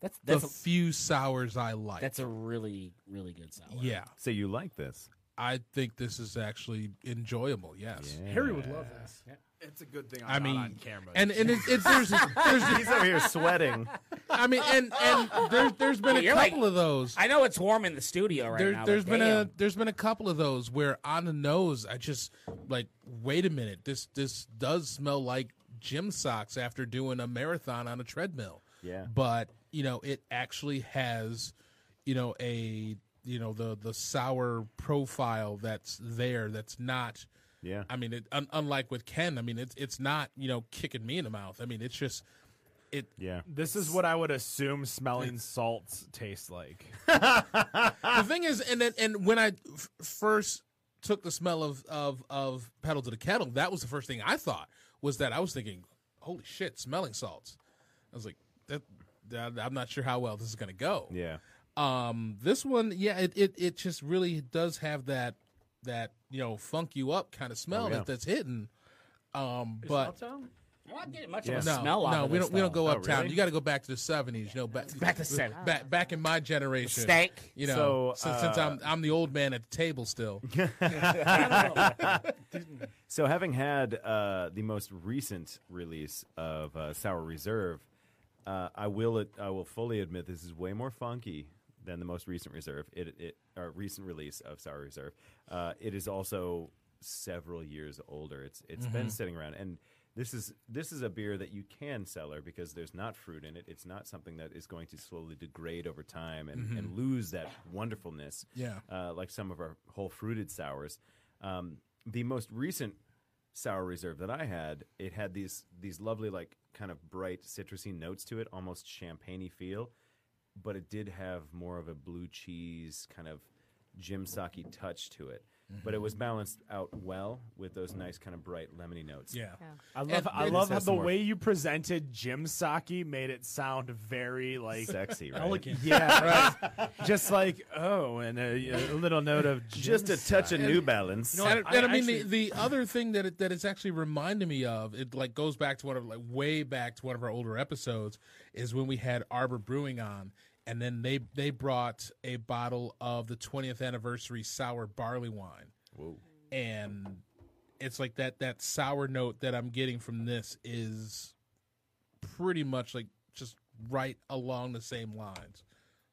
that's
the
that's a,
few sours I like.
that's a really really good sour.
yeah.
So you like this?
I think this is actually enjoyable. Yes.
Harry would love this.
It's a good thing I'm
I mean,
not on camera.
and and it, it, there's there's
He's over here sweating.
I mean and and there, there's been a
You're like-
couple of those.
I know it's warm in the studio right
there,
now.
has
but
been
damn.
a there's been a couple of those where on the nose I just like wait a minute this this does smell like gym socks after doing a marathon on a treadmill.
Yeah.
But you know it actually has you know a you know the the sour profile that's there that's not
Yeah.
I mean, it, un, unlike with Ken, I mean, it's it's not you know kicking me in the mouth. I mean, it's just it.
Yeah.
This is what I would assume smelling salts tastes like.
The thing is, and then, and when I f- first took the smell of of of pedal to the kettle, that was the first thing I thought was that I was thinking, holy shit, smelling salts. I was like, that, that I'm not sure how well this is gonna go.
Yeah.
Um, this one, yeah, it, it, it just really does have that that you know funk you up kind of smell
Oh, yeah.
that, that's hidden. Um, but
I'm not getting much
Yeah. Oh,
of a
no,
smell out
no,
of
we
this,
don't we don't
though.
go uptown.
really?
You got to go back to the seventies. You know, back
Back to 70s.
back back in my generation.
Stank.
You know,
So,
since, since
uh,
I'm I'm the old man at the table still.
So, having had uh, the most recent release of uh, Sour Reserve, uh, I will I will fully admit this is way more funky than the most recent reserve. It, it or recent release of Sour Reserve. Uh, it is also several years older. It's it's been sitting around, and this is this is a beer that you can cellar because there's not fruit in it. It's not something that is going to slowly degrade over time and, and lose that wonderfulness.
Yeah.
uh, like some of our whole fruited sours. Um, the most recent sour reserve that I had, it had these these lovely like kind of bright citrusy notes to it, almost champagney feel, but it did have more of a blue cheese kind of Jim Saki touch to it. But it was balanced out well with those nice kind of bright lemony notes.
yeah.
I love I
it has
love how the
some more-
way you presented Jim Saki made it sound very like
Sexy, right?
yeah, just like oh, and a, a little note of
Just a touch of New Balance.
and, and I, mean the, the other thing that it, that it's actually reminded me of it like goes back to one of like way back to one of our older episodes is when we had Arbor Brewing on and then they they brought a bottle of the 20th anniversary sour barley wine. Whoa. And it's like that that sour note that I'm getting from this is pretty much like just right along the same lines.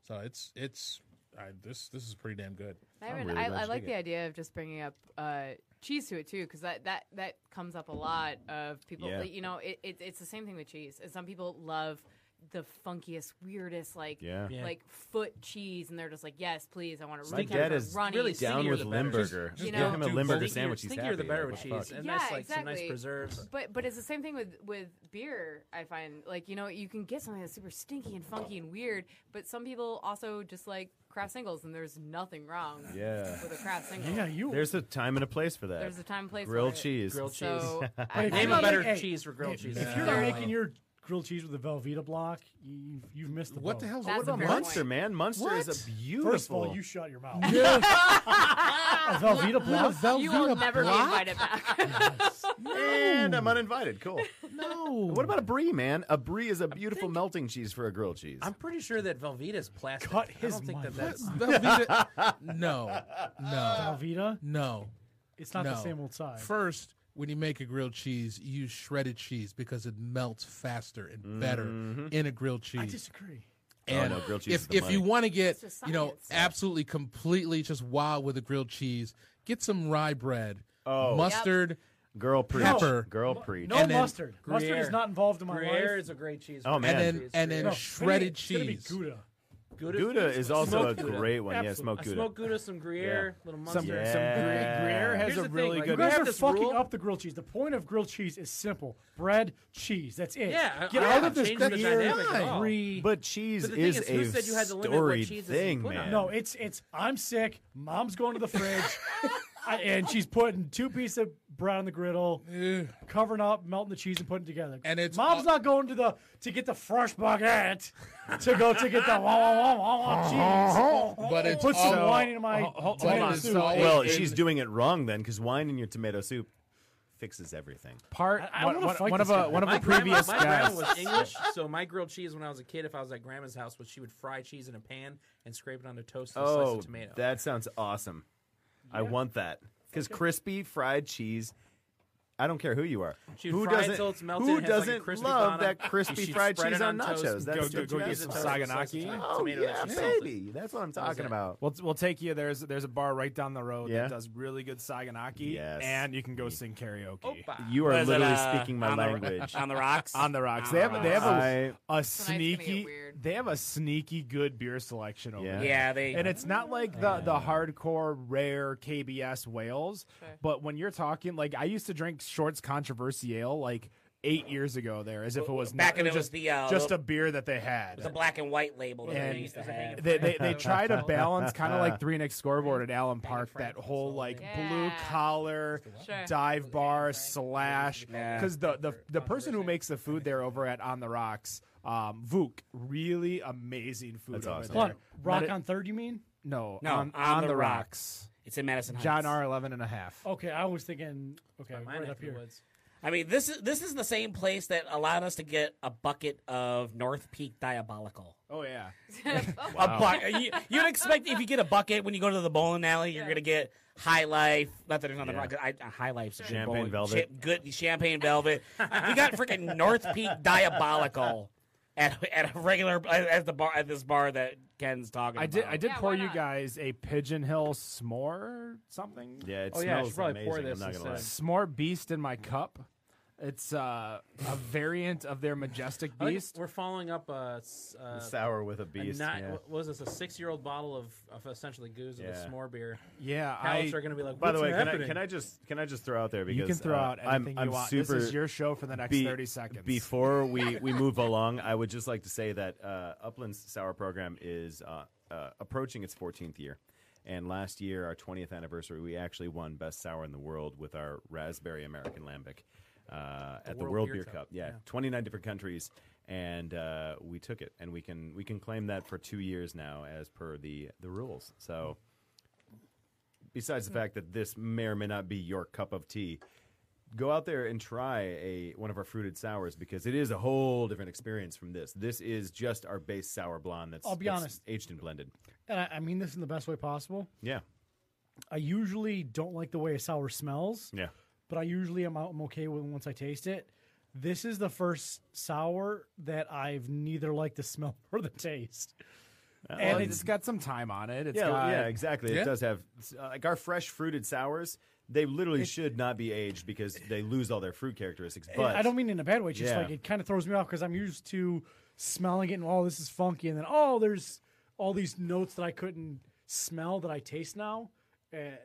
So it's it's I, this this is pretty damn good.
I, would-
really
I,
glad
I
you
like
dig
the
it.
idea of just bringing up uh, cheese to it too, because that, that that comes up a lot of people.
Yeah.
You know, it, it, it's the same thing with cheese. And some people love the funkiest, weirdest, like
Yeah.
Yeah.
like foot cheese, and they're just like, yes, please, I want to.
My dad is
runny.
really
down
Stinkier
with
the better.
Limburger.
You
Give
know-
him a
Do
Limburger
both.
sandwich. He's
Stinkier
happy.
the better
Like,
with
what the
cheese,
fuck?
and
Yeah,
that's like some nice
exactly.
preserves.
But but it's the same thing with with beer. I find like you know you can get something that's super stinky and funky and weird, but some people also just like craft singles, and there's nothing wrong
Yeah.
with a craft single.
Yeah, you.
There's a time and a place for that.
There's a time and place.
Grilled
for it.
cheese.
Grilled cheese.
So uh, I,
Hey,
I
Name
I'm
a
like-
better
like, hey,
cheese for grilled cheese.
If you're not making your grilled cheese with a Velveeta block, you've, you've missed the
What
boat.
the hell's
That's
what
a
about
fair
Munster?
Munster, man. Munster is a beautiful.
First of all, you shut your mouth. a Velveeta block.
you will never be invited back.
and I'm uninvited. Cool. No. What about a brie, man? A brie is a beautiful melting cheese for a grilled cheese.
I'm pretty sure that Velveeta's plastic.
Cut
I
his
don't think that
mind.
that's.
Velveeta- no, no,
Velveeta.
no.
It's not
no.
the same old size.
First, when you make a grilled cheese, use shredded cheese because it melts faster and better in a grilled cheese.
I disagree.
and
Mm-hmm. Oh, no, grilled cheese is
if
the
if you
money.
want to get
just
you know
science.
absolutely completely just wild with a grilled cheese, get some rye bread,
Oh.
mustard.
Girl preach.
Pepper.
Girl preach.
No
And then
mustard. Mustard
Gruyere.
is not involved in my
Gruyere
life.
is a great cheese.
Oh, man.
And then,
Cheese,
and then
yeah.
shredded
It's gonna be
cheese.
Gouda.
Gouda,
Gouda is also a
Smoked Gouda.
great one. Yeah,
Absolutely.
smoked Gouda.
I smoked Gouda, some Gruyere, little
some,
mustard.
some
Yeah.
Gruyere, Gruyere has
Here's
a
the thing,
really
like,
good.
You guys
have
are
this
fucking
rule-
up the grilled cheese. The point of grilled cheese is simple: bread, cheese. That's it.
Yeah,
get
I-
out
I'm
of this
changing the dynamic at all.
grilled
But cheese
But the thing
is,
is, who
a
said you had to limit what
storied
cheese is
thing,
put on?
man.
No, it's it's. I'm sick. Mom's going to the fridge, I- and she's putting two pieces of bread on the griddle, covering up, melting the cheese, and putting it together.
And it's
mom's
all-
not going to the to get the fresh baguette to go to get the wah wah wah wah wah
Uh-huh.
cheese.
But it's
put some
all-
wine in my
But
tomato
it is
soup.
all
well,
in-
she's doing it wrong then, because wine in your tomato soup fixes everything.
Part
I- I
one,
wanna
one-
fight
one
this
of
guy.
a, one of
My
the
grandma,
previous
my grandma
guys.
was English, so my grilled cheese when I was a kid, if I was at grandma's house, was she would fry cheese in a pan and scrape it on a toast and slice of tomato.
Oh, that sounds awesome. I want that because crispy fried cheese. I don't care who you are.
She'd
who
fry it
doesn't?
till it's melted,
who
it has, like, a
doesn't
crispy
love
bottom,
that
and
crispy
she'd
fried
spread
cheese
it
on
on toast
nachos?
and
That's
go-
what
go- go
you
get
have.
some
Toast and slice of
Saganaki.
tomato
Oh
that
yeah,
she salted.
baby. That's what I'm talking
that?
about.
We'll, we'll take you. There's there's a bar right down the road
Yeah?
that does really good Saganaki,
Yes.
and you can go sing karaoke
Opa.
You are
Was it,
literally
uh,
speaking my
on the-
language.
on the rocks.
on the rocks. They have they have a,
I-
a
Tonight's gonna get
sneaky
weird. weird.
They have a sneaky good beer selection over
Yeah.
there.
Yeah, they.
And it's not like the, the hardcore rare KBS whales,
Sure.
but when you're talking like I used to drink Shorts Controversy Ale like eight years ago there, as if it was
Back
not,
when it was
just
the, uh,
just a beer that they had.
the black and white label that
And
they used to have.
they, they, they try to balance kind of like three next scoreboard at Allen Park that whole like
Yeah.
blue collar
Sure.
dive bar slash
Yeah.
because the, the the person who makes the food there over at On the Rocks, um, Vuk, really amazing food
That's
over
awesome.
there.
What? Rock
Medi-
on third? You mean?
No,
No,
on,
On
on
the
the
Rocks.
rocks.
It's in Madison Heights.
John R. 11 and a half.
Okay, I was thinking. Okay,
Mine
right
up
up here.
woods.
I mean, this is this is the same place that allowed us to get a bucket of North Peak Diabolical.
Oh yeah.
A bucket. You, you'd expect if you get a bucket when you go to the bowling alley, you're gonna get High Life. Not that there's nothing
Yeah.
wrong. 'cause I, uh, High Life's a good
Champagne
bowling-
Velvet.
cha- good champagne velvet. we got freaking North Peak Diabolical at at a regular at the bar at this bar that Ken's talking.
I
about.
did I did
Yeah,
pour
why
you
not?
guys a pigeonhill s'more something.
Yeah, it
Oh, yeah, I
smells
should probably
amazing.
pour this
I'm not gonna lie.
instead.
S'more beast in my cup. It's uh, a variant of their majestic
I think
beast.
We're following up a, s- uh,
Sour with a
a
beast.
not-
yeah.
what was this a six-year-old bottle of, of essentially goose and
Yeah.
a s'more beer?
yeah,
Palates
I-
are going to be like.
By the
"What's
way, can I,
happening?"
can I just can I just throw out there because
you can throw
uh,
out
I'm-
anything
I'm
you want.
Super
this is your show for the next
Be-
30 seconds.
Before we, we move along, I would just like to say that uh, Upland's Sour program is uh, uh, approaching its 14th year. And last year, our 20th anniversary, we actually won Best Sour in the World with our Raspberry American Lambic uh, at the World, Beer, Cup. Yeah, 29 different countries. And uh, we took it, and we can we can claim that for two years now, as per the the rules. So, besides
Hmm.
the fact that this may or may not be your cup of tea, go out there and try a one of our fruited sours because it is a whole different experience from this. This is just our base sour blonde that's
I'll be
that's
honest.
aged and blended.
And I, I mean this in the best way possible.
Yeah.
I usually don't like the way a sour smells.
Yeah.
but I usually am I'm okay with it once I taste it. This is the first sour that I've neither liked the smell or the taste.
and it's got some time on it. It's
Yeah,
got,
yeah, exactly.
Yeah.
It does have uh, like our fresh fruited sours, they literally should not be aged because they lose all their fruit characteristics. But
Eh, I don't mean in a bad way. It's just
Yeah.
like it kind of throws me off because I'm used to smelling it and oh, this is funky, and then oh, there's all these notes that I couldn't smell that I taste now. And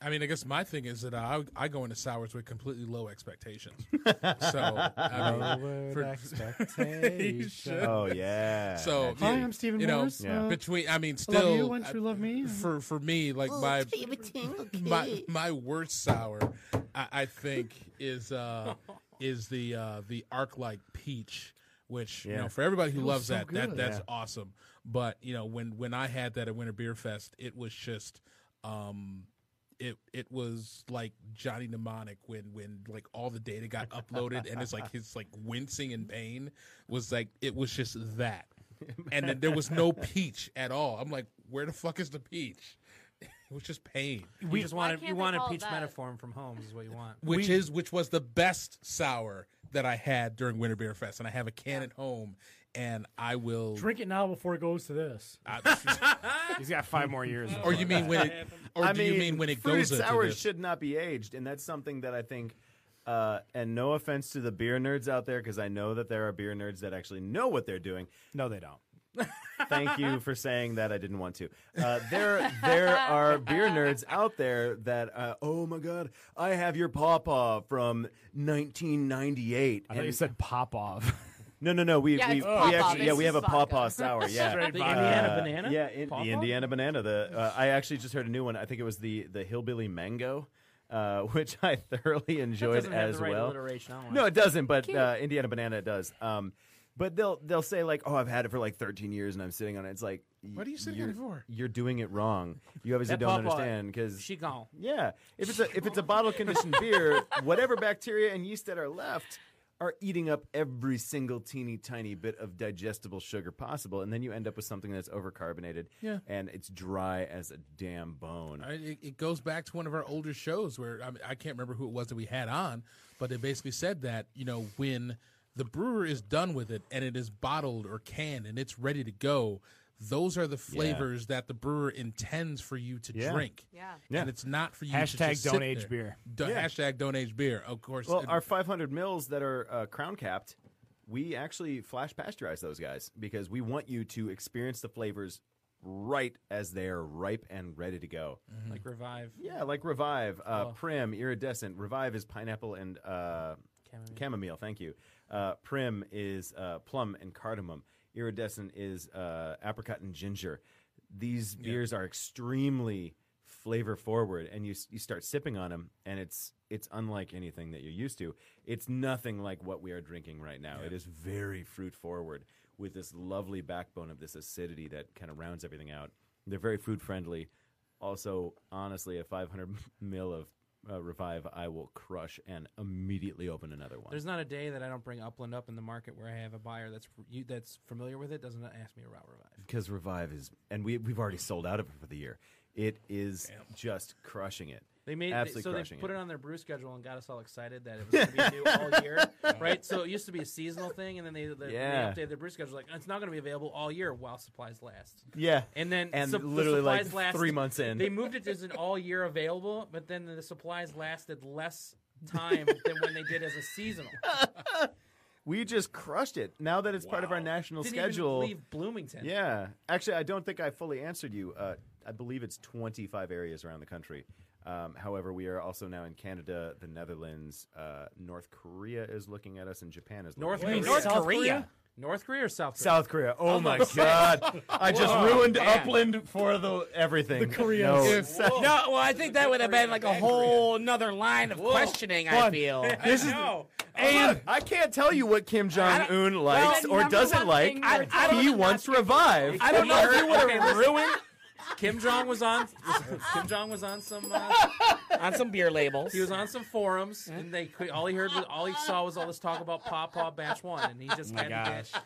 I mean, I guess my thing is that I, I go into sours with completely low expectations. so, I mean, for,
Oh yeah.
so
Hi, I'm Stephen
you know,
Morris. Yeah. Uh,
between, I mean, still,
love you and
I-
true love me.
for for me, like my my my worst sour, I, I think is uh is the uh the arc light peach, which you know for everybody who loves that that that's awesome. But you know when when I had that at Winter Beer Fest, it was just um it it was like Johnny Mnemonic when when like all the data got uploaded and it's like his like wincing in pain was like it was just that. And then there was no peach at all. I'm like, where the fuck is the peach? It was just pain.
You just wanted
can't
you
they
wanted
call it
peach
that?
metaform from Holmes is what you want.
Which is which was the best sour that I had during Winter Beer Fest. And I have a can at home and I will
drink it now before it goes to this.
I-
He's got five more years.
Or you mean when it or
I
do you mean when it
fruited
goes into
sours
this?
should not be aged, and that's something that I think. Uh, and no offense to the beer nerds out there, because I know that there are beer nerds that actually know what they're doing.
no, they don't.
Thank you for saying that. I didn't want to. Uh, there, there are beer nerds out there that, uh, oh my god, I have your pawpaw from 1998.
I thought you
And-
said pop off.
no, no, no. We,
Yeah,
we,
it's
we
pawpaw.
actually, yeah,
This
we have
is
a
vodka.
pawpaw sour. Yeah,
The Indiana
uh,
banana.
Yeah, in,
Pawpaw?
the Indiana banana. The uh, I actually just heard a new one. I think it was the the hillbilly mango, uh, which I thoroughly
That
enjoyed
doesn't have
as
the right
well.
alliteration. I don't
No,
like
it doesn't. But uh, Indiana banana it does. Um, but they'll they'll say like, oh, I've had it for like 13 years and I'm sitting on it. It's like,
What are you sitting on
you're,
it for?
You're doing it wrong. You obviously
That
don't
pawpaw,
understand because
She gone.
yeah, if it's a if it's a bottle conditioned beer, whatever bacteria and yeast that are left are eating up every single teeny tiny bit of digestible sugar possible, and then you end up with something that's overcarbonated.
Yeah.
and it's dry as a damn bone.
I, it, it goes back to one of our older shows where I, mean, I can't remember who it was that we had on, but they basically said that you know when the brewer is done with it and it is bottled or canned and it's ready to go, those are the flavors that the brewer intends for you to drink.
Yeah.
and it's not for you. to
Hashtag
just
don't
sit
age
there.
beer.
Do- Hashtag don't age beer. Of course,
Well,
it-
our 500 mils that are uh, crown capped we actually flash pasteurize those guys because we want you to experience the flavors right as they're ripe and ready to go.
like Revive.
Mm-hmm. Yeah, like Revive, uh, Prim, Iridescent. Revive is pineapple and uh, chamomile. Thank you. Uh, Prim is uh, plum and cardamom. Iridescent is uh, apricot and ginger. These beers are extremely flavor forward, and you s- you start sipping on them, and it's it's unlike anything that you're used to. It's nothing like what we are drinking right now. It is very fruit forward with this lovely backbone of this acidity that kind of rounds everything out. They're very food friendly also honestly a 500 mil of uh, revive i will crush and immediately open another one
There's not a day that I don't bring Upland up in the market where I have a buyer that's you, that's familiar with it doesn't ask me about Revive.
because revive is and we, we've already sold out of it for the year it is just crushing it
They made
absolutely
so they
crushing
put it. on their brew schedule and got us all excited that it was going to be new all year, right? So it used to be a seasonal thing, and then they, they,
Yeah.
they updated their brew schedule like it's not going to be available all year while supplies last.
yeah
And then
and
sup- the
literally like
supplies last-
three months in
They moved it as an all year available, but then the supplies lasted less time than when they did as a seasonal.
we just crushed it now that it's part of our national
Didn't
schedule
even leave Bloomington.
Yeah. Actually, I don't think I fully answered you. Uh, I believe it's 25 areas around the country. Um, however, we are also now in Canada, the Netherlands, uh, North Korea is looking at us, and Japan is looking
North
at
Korea,
us.
North
South
Korea?
North Korea or South Korea?
South Korea. Oh, my God. I just ruined
man.
Upland for the everything. The
If-
No, well, I think that would have been like a whole another line of questioning. I feel.
This is, and I can't tell you what Kim Jong Un likes
the
or
number
doesn't
one
like.
thing you're
I
he wants revive.
I don't know if you would have ruined
Kim Jong was on. Kim Jong was on some. Uh,
on some beer labels.
he was on some forums, and they could- all he heard, was, all he saw was all this talk about Paw Paw Batch One, and he
Oh
just had to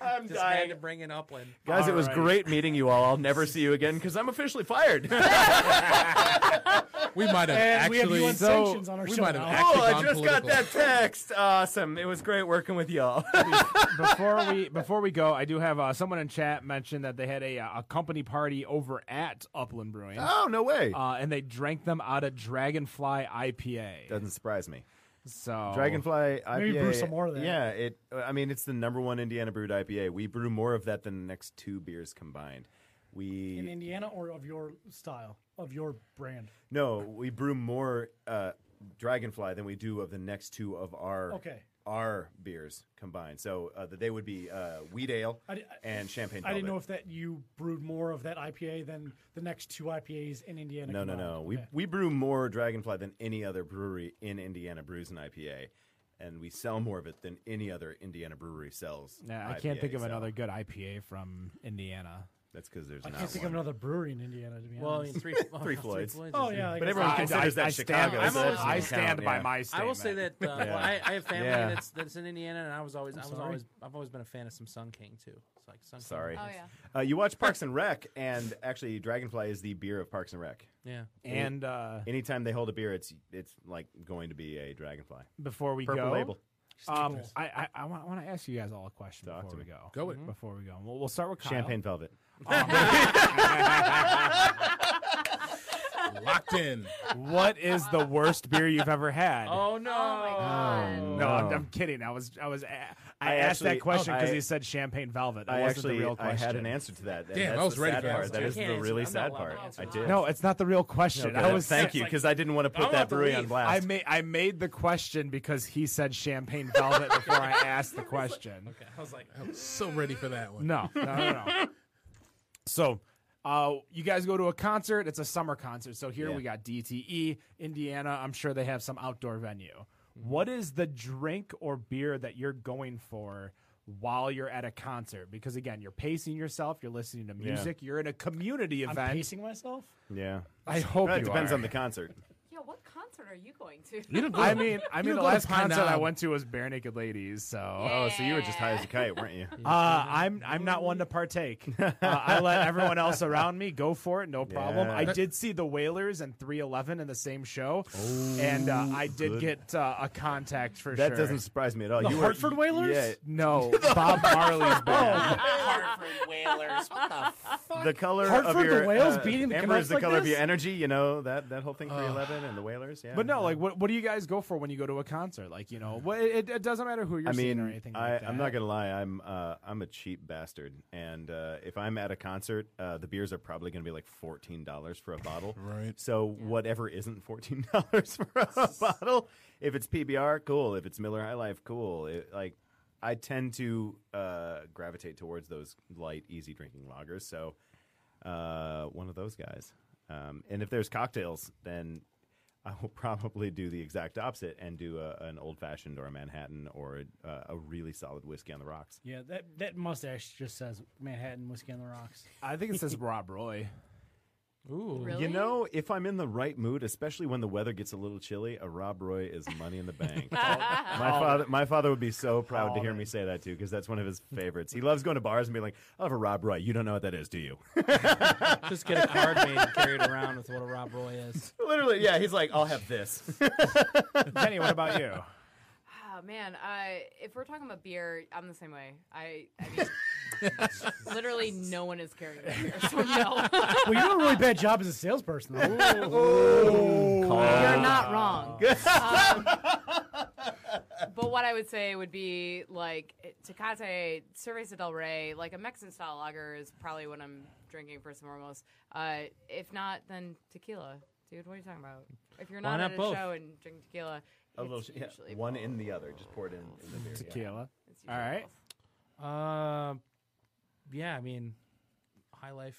I'm
just had to bring in Upland.
Guys, it was great meeting you all. I'll never see you again because I'm officially fired.
we might have
And we have
actually.
UN sanctions on our
we
show
might have
now.
actually
Oh, I
gone
just got
political.
that text. Awesome. It was great working with y'all.
before we before we go, I do have uh, someone in chat mentioned that they had a uh, a company party over at Upland Brewing,
oh, no way.
uh, and they drank them out of Dragonfly IPA.
Doesn't surprise me.
So
Dragonfly IPA.
Maybe brew some more of that.
Yeah, it. I mean, it's the number one Indiana brewed IPA. We brew more of that than the next two beers combined.
in
We
Indiana or of your style, of your brand.
no, we brew more uh, Dragonfly than we do of the next two of our
Okay.
our beers combined. So uh, that they would be uh, wheat ale
I di- I-
and champagne.
I didn't know
Velvet.
if that you brewed more of that IPA than the next two IPAs in Indiana.
No, no,
combined.
no. We
Okay.
we brew more Dragonfly than any other brewery in Indiana brews an IPA, and we sell more of it than any other Indiana brewery sells.
yeah, I can't
IPA,
think of
so
another good IPA from Indiana.
That's because there's
I
not
can't think
one.
of another brewery in Indiana to be honest.
Well, I mean, three, oh,
Floyds.
oh
is-
yeah, I
but
guess
everyone
I-
considers that Chicago.
I,
so that doesn't
I
count,
stand by
yeah.
my
I
statement.
will say that uh, well, I, I have family
Yeah.
that's that's in Indiana, and I was always i was
sorry.
always I've always been a fan of some Sun King too. It's like Sun King.
Sorry.
Oh, yeah.
Uh, you watch Parks and Rec, and actually, Dragonfly is the beer of Parks and Rec.
Yeah.
And uh,
Anytime they hold a beer, it's it's like going to be a Dragonfly.
before we
Purple
go,
label.
um, I, I, I want, to ask you guys all a question
Talk
before
to
we
me.
go. Mhm.
Go it.
Before we go, we'll, we'll start with Kyle. Um,
Champagne Velvet.
Locked in.
What is the worst beer you've ever had? Oh,
Oh no.
No, I'm, I'm kidding. I was, I was, I,
I
asked
actually- oh,
that question because
I-
he said champagne velvet. That
I
wasn't
actually
the real
I
question.
had an answer to that. and
Damn,
that's
I was
the
ready
sad
for that.
part. That
I
is the
can't answer.
really
I'm not
sad
allowed to
part.
answer
I
that.
did.
No, it's not the real question.
Okay,
I was
thank you because I didn't want to put that
want to
brewery on
leave.
I
blast.
made I made the question because he said champagne velvet before I asked the question.
I was like,
So ready for that one.
No, no, no, no. so, uh, you guys go to a concert. It's a summer concert. So here
Yeah.
we got DTE Indiana. I'm sure they have some outdoor venue. What is the drink or beer that you're going for? While you're at a concert, because again, you're pacing yourself, you're listening to music, you're in a community
I'm
event.
pacing myself.
yeah.
I hope
That
you
depends
are.
on the concert.
Yeah, what concert are you going to?
I mean, I mean, the
go to
last
Pine
concert I
Knob.
went to was Bare Naked Ladies, so
Oh, so you were just high as a kite, weren't you?
Uh, I'm I'm not one to partake. Uh, I let everyone else around me go for it, no problem.
Yeah.
I did see the Whalers and 311 in the same show, and uh, I did get uh, a contact for
Oh, That
sure.
doesn't surprise me at all. The you
Hartford
were,
Whalers?
Yeah,
No, Bob Marley's band.
Hartford Whalers. What the fuck?
the color
Hartford
of your
the Whales
uh,
beating the
amber is
Canucks
the
like
color of
this?
your energy. You know that that whole thing. Three eleven and the Whalers. Yeah,
But no, like, what, what do you guys go for when you go to a concert? Like, you know, what, it, it doesn't matter who you're
I
seeing
mean,
or anything
I,
like that.
I'm not gonna lie. I'm uh, I'm a cheap bastard, and uh, if I'm at a concert, uh, the beers are probably gonna be like fourteen dollars for a bottle.
Right.
So whatever isn't fourteen dollars for a bottle, if it's PBR, cool. If it's Miller High Life, cool. It, like I tend to uh, gravitate towards those light, easy drinking lagers. So uh, one of those guys. Um, and if there's cocktails, then I will probably do the exact opposite and do a, an old fashioned or a Manhattan or a, a really solid whiskey on the rocks.
Yeah, that that mustache just says Manhattan whiskey on the rocks.
I think it says Rob Roy.
Really?
You know, if I'm in the right mood, especially when the weather gets a little chilly, a Rob Roy is money in the bank. my father, my father would be so proud to hear me say that too, because that's one of his favorites. He loves going to bars and being like, "I'll have a Rob Roy." You don't know what that is, do you?
Just get a card made and carry it around with what a Rob Roy is.
Literally, yeah. He's like, "I'll have this."
Kenny, what about you?
Oh man, uh, if we're talking about beer, I'm the same way. I, I mean, literally no one is carrying my beer, so no,
well, you do a really bad job as a salesperson. Though.
you're not wrong. Um, but what I would say would be like Tecate, Cerveza Del Rey, like a Mexican style lager is probably what I'm drinking first and foremost. Uh, if not, then tequila, dude. What are you talking about? If you're
Why
not
not
at a
both?
show and drinking tequila,
a
it's
little, yeah,
usually
one
both.
in the other. Just pour it in. in the beer, yeah.
Tequila.
It's usually
All right.
both.
Uh, yeah, I mean, high life.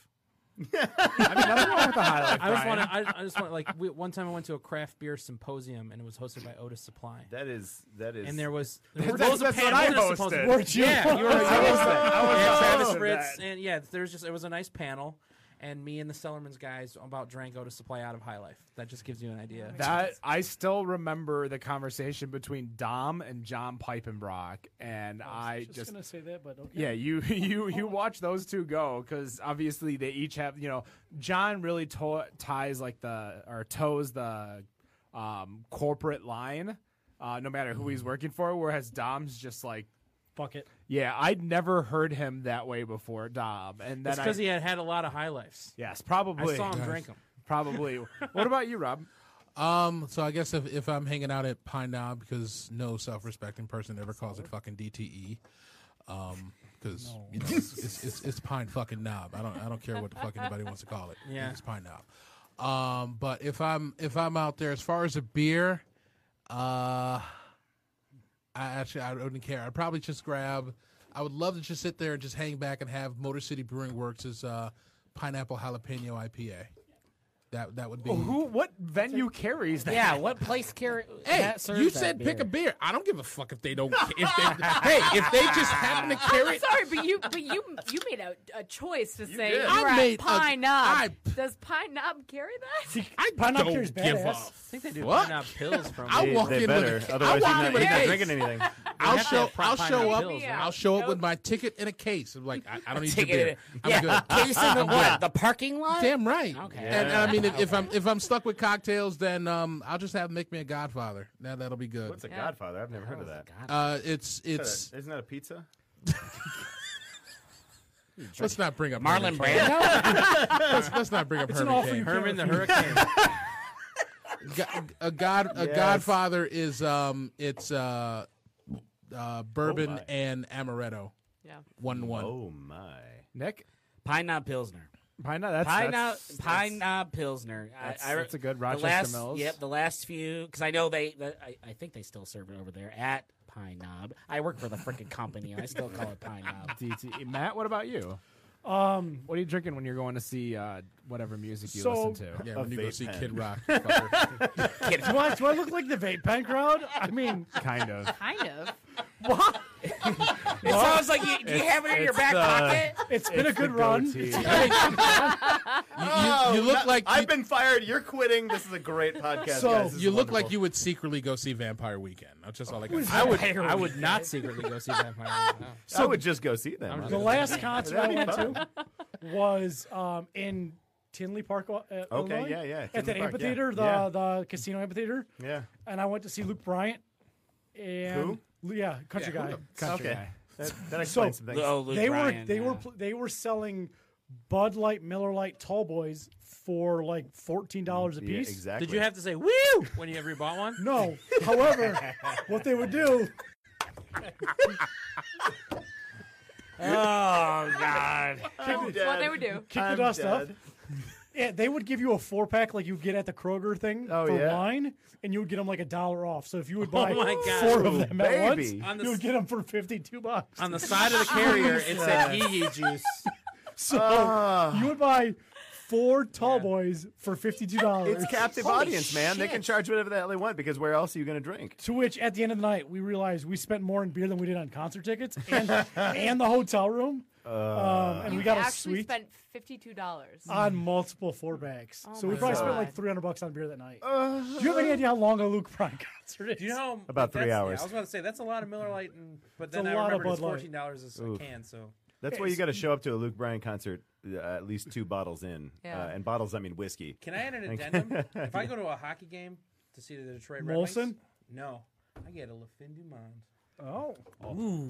I mean, nothing wrong with the highlight.
I just want to. I, I just want like we, one time I went to a craft beer symposium and it was hosted by Otis Supply.
That is that is.
and there was there was,
That's-
was a
that's
pan-
what I
there was supposed-
hosted.
Weren't you?
Yeah, you were yeah, Travis
hosted
Fritz,
that.
and yeah, there's just it was a nice panel, and me and the Sellerman's guys about drank Otis Supply out of High Life. That just gives you an idea.
That I still remember the conversation between Dom and John Pipenbrock, and I
Oh, just,
just
gonna say that, but okay.
Yeah, you you you watch those two go because obviously they each have you know John really to- ties like the or toes the um, corporate line, uh, no matter who he's working for. Whereas Dom's just like,
Mm. fuck it.
yeah, I'd never heard him that way before, Dom. And then
That's because
I-
he had had a lot of High Lifes.
yes,
I
probably
"Oh,
saw him drink them.
probably. what about you, Rob?
Um, so I guess if, if I'm hanging out at Pine Knob, because no self-respecting person ever calls it fucking DTE, um, because you know it's, it's, it's it's Pine fucking Knob. I don't I don't care what the fuck anybody wants to call it.
Yeah.
it's Pine Knob. Um, but if I'm if I'm out there, as far as a beer, uh, I actually I wouldn't care. I'd probably just grab. I would love to just sit there and just hang back and have Motor City Brewing Works' uh, pineapple jalapeno IPA. That that would be
Oh, Who? What venue carries that?
Yeah, what place care?
Hey,
that serves
you
that
said
beer?
pick a beer. I don't give a fuck if they don't. ca- if they, hey, if they just happen to carry.
Ah. I'm sorry, but you but you you made a, a choice to say
did.
you're
I
at
made a-
Pine Knob.
I-
Does Pine Knob carry that?
I
Pineapple
don't
Beer's
give
badass.
up.
I think they do
What?
what? out pills from.
I
They-
walk
they
in
better.
with a, I
Otherwise,
walk
he's
in
not,
with a
he's not
case.
drinking anything.
I'll
have to
show.
have
I'll show
pineapple
up.
pills,
right?
I'll show up
Yeah.
with my ticket and a case. I'm like, I, I don't need your
Take it.
beer.
in-
I'm
Yeah,
good.
case in the what? The parking lot.
Damn right.
Okay.
And, and I mean, if, if I'm if I'm stuck with cocktails, then um, I'll just have make me a Godfather. Now that'll be good.
What's a
Yeah.
Godfather? I've never heard of that.
uh, it's
Is
it's.
that a- Isn't that a pizza?
Let's not bring up Herman
Marlon Brando.
Cain. Let's, let's not bring up
an
Herman.
awful
Cain.
Herman the Hurricane.
Go- a god a
Yes.
godfather is um it's uh uh
Oh,
bourbon
my.
and amaretto
Yeah.
one to one
Oh my!
Nick,
Pine Knob Pilsner.
Pine Knob. That's,
Pine Knob,
that's,
Pine Knob Pilsner.
That's-
re-
that's a good
the
Rochester
last-
Mills.
Yep, the last few because I know they. The, I, I think they still serve it over there at Pine Knob. I work for the freaking company. and I still call it Pine Knob.
DT. Matt, what about you?
Um,
What are you drinking when you're going to see uh, whatever music you
So-
listen to?
yeah when you go
vape
see
pen.
kid rock you fucker.
Kid-
do I, do I look like the vape pen crowd? I mean,
Kind of.
Kind of.
it sounds like you, do you have it in your back pocket.
it's been a good run.
You- you, you look like you,
Oh, I've been fired. You're quitting. This is a great podcast.
So,
guys. This is
you look like
wonderful.
you would secretly go see vampire weekend that's just all i got
I would. I would not secretly go see Vampire. Hunter. No.
I would just go see them.
just
The
honestly.
last concert I
That'd
went
be
to was um, in Tinley Park. Uh, Illinois,
yeah, yeah, Tinley
At that
Park, yeah.
amphitheater, the
Yeah.
the casino amphitheater,
Yeah.
and I went to see Luke Bryant. And Yeah, country guy.
Country
Okay.
guy.
That, that explains some things.
Oh, Luke
they
Bryan,
were they
yeah.
were pl- they were selling Bud Light, Miller Light, Tall Boys for like fourteen dollars a
Yeah,
piece.
exactly.
Did you have to say woo when you ever bought one?
No. However, what they would do,
Oh God!
That's what they would do.
kick the dust up. Yeah, they would give you a four pack like you get at the Kroger thing
Oh,
for
yeah. Oh
wine, and you would get them like a dollar off. So if you would buy
my God.
four of them at
baby.
On
once,
the
you would
s-
get them for fifty-two bucks.
On the side of the carrier, it said Gigi juice.
So
Ah.
you would buy four tall boys for fifty-two dollars.
It's captive audience, man. They can charge whatever the hell they want because where else are you going to drink?
To which, at the end of the night, we realized we spent more in beer than we did on concert tickets and, and the hotel room.
Uh.
um, and
You
we got a
actually
suite
spent fifty-two dollars.
on multiple four bags. so we
my
probably spent
God.
like 300 bucks on beer that night. Do you have any idea how long a Luke Bryan concert is?
Do you know how-
About three
that's- yeah,
hours.
I was about to say that's a lot of Miller Lite, and, but then
a
I
lot of
remembered it's
Bud Light.
fourteen dollars a can. So
That's why you got to show up to a Luke Bryan concert uh, at least two bottles in.
Yeah.
Uh, and bottles, I mean whiskey.
can I add an addendum? if I go to a hockey game to see the Detroit Red Wings,
Molson?
no, I get a Le Fin du Monde.
Oh.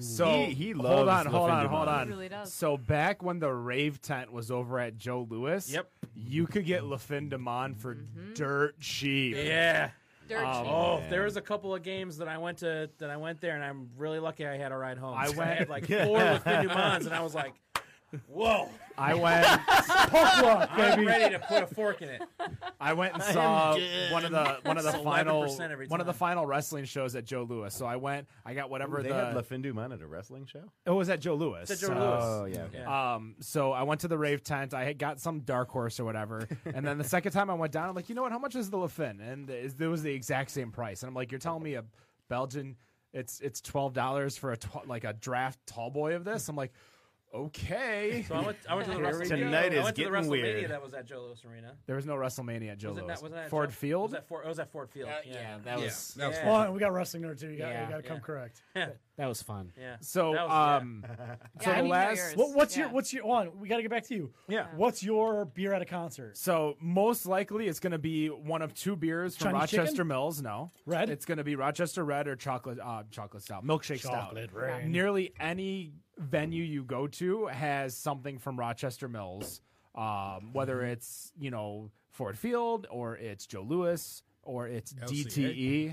So
He- he
hold on,
loves
hold
Lefin
on,
du
hold
Monde.
on.
He really does.
So back when the rave tent was over at Joe Lewis,
Yep.
you could get Lafin Demond for dirt cheap. Um,
Yeah.
Dirt Mm-hmm. cheap.
Oh, if there was a couple of games that I went to that I went there, and I'm really lucky I had a ride home.
I
So
went-
had like four with Fin du Mondes, and I was like, "Whoa,
I went,
I'm ready to put a fork in it."
I went and saw one of the one of the
It's 11%
final
every
one of the
time.
final wrestling shows at Joe Lewis. So I went, I got whatever
They
the
had La Findu Man at a wrestling show?
it Oh, was at Joe Lewis.
It's a Joe
so-
Louis.
Oh, yeah. okay.
Yeah.
Um, so I went to the rave tent. I had got some dark horse or whatever, and then the second time I went down, I'm like, you know what? How much is the Lafin? And it it was the exact same price. And I'm like, you're telling me a Belgian, it's it's twelve dollars for a tw- like a draft tall boy of this? I'm like, okay.
So I went, I went to the WrestleMania.
Tonight
I
is
went to the
getting
WrestleMania
weird.
that was at Joe Louis Arena.
There was no WrestleMania at Joe
Was it
Louis.
not? Was that at
Ford
Joe-
Field.
Was that Ford? It was at Ford Field.
Uh,
yeah.
yeah, that
Yeah,
was
that was
Yeah.
fun.
Oh, and we got wrestling there too. You got,
Yeah,
you got to come
yeah.
correct.
that was fun.
yeah.
so
That was- yeah.
um,
Yeah,
so
I need
the
to know
last
yours.
What, what's
Yeah.
your, what's your, hold on, we got to get back to you.
Yeah.
What's your beer at a concert?
So most likely it's going to be one of two beers from
Chinese
Rochester
chicken?
Mills. No,
Red?
It's going to be Rochester Red or chocolate uh, chocolate stout, milkshake
Chocolate
stout.
rain.
Nearly any venue you go to has something from Rochester Mills, um, whether
Mm-hmm.
it's you know Ford Field or it's Joe Lewis or it's DTE.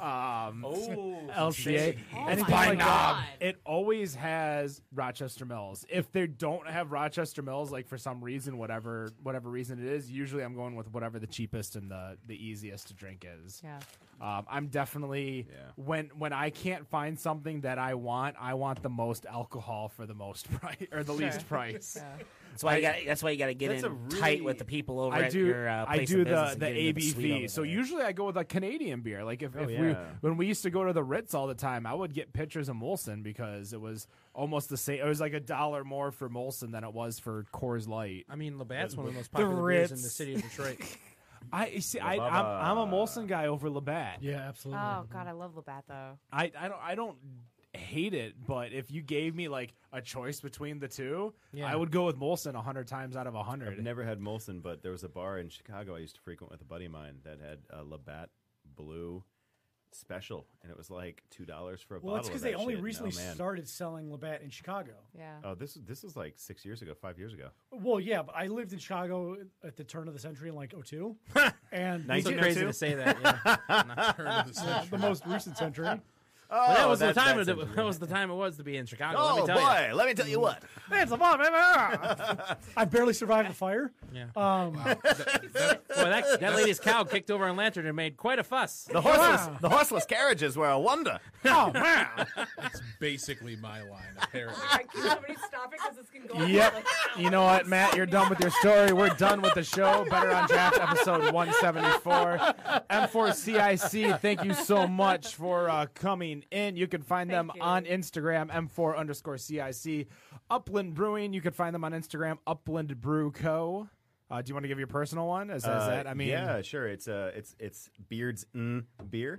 Um,
Oh,
LCA. Anything
my
like
God.
that. It always has Rochester Mills. If they don't have Rochester Mills, like for some reason, whatever whatever reason it is, usually I'm going with whatever the cheapest and the, the easiest to drink is.
Yeah.
Um, I'm definitely
Yeah.
when when I can't find something that I want, I want the most alcohol for the most price or the least price.
That's why you got. That's why you got to get
That's a
in tight
really-
with the people over
I
at
do.
your uh,
I
place of
do the
business and
the
getting them sweet
ABV.
over
so
there.
usually I go with a Canadian beer. Like if, if we
yeah.
when we used to go to the Ritz all the time, I would get pitchers of Molson because it was almost the same. It was like a dollar more for Molson than it was for Coors Light.
I mean, Labatt's one of the most popular beers in the city of Detroit.
I see. I, I'm, I'm a Molson guy over Labatt.
Yeah, absolutely.
Oh God, I love Labatt though.
I, I don't I don't hate it, but if you gave me like a choice between the two, I would go with Molson hundred times out of
I've
hundred.
never had Molson, but there was a bar in Chicago I used to frequent with a buddy of mine that had a Labatt Blue special, and it was like two dollars for a bottle.
well, it's because
of
they
that
only
shit.
recently
oh, man.
started selling Labatt in Chicago.
Yeah.
Oh, this this is like six years ago, five years ago.
Well, yeah, but I lived in Chicago at the turn of the century in like 02. and
It's so
1902?
crazy to say that. Yeah.
Turn of the century.
the most recent century.
But that was
Oh, that-
the time.
that's
Of the,
interesting.
that was the time it was to be in Chicago.
Oh
let me tell you.
boy, let me tell you what.
That's a bomb. I barely survived the fire.
Yeah.
Um,
Boy, that, that lady's cow kicked over a lantern and made quite a fuss.
The
Ah!
horseless, the horseless carriages were a wonder.
oh, man.
That's basically my line, apparently.
Oh
can somebody stop it because it's gonna go.
Yep. You know what, Matt? You're done with your story. We're done with the show. Better on Draft episode 174. M4CIC, thank you so much for uh, coming in. You can find them
Thank you.
on Instagram, M4 underscore CIC. Upland Brewing, you can find them on Instagram, Upland Brew Co. Uh, do you want to give your personal one? Is, is
Uh,
that? I mean,
yeah, sure. It's uh, it's it's Beards mm, beer,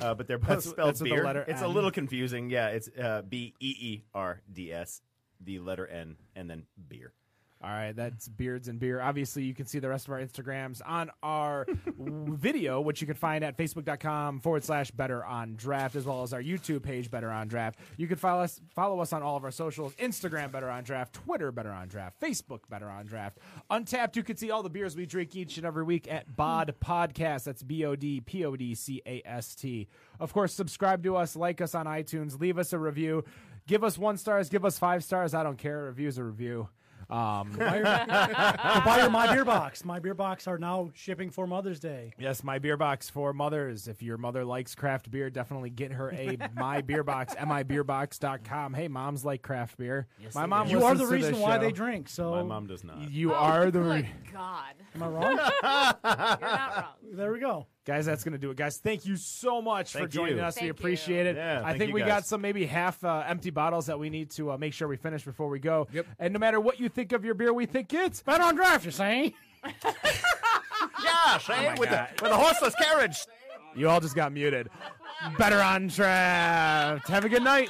uh, but they're both
That's-
spelled
that's with the
beer.
letter
it's a
N.
little confusing. Yeah, it's uh, B E E R D S, the letter N, and then beer.
All right, that's Beards and Beer. Obviously, you can see the rest of our Instagrams on our video, which you can find at facebook.com forward slash better on draft, as well as our YouTube page, Better on Draft. You can follow us follow us on all of our socials Instagram, Better on Draft, Twitter, Better on Draft, Facebook, Better on Draft. Untapped, you can see all the beers we drink each and every week at Bod Podcast. That's B O D P O D C A S T. Of course, subscribe to us, like us on iTunes, leave us a review. Give us one stars, give us five stars. I don't care. A review is a review. Um,
Buy your, but buy your My Beer Box. My Beer Box are now shipping for Mother's Day.
Yes, my beer box for mothers. If your mother likes craft beer, definitely get her a my beer box, mibeerbox.com. Hey, moms like craft beer.
Yes,
my
they
mom
do.
You are
listens
the
to this
reason why
show.
they drink. So
My mom does not.
You
Oh,
are the
good
re-
God.
am I wrong?
You're not wrong.
there we go.
guys. That's gonna do it, guys. Thank you so much
Thank
for joining
you.
us. we
Thank
appreciate
you.
it.
Yeah,
I
thank
think
you,
we
guys.
got some maybe half uh, empty bottles that we need to uh, make sure we finish before we go.
Yep.
And no matter what you think of your beer, we think it's
Bet on draft, you saying?
Oh
Gosh, eh? with, the, with the horseless carriage.
you all just got muted. Better on draft. Have a good night.